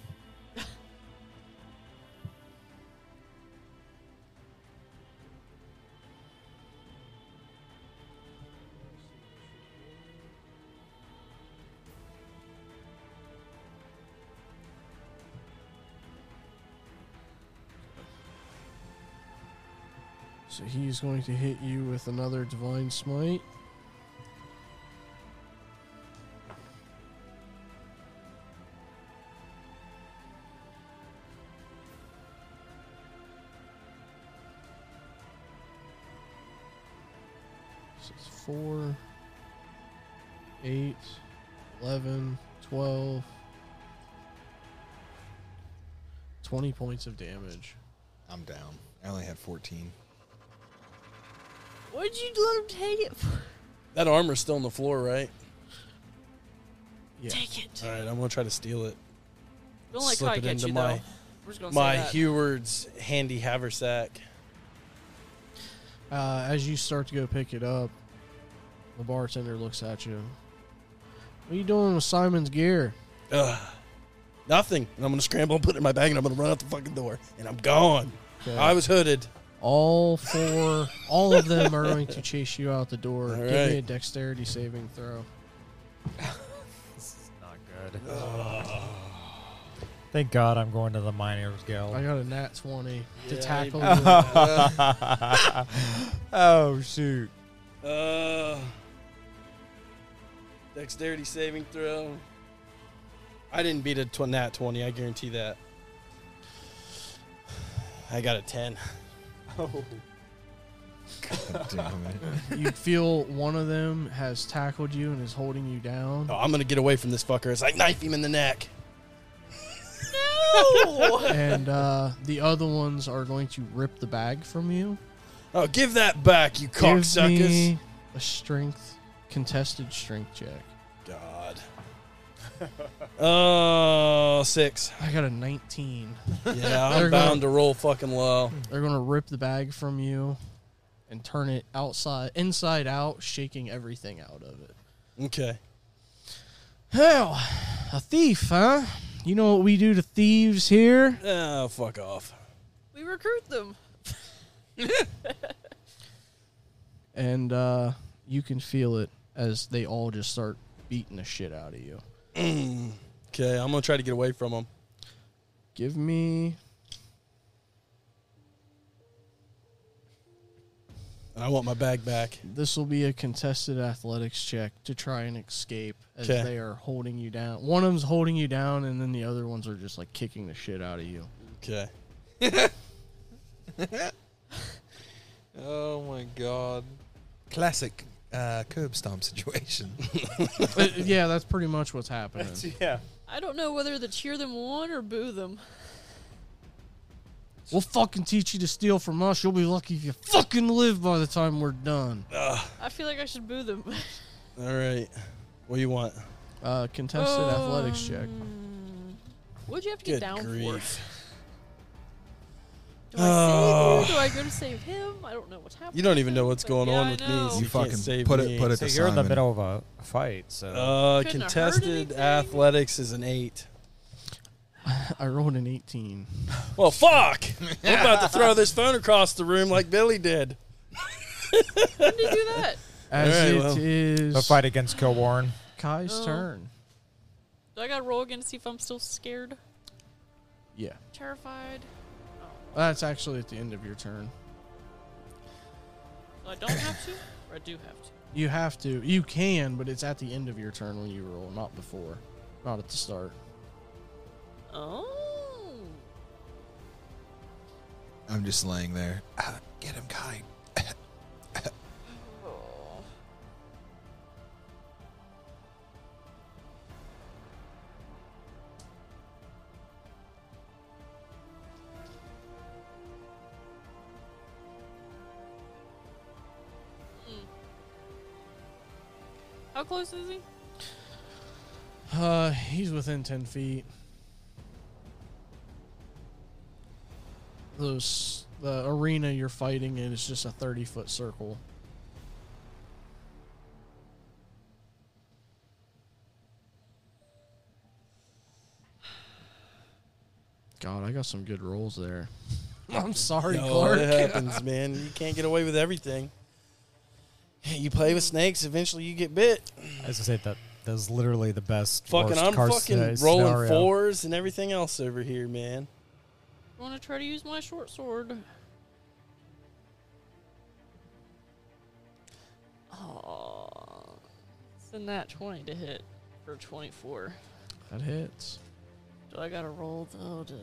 A: So he's going to hit you with another Divine Smite. So it's 4, 8, 11, 12, 20 points of damage.
D: I'm down. I only had 14.
I: What'd you let him take it for?
B: That armor's still on the floor, right?
A: Yeah.
I: Take it.
B: All right, I'm gonna try to steal it.
C: Don't let
B: Uh, Slip
C: Kai
B: it
C: get
B: into
C: you,
B: my
C: though. We're just gonna
B: My
C: say that.
B: Heward's handy haversack.
A: Uh, as you start to go pick it up, the bartender looks at you. What are you doing with Simon's gear?
B: Ugh. Nothing. And I'm gonna scramble and put it in my bag, and I'm gonna run out the fucking door, and I'm gone.
A: Okay.
B: I was hooded.
A: all four, all of them are going to chase you out the door.
B: All
A: Give me a
B: right.
A: dexterity saving throw.
E: Not good. Thank God I'm going to the Miners
A: I
B: Oh.
E: Guild.
A: got a nat 20 to
B: Yeah,
A: tackle
B: I-
A: you.
E: oh shoot!
B: Uh, dexterity saving throw. I didn't beat a tw- nat 20, I guarantee that. I got a 10. Oh.
D: God damn it.
A: You feel one of them has tackled you and is holding you down.
B: Oh, I'm going to get away from this fucker. It's like knife him in the neck. Oh.
A: and uh, the other ones are going to rip the bag from you.
B: Oh, give that back, you cocksuckers.
A: Give me a strength contested strength check.
B: God. Oh, six.
A: I got a 19.
B: Yeah,
A: They're
B: I'm
A: gonna-
B: bound to roll fucking low.
A: They're gonna rip the bag from you and turn it outside, inside out, shaking everything out of it.
B: Okay.
A: Hell, a thief, huh? You know what we do to thieves here?
B: Oh, fuck off.
G: We recruit them.
A: And uh, you can feel it as they all just start beating the shit out of you.
B: Okay, I'm gonna try to get away from him.
A: Give me.
B: And I want my bag back.
A: This will be a contested athletics check to try and escape as
B: 'Kay.
A: they are holding you down. One of them's holding you down, and then the other ones are just like kicking the shit out of you.
B: Okay.
N: Oh my god.
D: Classic uh, curb stomp situation.
A: Uh, yeah, that's pretty much what's happening.
E: yeah.
G: I don't know whether to cheer them on or boo them.
A: We'll fucking teach you to steal from us. You'll be lucky if you fucking live by the time we're done.
G: I feel like I should boo them.
B: All right. What do you want?
A: Uh, contested athletics check.
G: Um, What'd you have to
B: Good
G: get down
B: grief.
G: for? Do I save you? Do I go to save him? I don't know what's happening.
B: You don't even know what's
G: but
B: going
G: yeah,
B: on
G: I
B: with me,
G: know.
B: so
D: You
B: You can't
D: fucking
B: save
D: put
B: me.
D: it, put it
E: So
D: to
E: you're in
D: Simon.
E: the middle of a fight, so
B: Uh,
G: Couldn't have heard
B: contested
G: anything.
B: athletics is an eight.
A: I rolled an 18.
B: Well, fuck! I'm about to throw this phone across the room like Billy did.
G: When did you do that?
A: As
B: All right,
A: it is
B: well.
E: the fight against Kilwarren.
A: Kai's
G: Oh.
A: turn.
G: Do I gotta roll again to see if I'm still scared,
A: Yeah.
G: terrified?
A: That's actually at the end of your turn.
G: I don't have to, or I do have to.
A: You have to. You can, but it's at the end of your turn when you roll, not before. Not at the start.
G: Oh.
D: I'm just laying there. Ah, get him, Kai.
G: How close is he?
A: Uh, he's within 10 feet. Those, the arena you're fighting in is just a 30 foot circle. God, I got some good rolls there. I'm sorry,
B: No,
A: Clark.
B: it happens, man. You can't get away with everything. You play with snakes, eventually you get bit.
L: As I said, that that's literally the best.
B: Fucking,
L: worst
B: I'm
L: car
B: fucking
L: sce-
B: rolling
L: scenario.
B: fours and everything else over here, man.
G: I want to try to use my short sword. Oh, it's a nat twenty to hit for twenty-four.
A: That hits.
G: Do I gotta roll though to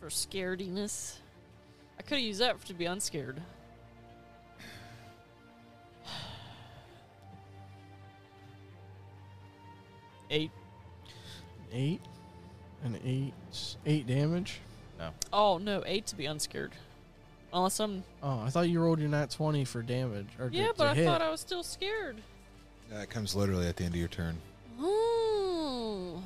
G: for scarediness? I could have used that to be unscared. Eight.
A: Eight and eight, eight damage.
G: Oh no, eight to be unscared. Unless I'm
A: Oh, I thought you rolled your nat twenty for damage. Or to-
G: yeah,
A: to
G: but I
A: hit.
G: thought I was still scared.
D: Yeah, Uh, it comes literally at the end of your turn.
G: Oh.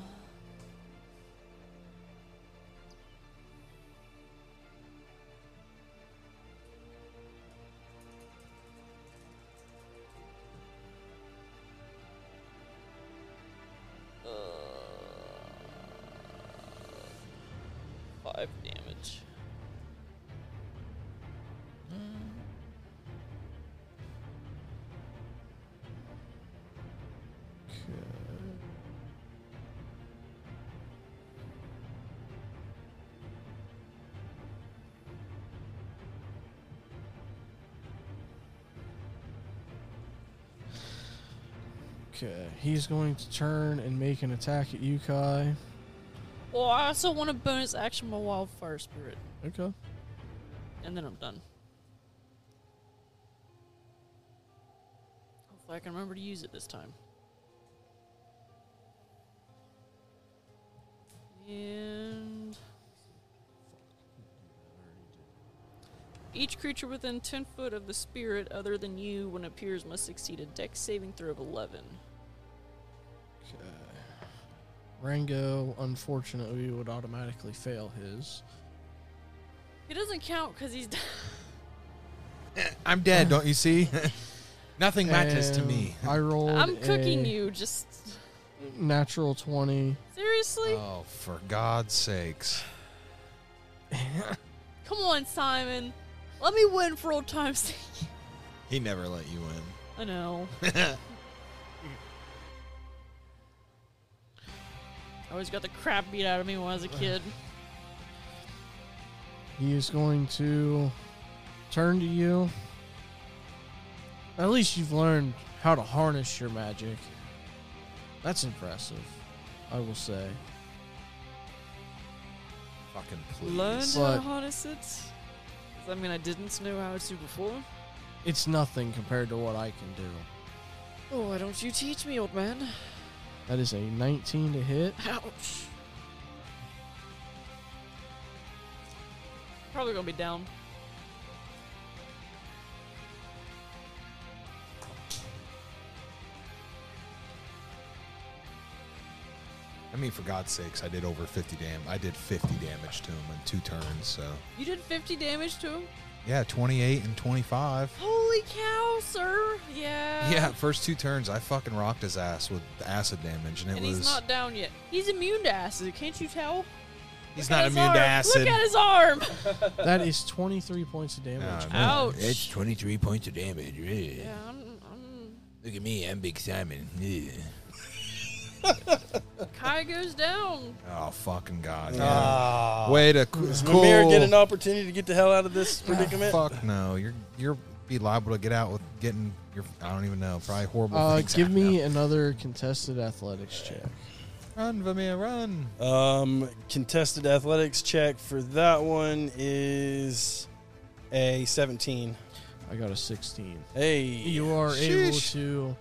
G: Uh, Five damage.
A: Okay, he's going to turn and make an attack at you, Kai.
G: Well, I also want a bonus action my wildfire spirit,
A: Okay.
G: and then I'm done. Hopefully, I can remember to use it this time. And Each creature within 10 foot of the spirit other than you when it appears must succeed a dex saving throw of 11.
A: Rango, unfortunately, would automatically fail his.
G: He doesn't count because he's.
D: I'm dead, Um, don't you see? Nothing matters to
A: And
D: me.
A: I rolled.
G: I'm cooking
A: a
G: you, just.
A: Natural twenty.
G: Seriously?
D: Oh, for God's sakes.
G: Come on, Simon. Let me win for old time's sake.
D: He never let you in.
G: I know. I always got the crap beat out of me when I was a kid.
A: He is going to turn to you. At least you've learned how to harness your magic. That's impressive, I will say.
D: Fucking please.
C: Learn how
A: But-
C: to harness it. 'Cause, I mean, I didn't know how to before.
A: It's nothing compared to what I can do.
C: Oh, why don't you teach me, old man?
A: That is a 19 to hit.
C: Ouch.
G: Probably gonna be down.
D: I mean, for God's sakes, I did over 50 damage. I did 50 damage to him in two turns, so.
G: You did 50 damage to him?
D: Yeah, 28 and 25.
G: Holy cow, sir! Yeah.
D: Yeah, first two turns, I fucking rocked his ass with acid damage, and it
G: And
D: was.
G: he's not down yet. He's immune to acid, can't you tell?
D: he's
G: Look
D: not
G: at his
D: immune to
G: arm.
D: acid.
G: Look at his arm!
A: That is 23 points of damage.
D: Nah,
G: man. Ouch.
N: That's 23 points of damage. Yeah.
G: yeah, I'm, I'm...
N: Look at me, I'm Big Simon. Yeah.
G: Kai goes down.
D: Oh, fucking God. Yeah.
E: Ah.
D: Way to c-
B: Does
D: cool.
B: Mimir get an opportunity to get the hell out of this predicament?
D: Fuck no. You're, you're be liable to get out with getting your. I don't even know. Probably horrible
A: Uh,
D: things.
A: give
D: happen
A: me another contested athletics check.
D: now. Run, Vamir, run.
B: Um, contested athletics check for that one is a 17.
A: I got a 16.
B: Hey,
A: You are
D: Sheesh.
A: able to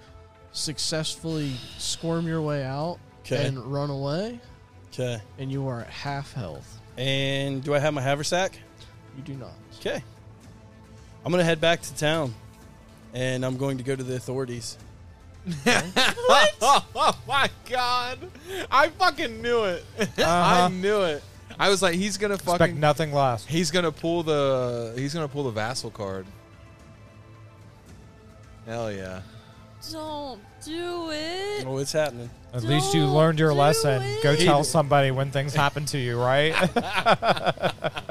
A: successfully squirm your way out
B: okay.
A: and run away,
B: Okay.
A: and you are at half health.
B: And do I have my haversack?
A: You do not.
B: Okay. I'm gonna head back to town, and I'm going to go to the authorities.
D: what? Oh, my god! I fucking knew it. I
E: Uh-huh.
D: knew it. I was like, he's gonna
E: Expect
D: fucking.
E: nothing less.
D: he's gonna pull the. He's gonna pull the vassal card. Hell yeah!
G: Don't do it.
B: Oh, it's happening.
E: At least you learned your
G: Don't do
E: lesson. Go
G: it.
E: tell somebody when things happen to you, right?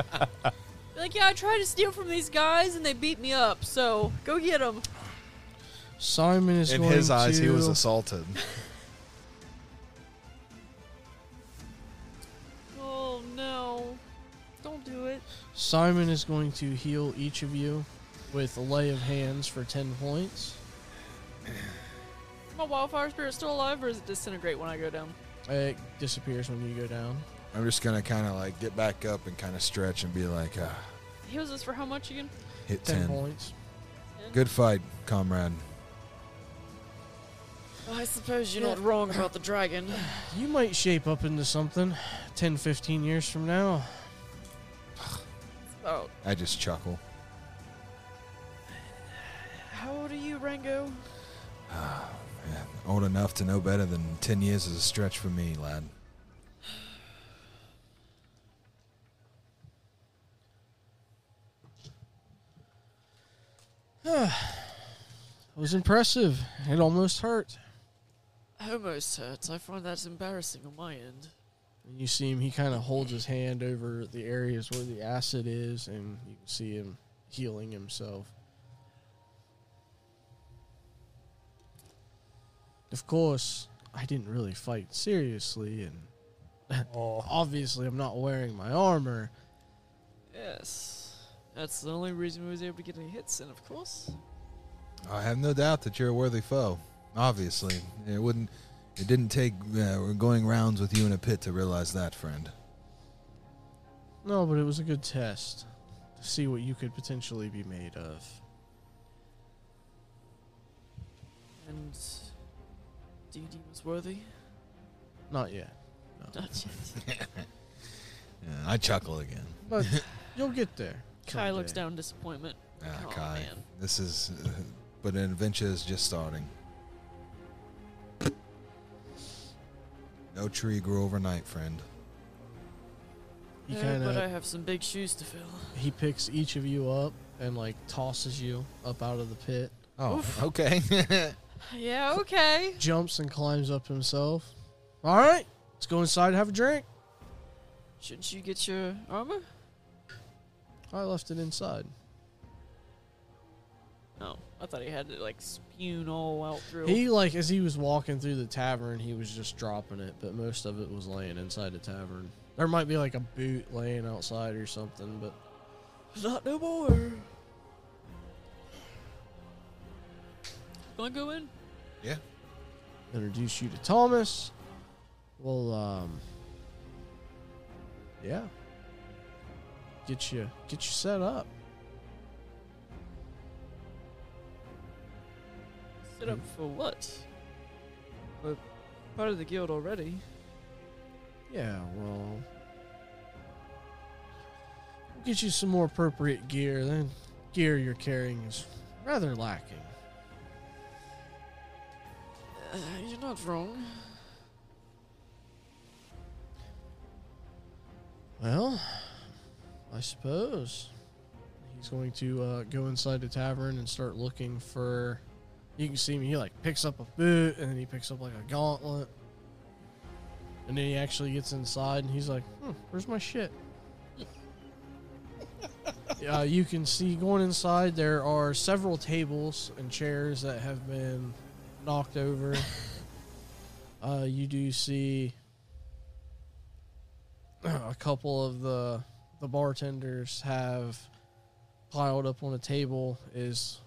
G: Like, yeah, I tried to steal from these guys and they beat me up, so go get them.
A: Simon is
D: In
A: going
D: his eyes,
A: to,
D: he was assaulted.
G: Oh, no. Don't do it.
A: Simon is going to heal each of you with a lay of hands for 10 points.
G: Is my wildfire spirit still alive or does it disintegrate when I go down?
A: It disappears when you go down.
D: I'm just gonna kind of like get back up and kind of stretch and be like, ah,
G: Heals us for how much again?
D: hit
A: 10,
D: ten.
A: points.
D: Good fight, comrade.
C: Oh, I suppose you're not wrong about the dragon.
A: You might shape up into something 10, 15 years from now.
C: Oh,
D: I just chuckle.
C: how old are you, Rango?
D: Man, old enough to know better than ten years is a stretch for me, lad.
A: It was impressive. It almost hurt.
C: Almost hurts. I find that embarrassing on my end.
A: And you see him, he kind of holds his hand over the areas where the acid is, and you can see him healing himself. Of course, I didn't really fight seriously, and
B: Oh.
A: obviously, I'm not wearing my armor.
C: Yes. That's the only reason we was able to get any hits in, of course.
D: I have no doubt that you're a worthy foe. Obviously, it wouldn't. It didn't take uh, going rounds with you in a pit to realize that, friend.
A: No, but it was a good test to see what you could potentially be made of.
C: And do you deem us worthy?
A: Not yet,
C: Not yet.
D: Yeah, I chuckle again.
A: but you'll get there.
G: Kai looks down in disappointment.
D: Ah,
G: Aw,
D: Kai.
G: man.
D: This is, uh, but an adventure is just starting. No tree grew overnight, friend.
A: He
C: Yeah,
A: kind
C: Eh, but I
A: of
C: have some big shoes to fill.
A: he picks each of you up and like tosses you up out of the pit.
D: Oh, okay.
G: Yeah, okay.
A: Jumps and climbs up himself. All right, let's go inside and have a drink.
C: Shouldn't you get your armor?
A: I left it inside.
C: No, I thought he had it like spewn all out through.
A: He like as he was walking through the tavern, he was just dropping it, but most of it was laying inside the tavern. There might be like a boot laying outside or something, but
C: Not no more.
G: Wanna go in?
D: yeah.
A: introduce you to Thomas. We'll um Yeah. Get you get you set up.
C: Set up for what? We're part of the guild already.
A: Yeah, well we'll get you some more appropriate gear. Then gear you're carrying is rather lacking.
C: Uh, you're not wrong.
A: Well, I suppose he's going to uh, go inside the tavern and start looking for. You can see him. He like picks up a boot, and then he picks up like a gauntlet, and then he actually gets inside, and he's like, hmm, "Where's my shit?" uh, you can see going inside. There are several tables and chairs that have been knocked over. uh, you do see a couple of the the bartenders have piled up on a table is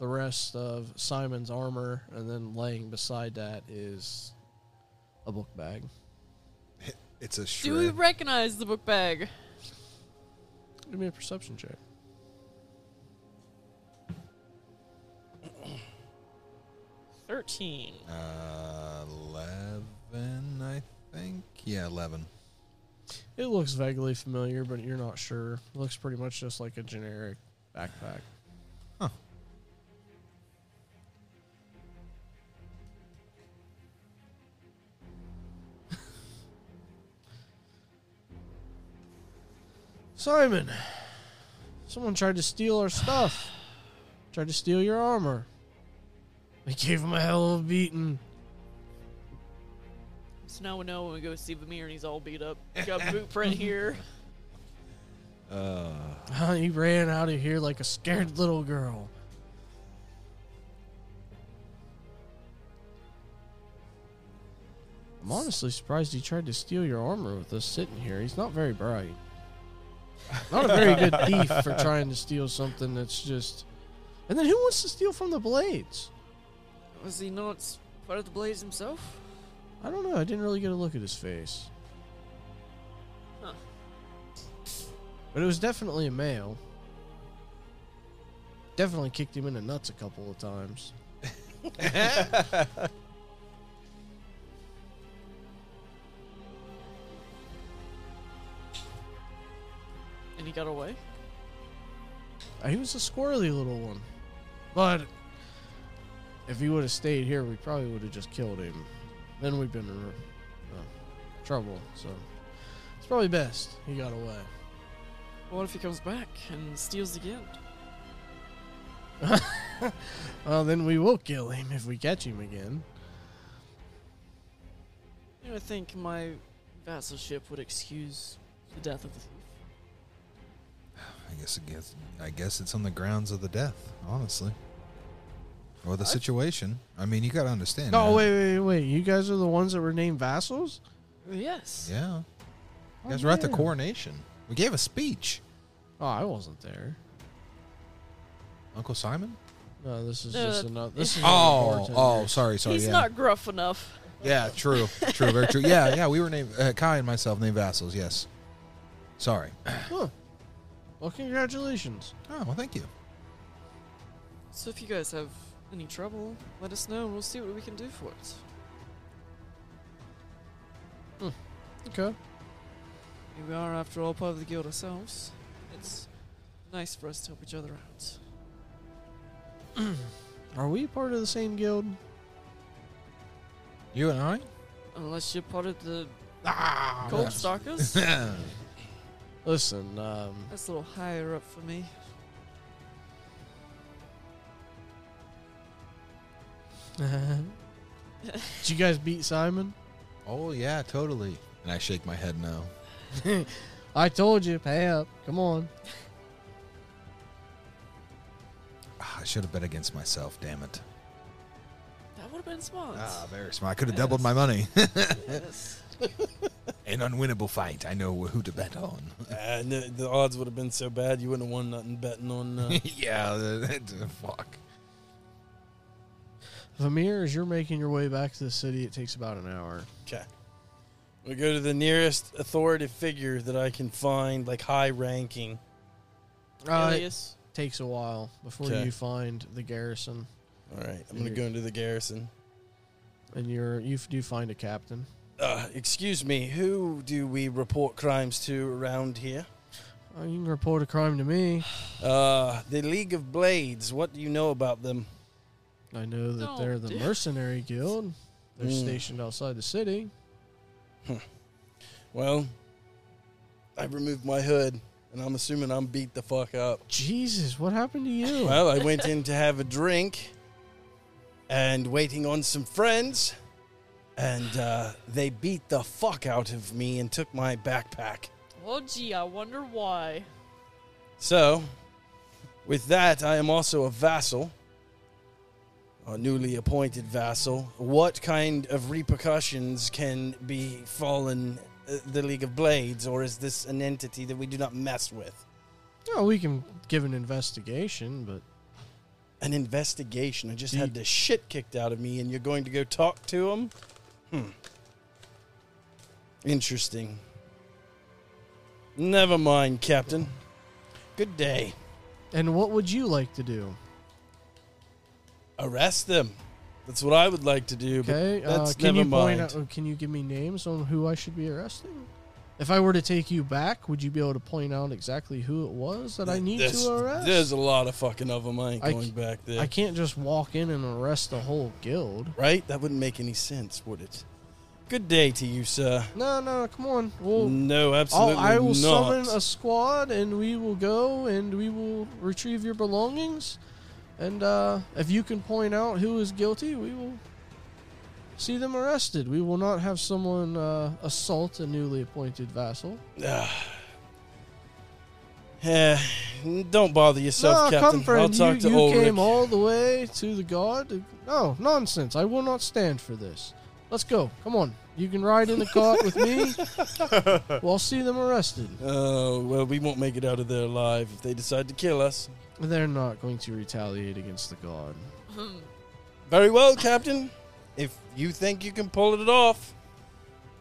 A: the rest of Simon's armor, and then laying beside that is a book bag.
D: It's a
G: Do we
D: shred.
G: recognize the book bag?
A: Give me a perception check.
C: Thirteen.
D: Uh, eleven, I think. Yeah, eleven.
A: It looks vaguely familiar, but you're not sure. It looks pretty much just like a generic backpack. Simon, someone tried to steal our stuff. tried to steal your armor. We gave him a hell of a beating.
C: So now we know when we go see Vamir and he's all beat up. He's got boot print here.
D: Uh,
A: he ran out of here like a scared little girl. I'm honestly surprised he tried to steal your armor with us sitting here. He's not very bright. Not a very good thief for trying to steal something that's just. And then who wants to steal from the blades?
C: Was he not s- part of the Blaze himself?
A: I don't know. I didn't really get a look at his face.
C: Huh.
A: But it was definitely a male. Definitely kicked him in the nuts a couple of times.
C: And he got away?
A: Uh, He was a squirrely little one. But if he would have stayed here, we probably would have just killed him. Then we'd been in uh, trouble. So it's probably best he got away.
C: What if he comes back and steals again?
A: Well, then we will kill him if we catch him again.
C: You know, I think my vassalship would excuse the death of the thief.
D: I guess it gets. I guess it's on the grounds of the death, honestly, or the situation. I mean, you got to understand.
A: No,
D: man.
A: wait, wait, wait. You guys are the ones that were named vassals?
C: Yes.
D: Yeah,
A: Oh,
D: you guys were at the
A: yeah.
D: coronation. We gave a speech.
A: Oh, I wasn't there.
D: Uncle Simon.
A: No, this is
C: No,
A: just
C: that-
A: another. This is
D: Oh,
A: another
D: oh,
A: bartender.
D: sorry, sorry.
C: he's
D: yeah.
C: not gruff enough.
D: Yeah, true, true, very true. Yeah, yeah, we were named uh, Kai and myself named vassals. Yes. Sorry.
A: Huh. Well, congratulations.
D: Oh well, thank you.
C: So if you guys have any trouble, let us know and we'll see what we can do for it.
A: Okay.
C: Here we are, after all, part of the guild ourselves. It's Nice for us to help each other out.
A: Are we part of the same guild?
D: You and I?
C: Unless you're part of the
A: Ah,
C: Cold Stalkers?
A: Listen, um,
C: That's a little higher up for me.
A: did you guys beat Simon?
D: oh, yeah, totally. And I shake my head no.
A: I told you, pay up. Come on.
D: Ah, I should have bet against myself, damn it.
C: That would have been smart.
D: Ah, very smart. I could have doubled my money.
C: Yes.
D: An unwinnable fight. I know who to bet on.
B: Uh, And the, the odds would have been so bad you wouldn't have won nothing betting on.
C: Uh-huh.
B: Uh,
D: yeah, that- that- fuck.
A: Vamir, as you're making your way back to the city, it takes about an hour.
B: Okay. We go to the nearest authoritative figure that I can find, like high ranking.
A: Uh,
C: Alias.
A: takes a while before
B: Okay.
A: you find the garrison,
B: All right, I'm going to go into the garrison.
A: and you're you f- do find a captain.
B: Uh, excuse me, who do we report crimes to around here?
A: Oh, you can report a crime to me.
B: Uh, the League of Blades. What do you know about them?
A: I know that
C: Don't
A: they're the
C: do-
A: mercenary guild. They're
B: Mm.
A: stationed outside the city.
B: Well, I removed my hood, and I'm assuming I'm beat the fuck up.
A: Jesus, what happened to you?
B: Well, I went in to have a drink and waiting on some friends, and uh, they beat the fuck out of me and took my backpack.
C: Oh, gee, I wonder why.
B: So, with that, I am also a vassal, a newly appointed vassal. What kind of repercussions can be fallen uh, the League of Blades, or is this an entity that we do not mess with?
A: Oh, we can give an investigation, but
B: An investigation. I just
A: Do you-
B: had the shit kicked out of me, and you're going to go talk to him? Hmm. Interesting. Never mind, Captain. Good day.
A: and what would you like to do?
B: arrest them. That's what I would like to do.
A: Okay,
B: but that's
A: uh, can
B: never
A: you
B: mind.
A: point out? Can you give me names on who I should be arresting? If I were to take you back, would you be able to point out exactly who it was that I need
B: There's-
A: to arrest?
B: There's a lot of fucking of them. I ain't
A: I
B: going
A: c-
B: back there.
A: I can't just walk in and arrest the whole guild.
B: right? That wouldn't make any sense, would it? Good day to you, sir.
A: No, no, come on. We'll,
B: no,
A: I'll,
B: absolutely
A: I will
B: not.
A: summon a squad, and we will go and we will retrieve your belongings. And uh, if you can point out who is guilty, we will see them arrested. We will not have someone uh, assault a newly appointed vassal.
B: Ah. Eh, don't bother yourself,
A: no,
B: Captain.
A: come, friend.
B: I'll talk
A: you,
B: to
A: you
B: Ulrich.
A: came all the way to the guard. to- No, nonsense. I will not stand for this. Let's go. Come on. You can ride in the cart with me. We'll see them arrested.
B: Oh, well, we won't make it out of there alive if they decide to kill us.
A: They're not going to retaliate against the guard.
G: Hmm.
B: Very well, Captain. If you think you can pull it off,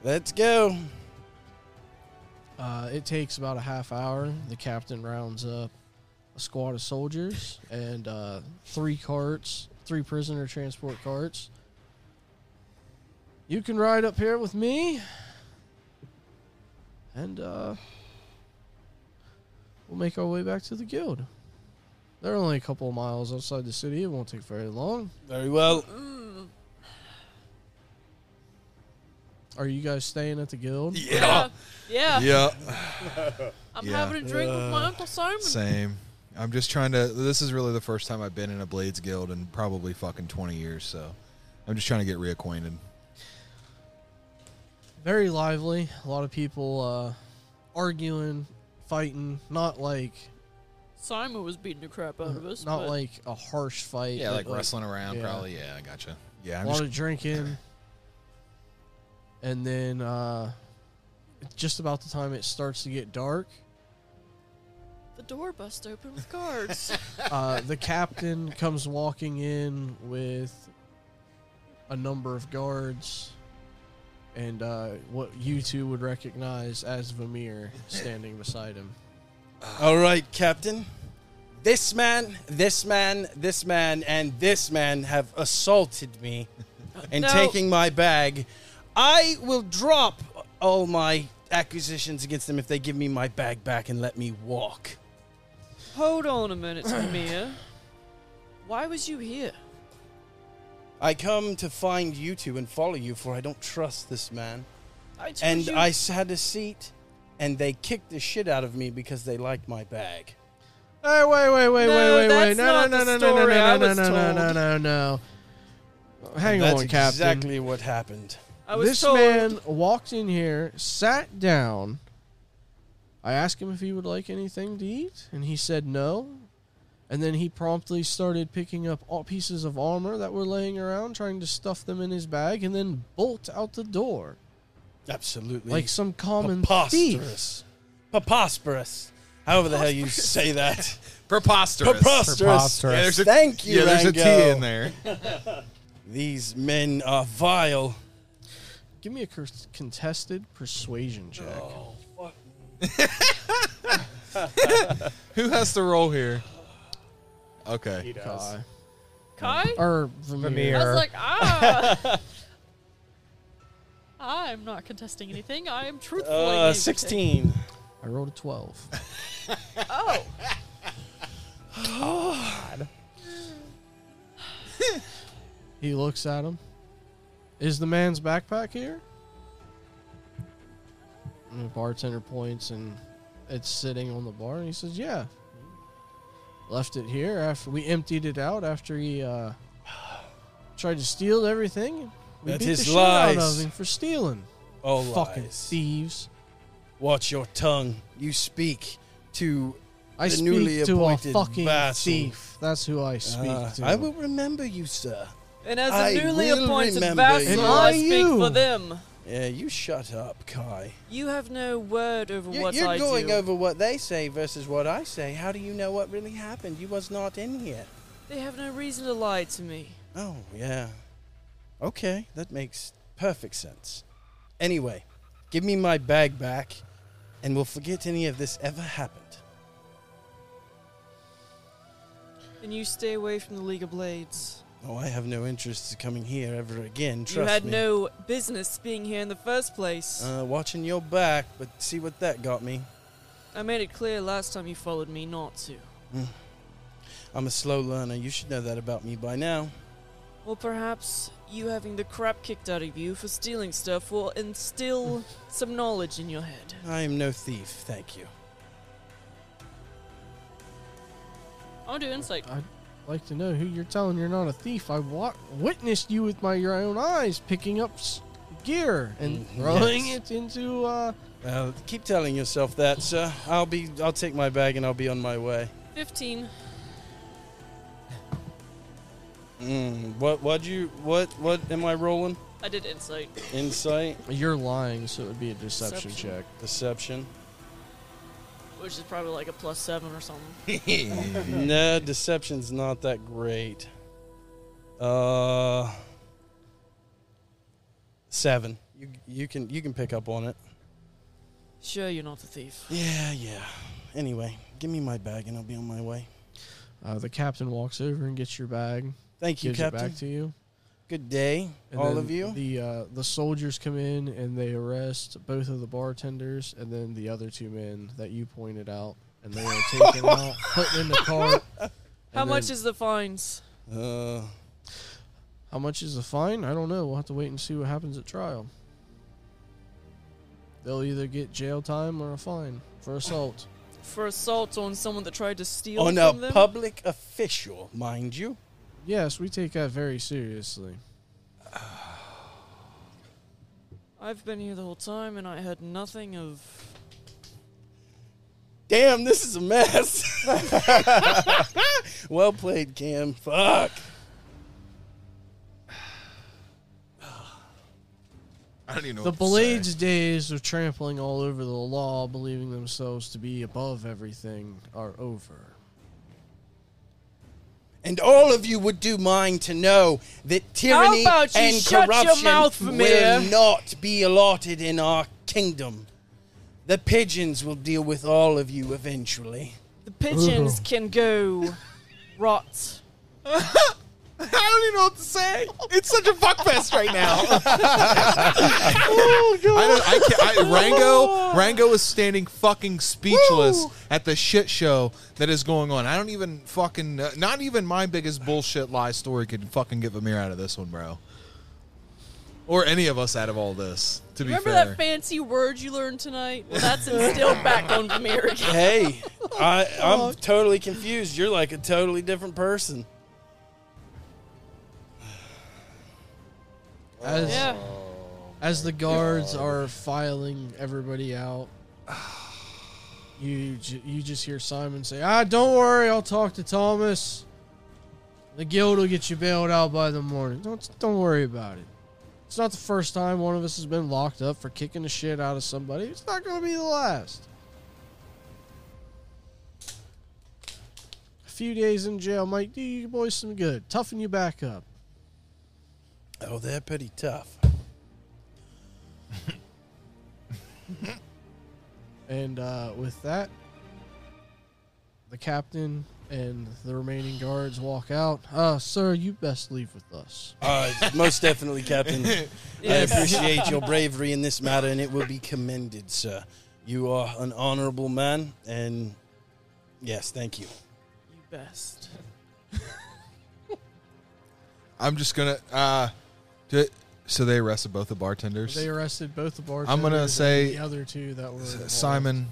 B: let's go.
A: Uh, it takes about a half hour. The captain rounds up a squad of soldiers and uh, three carts, three prisoner transport carts. You can ride up here with me, and uh, we'll make our way back to the guild. They're only a couple of miles outside the city. It won't take very long.
B: Very well.
A: Are you guys staying at the guild?
C: Yeah. Yeah.
D: Yeah,
C: I'm
D: Yeah.
C: having a drink with my
B: Uh.
C: Uncle Simon.
D: same. I'm just trying to. This is really the first time I've been in a Blades Guild in probably fucking 20 years, so I'm just trying to get reacquainted.
A: very lively. A lot of people uh, arguing, fighting. Not like
C: Simon was beating the crap out of us.
A: not
C: but
A: like a harsh fight. but,
D: around,
A: yeah. probably.
D: Yeah, I gotcha. Yeah,
A: A
D: I'm
A: lot
D: just.
A: of drinking, and then uh, just about the time it starts to get dark,
C: the door bust open with guards.
A: uh, the captain comes walking in with a number of guards. And uh, what you two would recognize as Vamir standing beside him.
B: All right, Captain. This man, this man, this man, and this man have assaulted me and
C: No.
B: taking my bag. I will drop all my accusations against them if they give me my bag back and let me walk.
C: Hold on a minute, Mia. Why was you here?
B: I come to find you two and follow you, for I don't trust this man.
C: I told
B: and
C: you-
B: I s- had a seat, and they kicked the shit out of me because they liked my bag.
A: Hey, wait, wait, wait,
B: No,
A: wait, wait, wait.
B: that's
A: No,
B: not
A: no, no,
B: the
A: no, no,
B: story
A: no, no,
B: I
A: no,
B: was
A: no, no,
B: told.
A: no, no. Hang
B: That's
A: on, Captain.
B: Exactly what happened.
A: this man walked in here, sat down. I asked him if he would like anything to eat, and he said no. And then he promptly started picking up all pieces of armor that were laying around, trying to stuff them in his bag, and then bolt out the door
B: Absolutely.
A: like some common thief.
B: preposterous. Preposterous. However the hell you say that.
O: Preposterous.
B: Preposterous.
O: Preposterous. Yeah, there's a-
B: Thank you.
O: yeah, there's a T
B: Rango.
O: in there.
B: These men are vile.
A: Give me a cur- contested persuasion check.
O: Who has the roll here? Okay. He
A: does. Kai.
G: Kai?
A: Or
G: I was like, ah. I'm not contesting anything. I am truthfully.
B: Uh, 16.
A: I rolled a 12.
G: Oh.
A: God. he looks at him. Is the man's backpack here? And the bartender points and it's sitting on the bar and he says, Yeah. Left it here after we emptied it out after he uh, tried to steal everything. We
B: That
A: beat
B: is
A: the shit out
B: lies.
A: of him for stealing.
B: Oh,
A: fucking
B: lies.
A: thieves.
B: Watch your tongue. You speak to
A: I
B: the
A: speak
B: newly
A: to a
B: appointed
A: fucking
B: vassal.
A: thief. That's who Uh, I speak
B: Ah,
A: to.
B: I will remember you, sir.
C: And as a
B: I
C: newly
B: will
C: appointed
B: remember
C: vassal,
B: you.
C: I speak for them.
B: Yeah, you shut up, Kai.
C: You have no word over
B: You-
C: what
B: You're
C: I
B: going
C: do.
B: over what they say versus what I say. How do you know what really happened? You was not in here.
C: They have no reason to lie to me.
B: Oh, yeah. Okay, that makes perfect sense. Anyway, give me my bag back, and we'll forget any of this ever happened.
C: Then you stay away from the League of Blades.
B: Oh, I have no interest in coming here ever again. Trust
C: you had
B: me.
C: no business being here in the first place.
B: Uh, watching your back, but see what that got me.
C: I made it clear last time you followed me not to.
B: I'm a slow learner. You should know that about me by now.
C: Well, perhaps you having the crap kicked out of you for stealing stuff will instill some knowledge in your head.
B: I am no thief, thank you.
G: I'll do insight.
A: I'd like to know who you're telling you're not a thief. I wa- witnessed you with my your own eyes picking up s- gear and
B: Mhm.
A: throwing
B: Yes.
A: it into. Uh,
B: Well, keep telling yourself that, sir. I'll be. I'll take my bag and I'll be on my way.
G: 15.
B: Mm, what? What you? What? What am I rolling?
G: I did insight.
B: Insight,
A: you're lying, so it would be a deception,
G: Deception.
A: check.
B: deception.
G: Which is probably like a plus 7 or something.
B: no, deception's not that great. Uh, seven. You you can you can pick up on it.
C: Sure, you're not a thief.
B: Yeah, yeah. Anyway, give me my bag and I'll be on my way.
A: Uh, the captain walks over and gets your bag.
B: Thank you,
A: gives
B: Captain.
A: it back to you.
B: Good day,
A: And
B: all
A: then
B: of you.
A: The uh, the soldiers come in and they arrest both of the bartenders and then the other two men that you pointed out, and they are taken out, put in the cart.
C: How
A: and
C: much
A: then-
C: is the fines?
B: Uh,
A: How much is the fine? I don't know. We'll have to wait and see what happens at trial. They'll either get jail time or a fine for assault.
C: For assault on someone that tried to steal
B: on
C: from
B: a
C: them?
B: public official, mind you.
A: Yes, we take that very seriously.
C: I've been here the whole time and I heard nothing of.
B: Damn, this is a mess. well played, Cam. Fuck.
O: I don't even know.
A: The
O: what to
A: Blades' days of trampling all over the law, believing themselves to be above everything, are over.
B: And all of you would do mine to know that tyranny
C: about you
B: and
C: shut your
B: corruption
C: mouth,
B: will
C: Vermeer?
B: not be allotted in our kingdom. The pigeons will deal with all of you eventually.
C: The pigeons can go rot.
O: I don't even know what to say. It's such a fuckfest right now. I, don't, I I can't. I, Rango, Rango is standing fucking speechless at the shit show that is going on. I don't even fucking. Uh, not even my biggest bullshit lie story could fucking get Vamir out of this one, bro. Or any of us out of all this. To be
G: Remember
O: fair,
G: that fancy word you learned tonight? Well, that's instilled back on Vamir again.
B: Hey, I, I'm totally confused. You're like a totally different person.
A: As
G: Yeah.
A: as the guards are filing everybody out, you ju- you just hear Simon say, "Ah, don't worry, I'll talk to Thomas. The guild will get you bailed out by the morning. Don't don't worry about it. It's not the first time one of us has been locked up for kicking the shit out of somebody. It's not going to be the last." A Few days in jail might do you boys some good. Toughen you back up.
B: Oh, they're pretty tough.
A: And uh, with that, the captain and the remaining guards walk out. Uh, sir, you best leave with us.
B: Uh, most definitely, Captain. I appreciate your bravery in this matter, and it will be commended, sir. You are an honorable man, and yes, thank you.
C: You best.
O: I'm just gonna. Uh, do so they arrested both the bartenders.
A: They arrested both the bartenders.
O: I'm gonna
A: and
O: say
A: the other two that were involved.
D: Simon,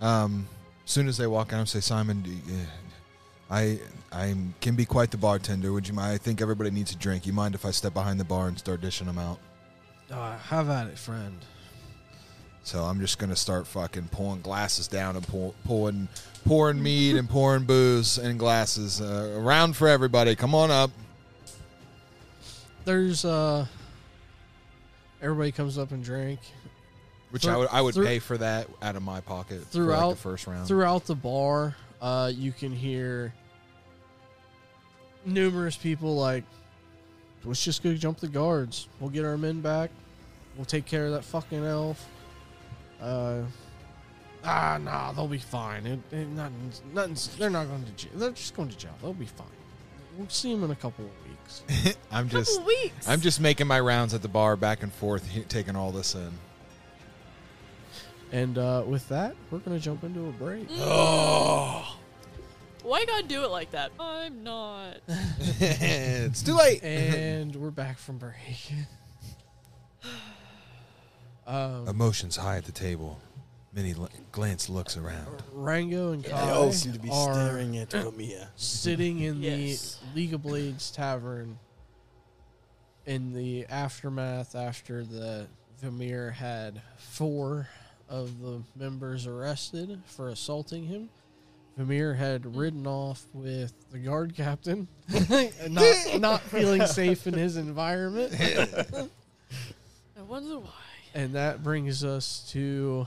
D: um, soon as they walk out, I say, Simon, do you, uh, I I can be quite the bartender. Would you mind? I think everybody needs a drink. You mind if I step behind the bar and start dishing them out?
A: Uh, have at it, friend.
D: So I'm just gonna start fucking pulling glasses down and pour, pouring pouring mead and pouring booze and glasses uh, around for everybody. Come on up.
A: There's uh, everybody comes up and drink
O: Which
A: Thro-
O: I would I would
A: thro-
O: pay for that out of my pocket for, like,
A: throughout
O: the first round.
A: Throughout the bar, uh, you can hear numerous people like, "Let's just go jump the guards. We'll get our men back. We'll take care of that fucking elf." Uh, ah, nah, they'll be fine. It, it, nothing's, nothing's, they're not going to jail. They're just going to jail. They'll be fine. We'll see them in a couple of weeks.
O: I'm just
G: weeks.
O: I'm just making my rounds at the bar back and forth, he- taking all this in.
A: and uh, with that, we're going to jump into a break.
G: Why you gotta do it like that? I'm not.
O: it's too late.
A: and we're back from break. um,
D: Emotions high at the table. Minnie l- glance looks around.
A: Rango and
B: They
A: Kai
B: all seem to be
A: are
B: staring at Romia.
A: sitting in
C: Yes.
A: the League of Blades tavern in the aftermath after the Vamir had four of the members arrested for assaulting him. Vamir had ridden off with the guard captain, and not not feeling safe in his environment.
C: I wonder why.
A: And that brings us to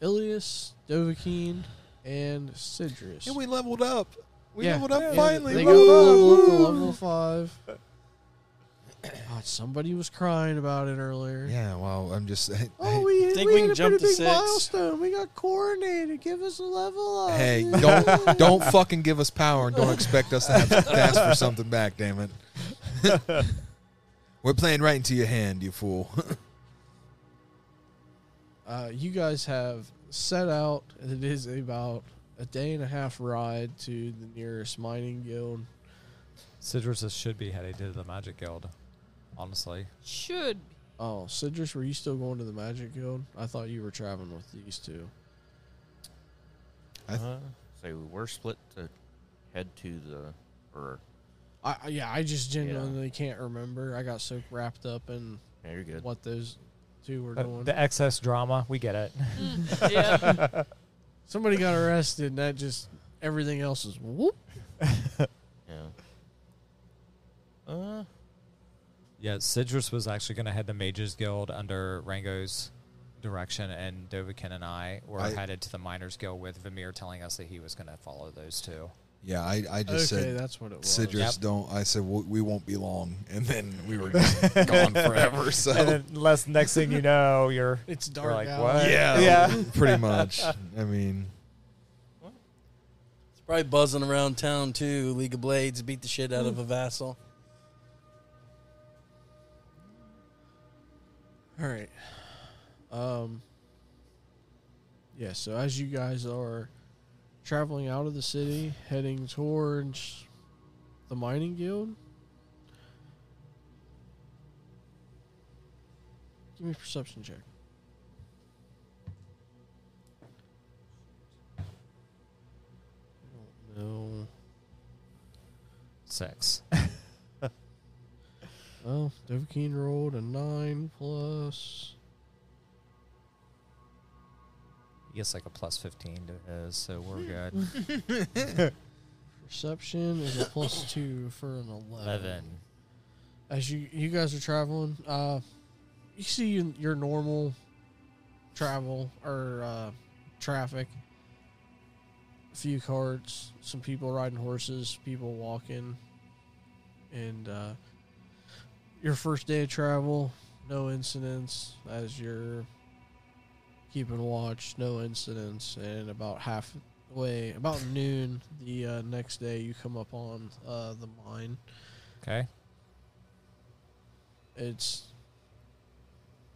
A: Ilias, Dovahkiin, and Sidrus.
O: And we leveled up. We
A: Yeah.
O: leveled up
A: Yeah,
O: finally.
A: They got
O: Woo!
A: leveled up to level five. God, somebody was crying about it earlier.
D: Yeah, well, I'm just.
A: Oh, we,
B: Think
A: we,
B: we
A: hit
B: can
A: a
B: jump
A: pretty
B: to
A: big
B: six?
A: milestone. We got coronated. Give us a level up.
D: Hey,
A: Yeah.
D: don't don't fucking give us power and don't expect us to have to ask for something back, damn it. We're playing right into your hand, you fool.
A: uh, you guys have set out. It is about a day and a half ride to the nearest mining guild.
E: Sidrus should be headed to the Magic Guild, honestly.
G: Should.
A: Oh, Sidrus, were you still going to the Magic Guild? I thought you were traveling with these two.
F: So we're split to head to the or
A: I I- yeah, I just genuinely can't remember. I got so wrapped up in
F: yeah, you're good.
A: what those two were
E: Uh,
A: doing.
E: the excess drama, we get it.
G: Yeah.
A: Somebody got arrested, and that just everything else is whoop.
F: Yeah. Uh
E: Yeah, Sidrus was actually going to head the Mages Guild under Rango's direction, and Dovahkiin and I were
D: I-
E: headed to the Miners Guild with Vamir telling us that he was going to follow those two.
D: Yeah, I, I
A: Okay,
D: just said
A: that's what it was.
D: Sidrus
E: Yep.
D: don't I said well, we won't be long and then we were just gone forever. So
E: And then, less next thing you know, you're
A: It's
E: you're
A: dark
E: like,
A: out.
E: What?
D: yeah,
E: yeah.
D: pretty much. I mean,
B: It's probably buzzing around town too. League of Blades beat the shit out of a vassal.
A: All right. Um, yeah, so as you guys are traveling out of the city, heading towards the mining guild, give me a perception check. I don't know.
E: Six.
A: Well, Dovahkiin rolled a nine plus.
E: He gets like a plus 15 to his, so we're good.
A: Perception is a plus two for an eleven.
E: 11.
A: As you you guys are traveling, uh, you see your, your normal travel or uh, traffic. A few carts, some people riding horses, people walking, and uh, your first day of travel, no incidents. As you're keeping watch, no incidents, and about halfway, about noon the uh, next day, you come up on uh, the mine.
E: Okay.
A: It's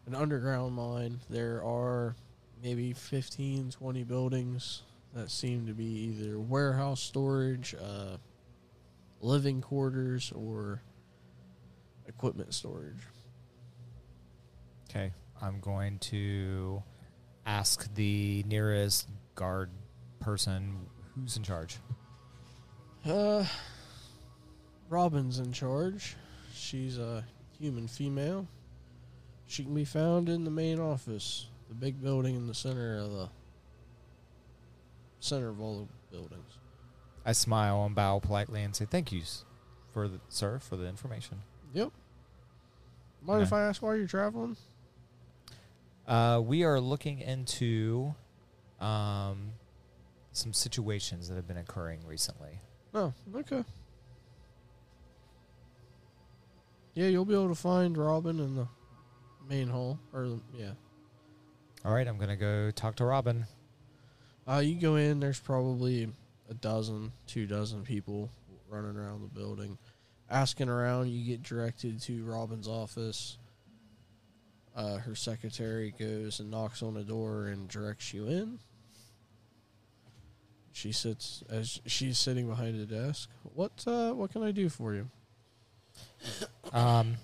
A: an underground mine. There are maybe 15, 20 buildings that seem to be either warehouse storage, uh, living quarters, or equipment storage.
E: Okay. I'm going to ask the nearest guard person who's in charge.
A: Uh, Robin's in charge. She's a human female. She can be found in the main office, the big building in the center of the center of all the buildings.
E: I smile and bow politely and say, Thank you, s- for the, sir, for the information.
A: Yep. Mind if I ask why you're traveling?
E: Uh, we are looking into um, some situations that have been occurring recently.
A: No. Okay. Yeah, you'll be able to find Robin in the main hall, or the- yeah,
E: All right, I'm going to go talk to Robin.
A: Uh, you go in, there's probably a dozen, two dozen people running around the building. Asking around, you get directed to Robin's office. Uh, her secretary goes and knocks on the door and directs you in. She sits as she's sitting behind the desk. What uh, what can I do for you?
E: Um,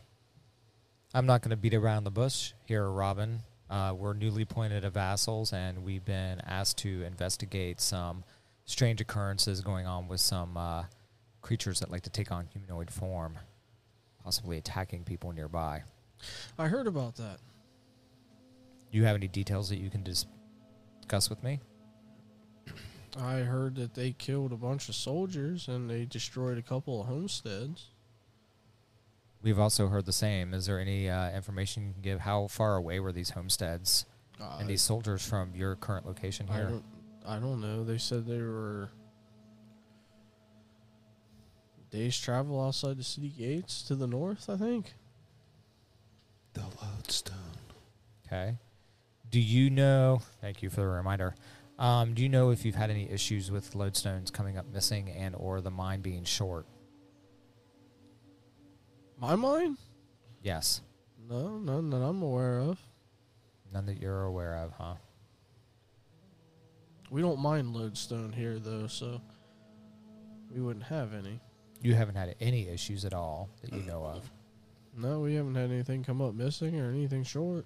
E: I'm not going to beat around the bush here, Robin. Uh, we're newly appointed of vassals, and we've been asked to investigate some strange occurrences going on with some uh, creatures that like to take on humanoid form, possibly attacking people nearby.
A: I heard about that.
E: Do you have any details that you can dis- discuss with me?
A: I heard that they killed a bunch of soldiers and they destroyed a couple of homesteads.
E: We've also heard the same. Is there any uh, information you can give? How far away were these homesteads
A: I-
E: and these soldiers from your current location
A: I
E: here?
A: don't, I don't know. They said they were days travel outside the city gates to the north. I think.
D: The lodestone.
E: Okay. Do you know? Thank you for the reminder. Um, do you know if you've had any issues with lodestones coming up missing and or the mine being short?
A: My mine?
E: Yes,
A: No, none that I'm aware of.
E: none that you're aware of, huh?
A: We don't mine lodestone here though, so we wouldn't have any.
E: You haven't had any issues at all that you know of.
A: No, we haven't had anything come up missing or anything short.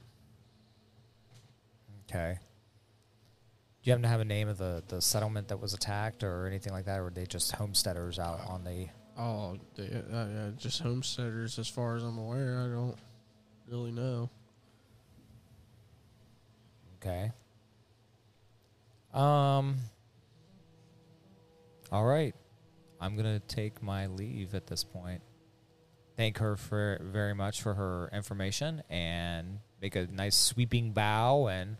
E: Okay. Do you happen to have a name of the, the settlement that was attacked or anything like that, or were they just homesteaders out on the?
A: Oh, they, uh, uh, just homesteaders, as far as I'm aware. I don't really know.
E: Okay. Um. All right. I'm gonna take my leave at this point. Thank her for very much for her information and make a nice sweeping bow and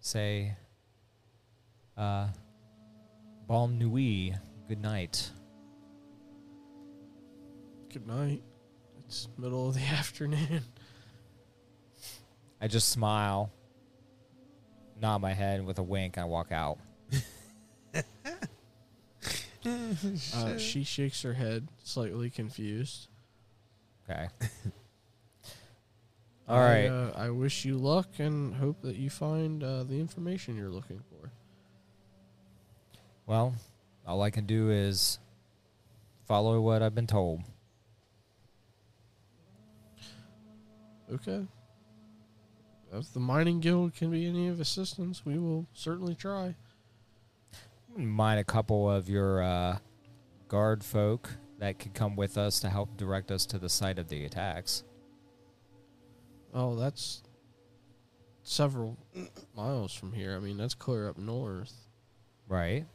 E: say, uh, "Bon nuit, good night."
A: Good night. It's middle of the afternoon.
E: I just smile, nod my head with a wink, and I walk out.
A: Uh, she shakes her head, slightly confused.
E: Okay. All right.
A: I, uh, I wish you luck and hope that you find uh, the information you're looking for.
E: Well, all I can do is follow what I've been told.
A: Okay. If the mining guild can be any of assistance, we will certainly try.
E: Wouldn't mind a couple of your uh, guard folk that could come with us to help direct us to the site of the attacks.
A: Oh, that's several miles from here. I mean, that's clear up north.
E: Right.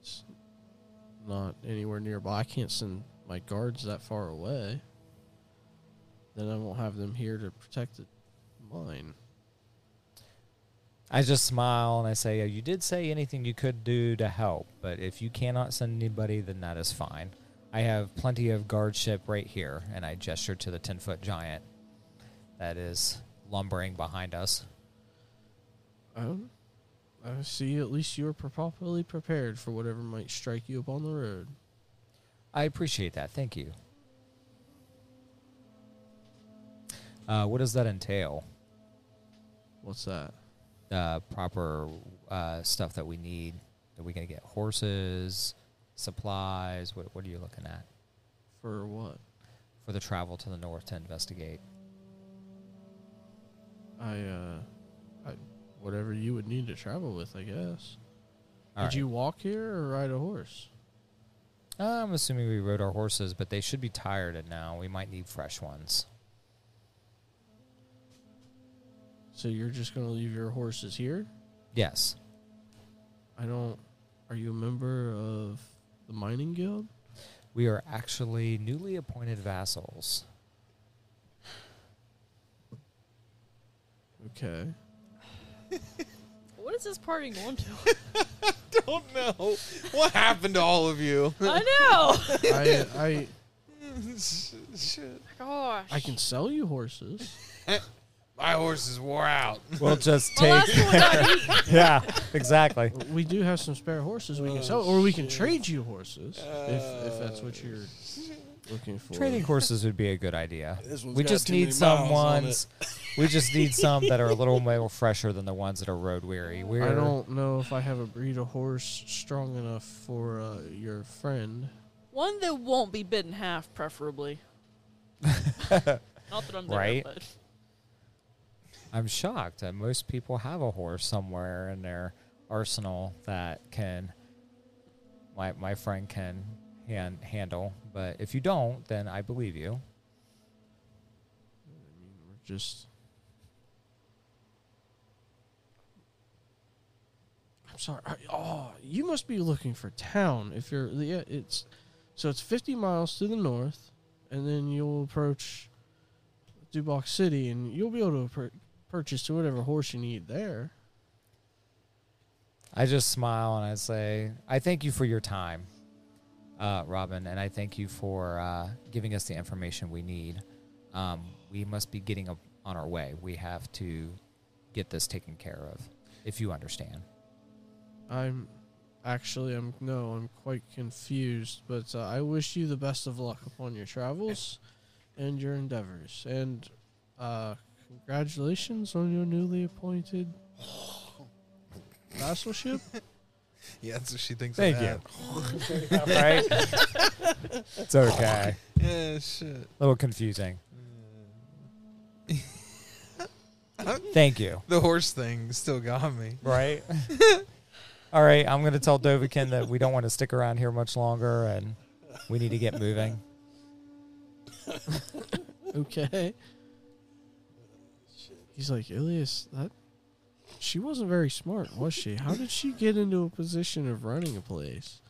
A: It's not anywhere nearby. I can't send my guards that far away. Then I won't have them here to protect the mine.
E: I just smile and I say, "Yeah, "You did say anything you could do to help, but if you cannot send anybody, then that is fine. I have plenty of guardship right here." And I gesture to the ten foot giant that is lumbering behind us.
A: Um, I see at least you are properly prepared for whatever might strike you upon the road.
E: I appreciate that. Thank you. Uh, what does that entail?
A: What's that?
E: Uh, proper uh, stuff that we need. Are we going to get horses, supplies? What, what are you looking at
A: For what?
E: for the travel to the north to investigate?
A: I, uh, I, whatever you would need to travel with, I guess. Did
E: All right.
A: you walk here or ride a horse?
E: Uh, I'm assuming we rode our horses, but they should be tired and now. We might need fresh ones.
A: So you're just going to leave your horses here?
E: Yes.
A: I don't. Are you a member of the mining guild?
E: We are actually newly appointed vassals.
A: Okay.
G: What is this party going to?
O: don't know what happened to all of you.
G: I know.
A: I, I,
O: Shit.
G: Gosh.
A: I can sell you horses.
O: My horses wore out.
E: We'll just
G: Well,
E: take.
G: that's the one I need.
E: yeah, exactly.
A: We do have some spare horses we can sell, or we can trade you horses if, if that's what you're looking for.
E: Trading horses would be a good idea.
B: This one's
E: We
B: got
E: just
B: too
E: need
B: many
E: some
B: miles on
E: ones. We just need some that are a little more fresher than the ones that are road weary. We're,
A: I don't know if I have a breed of horse strong enough for uh, your friend.
G: One that won't be bit in half, preferably. Not that I'm there,
E: Right.
G: but
E: I'm shocked that most people have a horse somewhere in their arsenal that can my my friend can hand, handle. But if you don't, then I believe you.
A: We're just. I'm sorry. I, oh, you must be looking for town. If you're, yeah, it's so it's 50 miles to the north, and then you'll approach Duboc City, and you'll be able to pur- purchase to whatever horse you need there.
E: I just smile and I say, I thank you for your time, uh, Robin, and I thank you for uh, giving us the information we need. Um, we must be getting up on our way. We have to get this taken care of, if you understand.
A: I'm actually I'm no, I'm quite confused, but uh, I wish you the best of luck upon your travels and your endeavors. And uh congratulations on your newly appointed vassalship.
D: Yeah, that's what she thinks.
E: Thank
D: of
E: you.
D: that.
E: right? it's okay.
O: Yeah, shit.
E: A little confusing. Thank you.
O: The horse thing still got me.
E: Right? All right, I'm going to tell Dovakin that we don't want to stick around here much longer and we need to get moving.
A: Okay. He's like, Ilias, that she wasn't very smart, was she? How did she get into a position of running a place?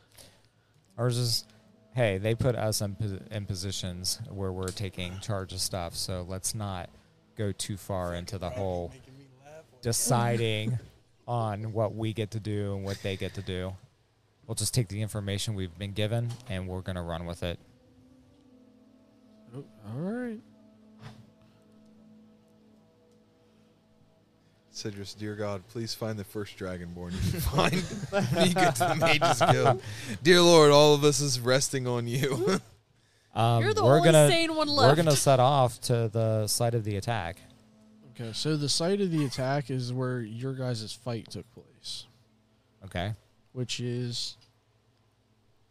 E: Ours is, hey, they put us in, pos- in positions where we're taking charge of stuff, so let's not go too far into the whole deciding on what we get to do and what they get to do. We'll just take the information we've been given and we're going to run with it.
A: Oh, all right.
D: Sidrus, dear God, please find the first dragonborn you can find. you get to the Mage's Guild.
O: Dear Lord, all of us is resting on you.
E: Um,
G: You're the
E: we're
G: only
E: gonna,
G: sane one
E: We're
G: left.
E: gonna set off to the site of the attack.
A: Okay, so the site of the attack is where your guys' fight took place,
E: Okay.
A: which is.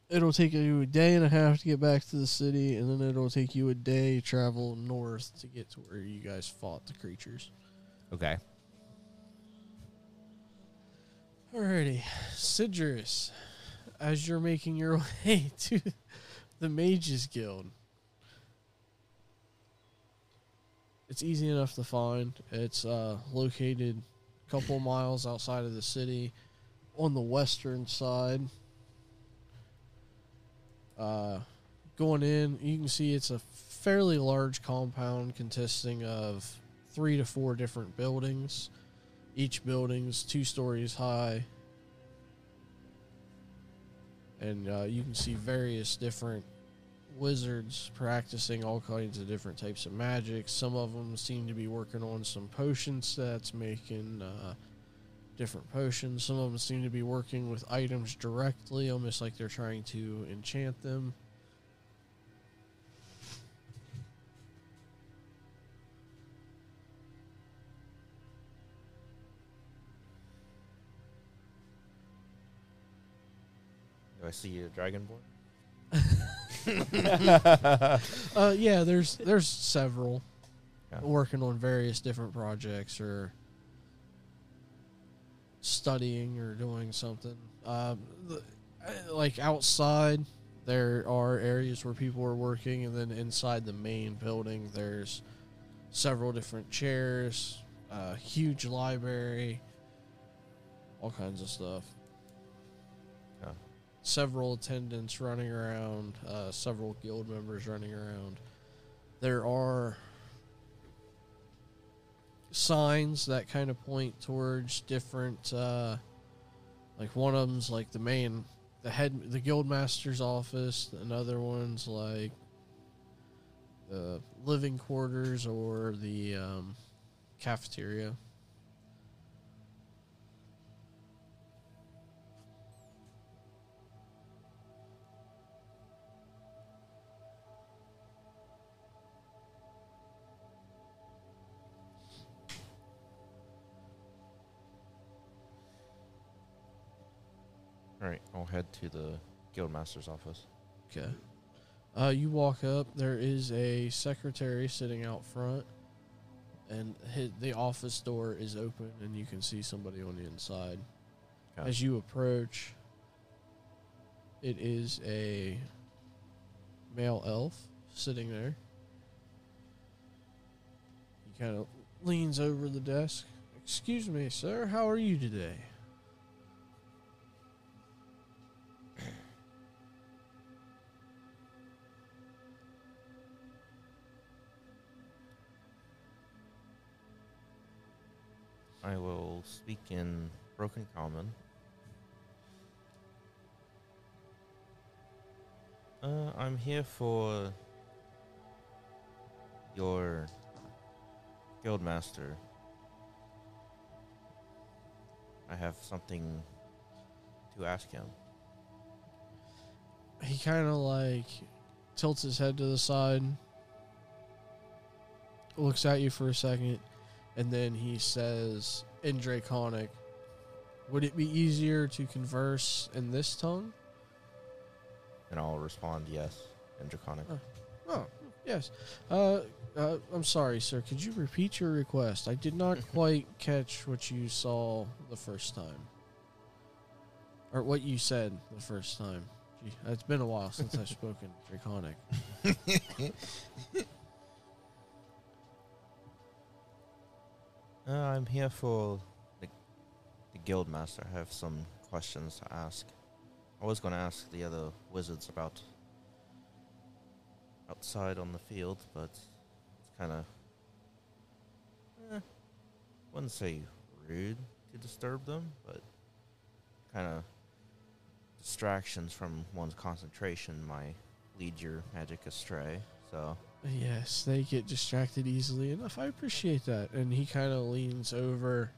A: It'll take you a day and a half to get back to the city, and then it'll take you a day travel north to get to where you guys fought the creatures.
E: Okay.
A: Alrighty, Sidrus, as you're making your way to the Mages Guild, it's easy enough to find. It's uh, located a couple miles outside of the city on the western side. Uh, going in, you can see it's a fairly large compound consisting of three to four different buildings. Each building's two stories high. And uh, you can see various different wizards practicing all kinds of different types of magic. Some of them seem to be working on some potion sets, making uh, different potions. Some of them seem to be working with items directly, almost like they're trying to enchant them.
F: Do I see a dragonborn?
A: uh, yeah, there's there's several
F: Yeah.
A: working on various different projects or studying or doing something. Um, the, uh, like outside, there are areas where people are working, and then inside the main building, there's several different chairs, a huge library, all kinds of stuff
F: Yeah.
A: several attendants running around, uh, several guild members running around. There are signs that kind of point towards different, uh, like one of them's like the main, the head, the guild master's office. Another one's like the living quarters or the um, cafeteria.
F: All right, I'll head to the guildmaster's office.
A: Okay. Uh, you walk up. There is a secretary sitting out front, and hi the office door is open, and you can see somebody on the inside.
F: Okay.
A: As you approach, it is a male elf sitting there. He kind of leans over the desk. Excuse me, sir. How are you today?
F: I will speak in broken common. Uh, I'm here for your guildmaster. I have something to ask him.
A: he kind of like tilts his head to the side, looks at you for a second, and then he says in Draconic, "Would it be easier to converse in this tongue?"
F: And I'll respond yes in Draconic.
A: Oh. Oh, yes. Uh, uh, I'm sorry, sir. Could you repeat your request? I did not quite catch what you saw the first time, or what you said the first time. Gee, it's been a while since I've spoken Draconic.
F: Uh, I'm here for the, the guild master. I have some questions to ask. I was going to ask the other wizards about outside on the field, but it's kind of. Eh, wouldn't say rude to disturb them, but kind of distractions from one's concentration might lead your magic astray. So,
A: Yes, they get distracted easily enough. I appreciate that. And he kind of leans over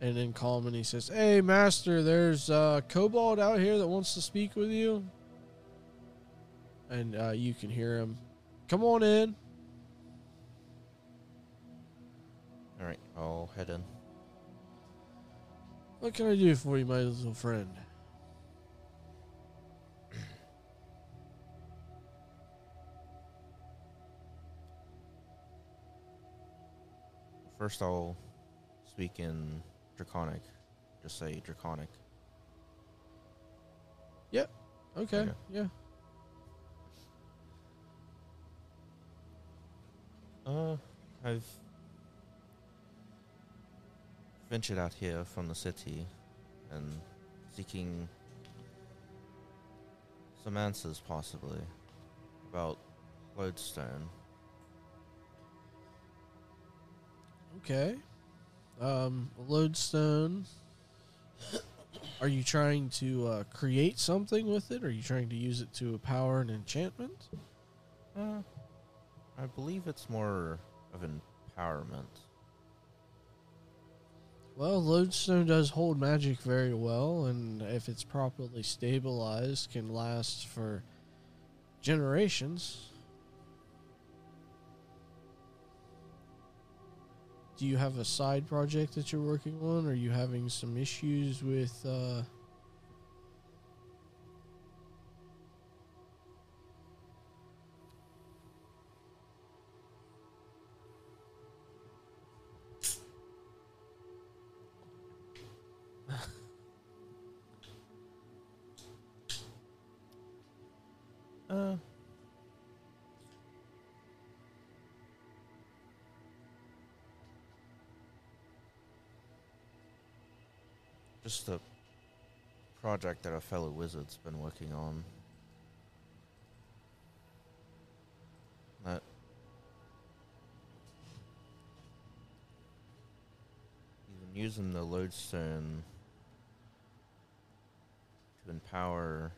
A: and in calm and he says, Hey, Master, there's uh, Cobalt out here that wants to speak with you. and uh, you can hear him. Come on in.
F: All right, I'll head in.
A: What can I do for you, my little friend?
F: First, I'll speak in Draconic. Just say Draconic.
A: Yep. Okay.
F: Okay.
A: Yeah.
F: Uh, I've ventured out here from the city and seeking some answers, possibly, about Lodestone.
A: Okay. Um, lodestone. Are you trying to uh, create something with it? Or are you trying to use it to power an enchantment?
F: Uh, I believe it's more of empowerment.
A: Well, lodestone does hold magic very well, and if it's properly stabilized, can last for generations. Do you have a side project that you're working on? Are you having some issues with uh,
F: Uh, just a project that a fellow wizard's been working on. That he's been using the lodestone to empower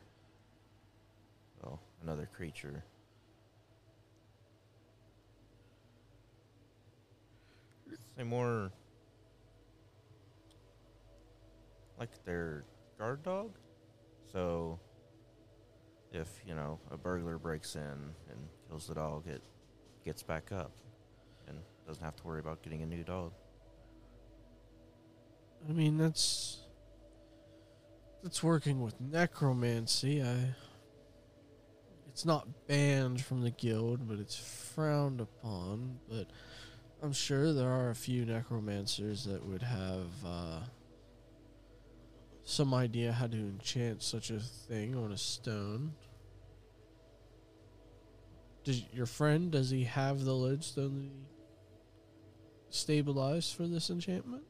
F: well, Oh, another creature. Say more like their guard dog. So if, you know, a burglar breaks in and kills the dog, it gets back up and doesn't have to worry about getting a new dog.
A: I mean, that's that's working with necromancy. I it's not banned from the guild, but it's frowned upon. But I'm sure there are a few necromancers that would have uh, some idea how to enchant such a thing on a stone. Does your friend does he have the lodestone that he stabilized for this enchantment?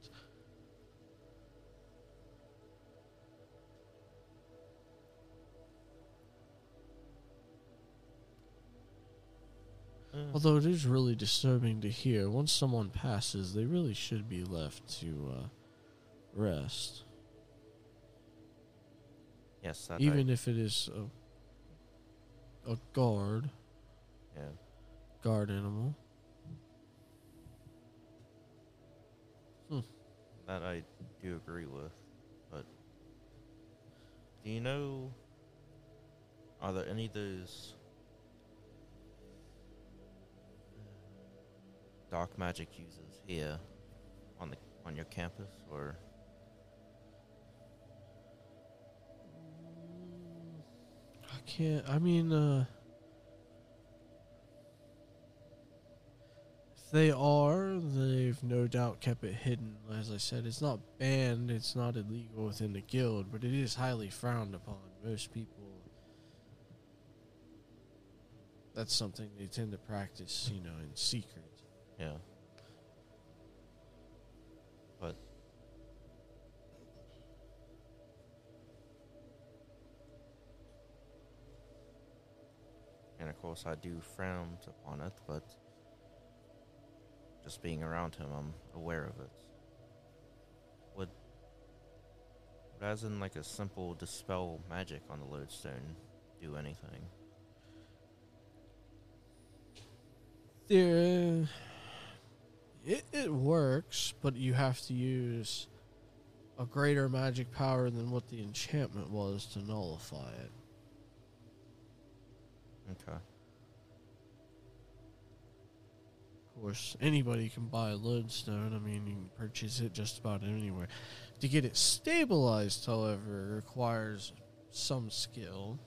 A: Although it is really disturbing to hear, once someone passes, they really should be left to uh, rest,
F: Yes, that I-
A: even if it is a, a guard,
F: yeah.
A: guard animal.
F: That I do agree with, but do you know are there any of those dark magic users here on the on your campus or
A: I can't. I mean, uh, if they are, they've no doubt kept it hidden. As I said, it's not banned, it's not illegal within the guild, but it is highly frowned upon. Most people, that's something they tend to practice, you know, in secret.
F: yeah. But And of course I do frown upon it, but just being around him I'm aware of it. Would would as in like a simple dispel magic on the lodestone do anything?
A: There, it, it works, but you have to use a greater magic power than what the enchantment was to nullify it.
F: Okay.
A: Of course, anybody can buy a lodestone. I mean, you can purchase it just about anywhere. To get it stabilized, however, requires some skill.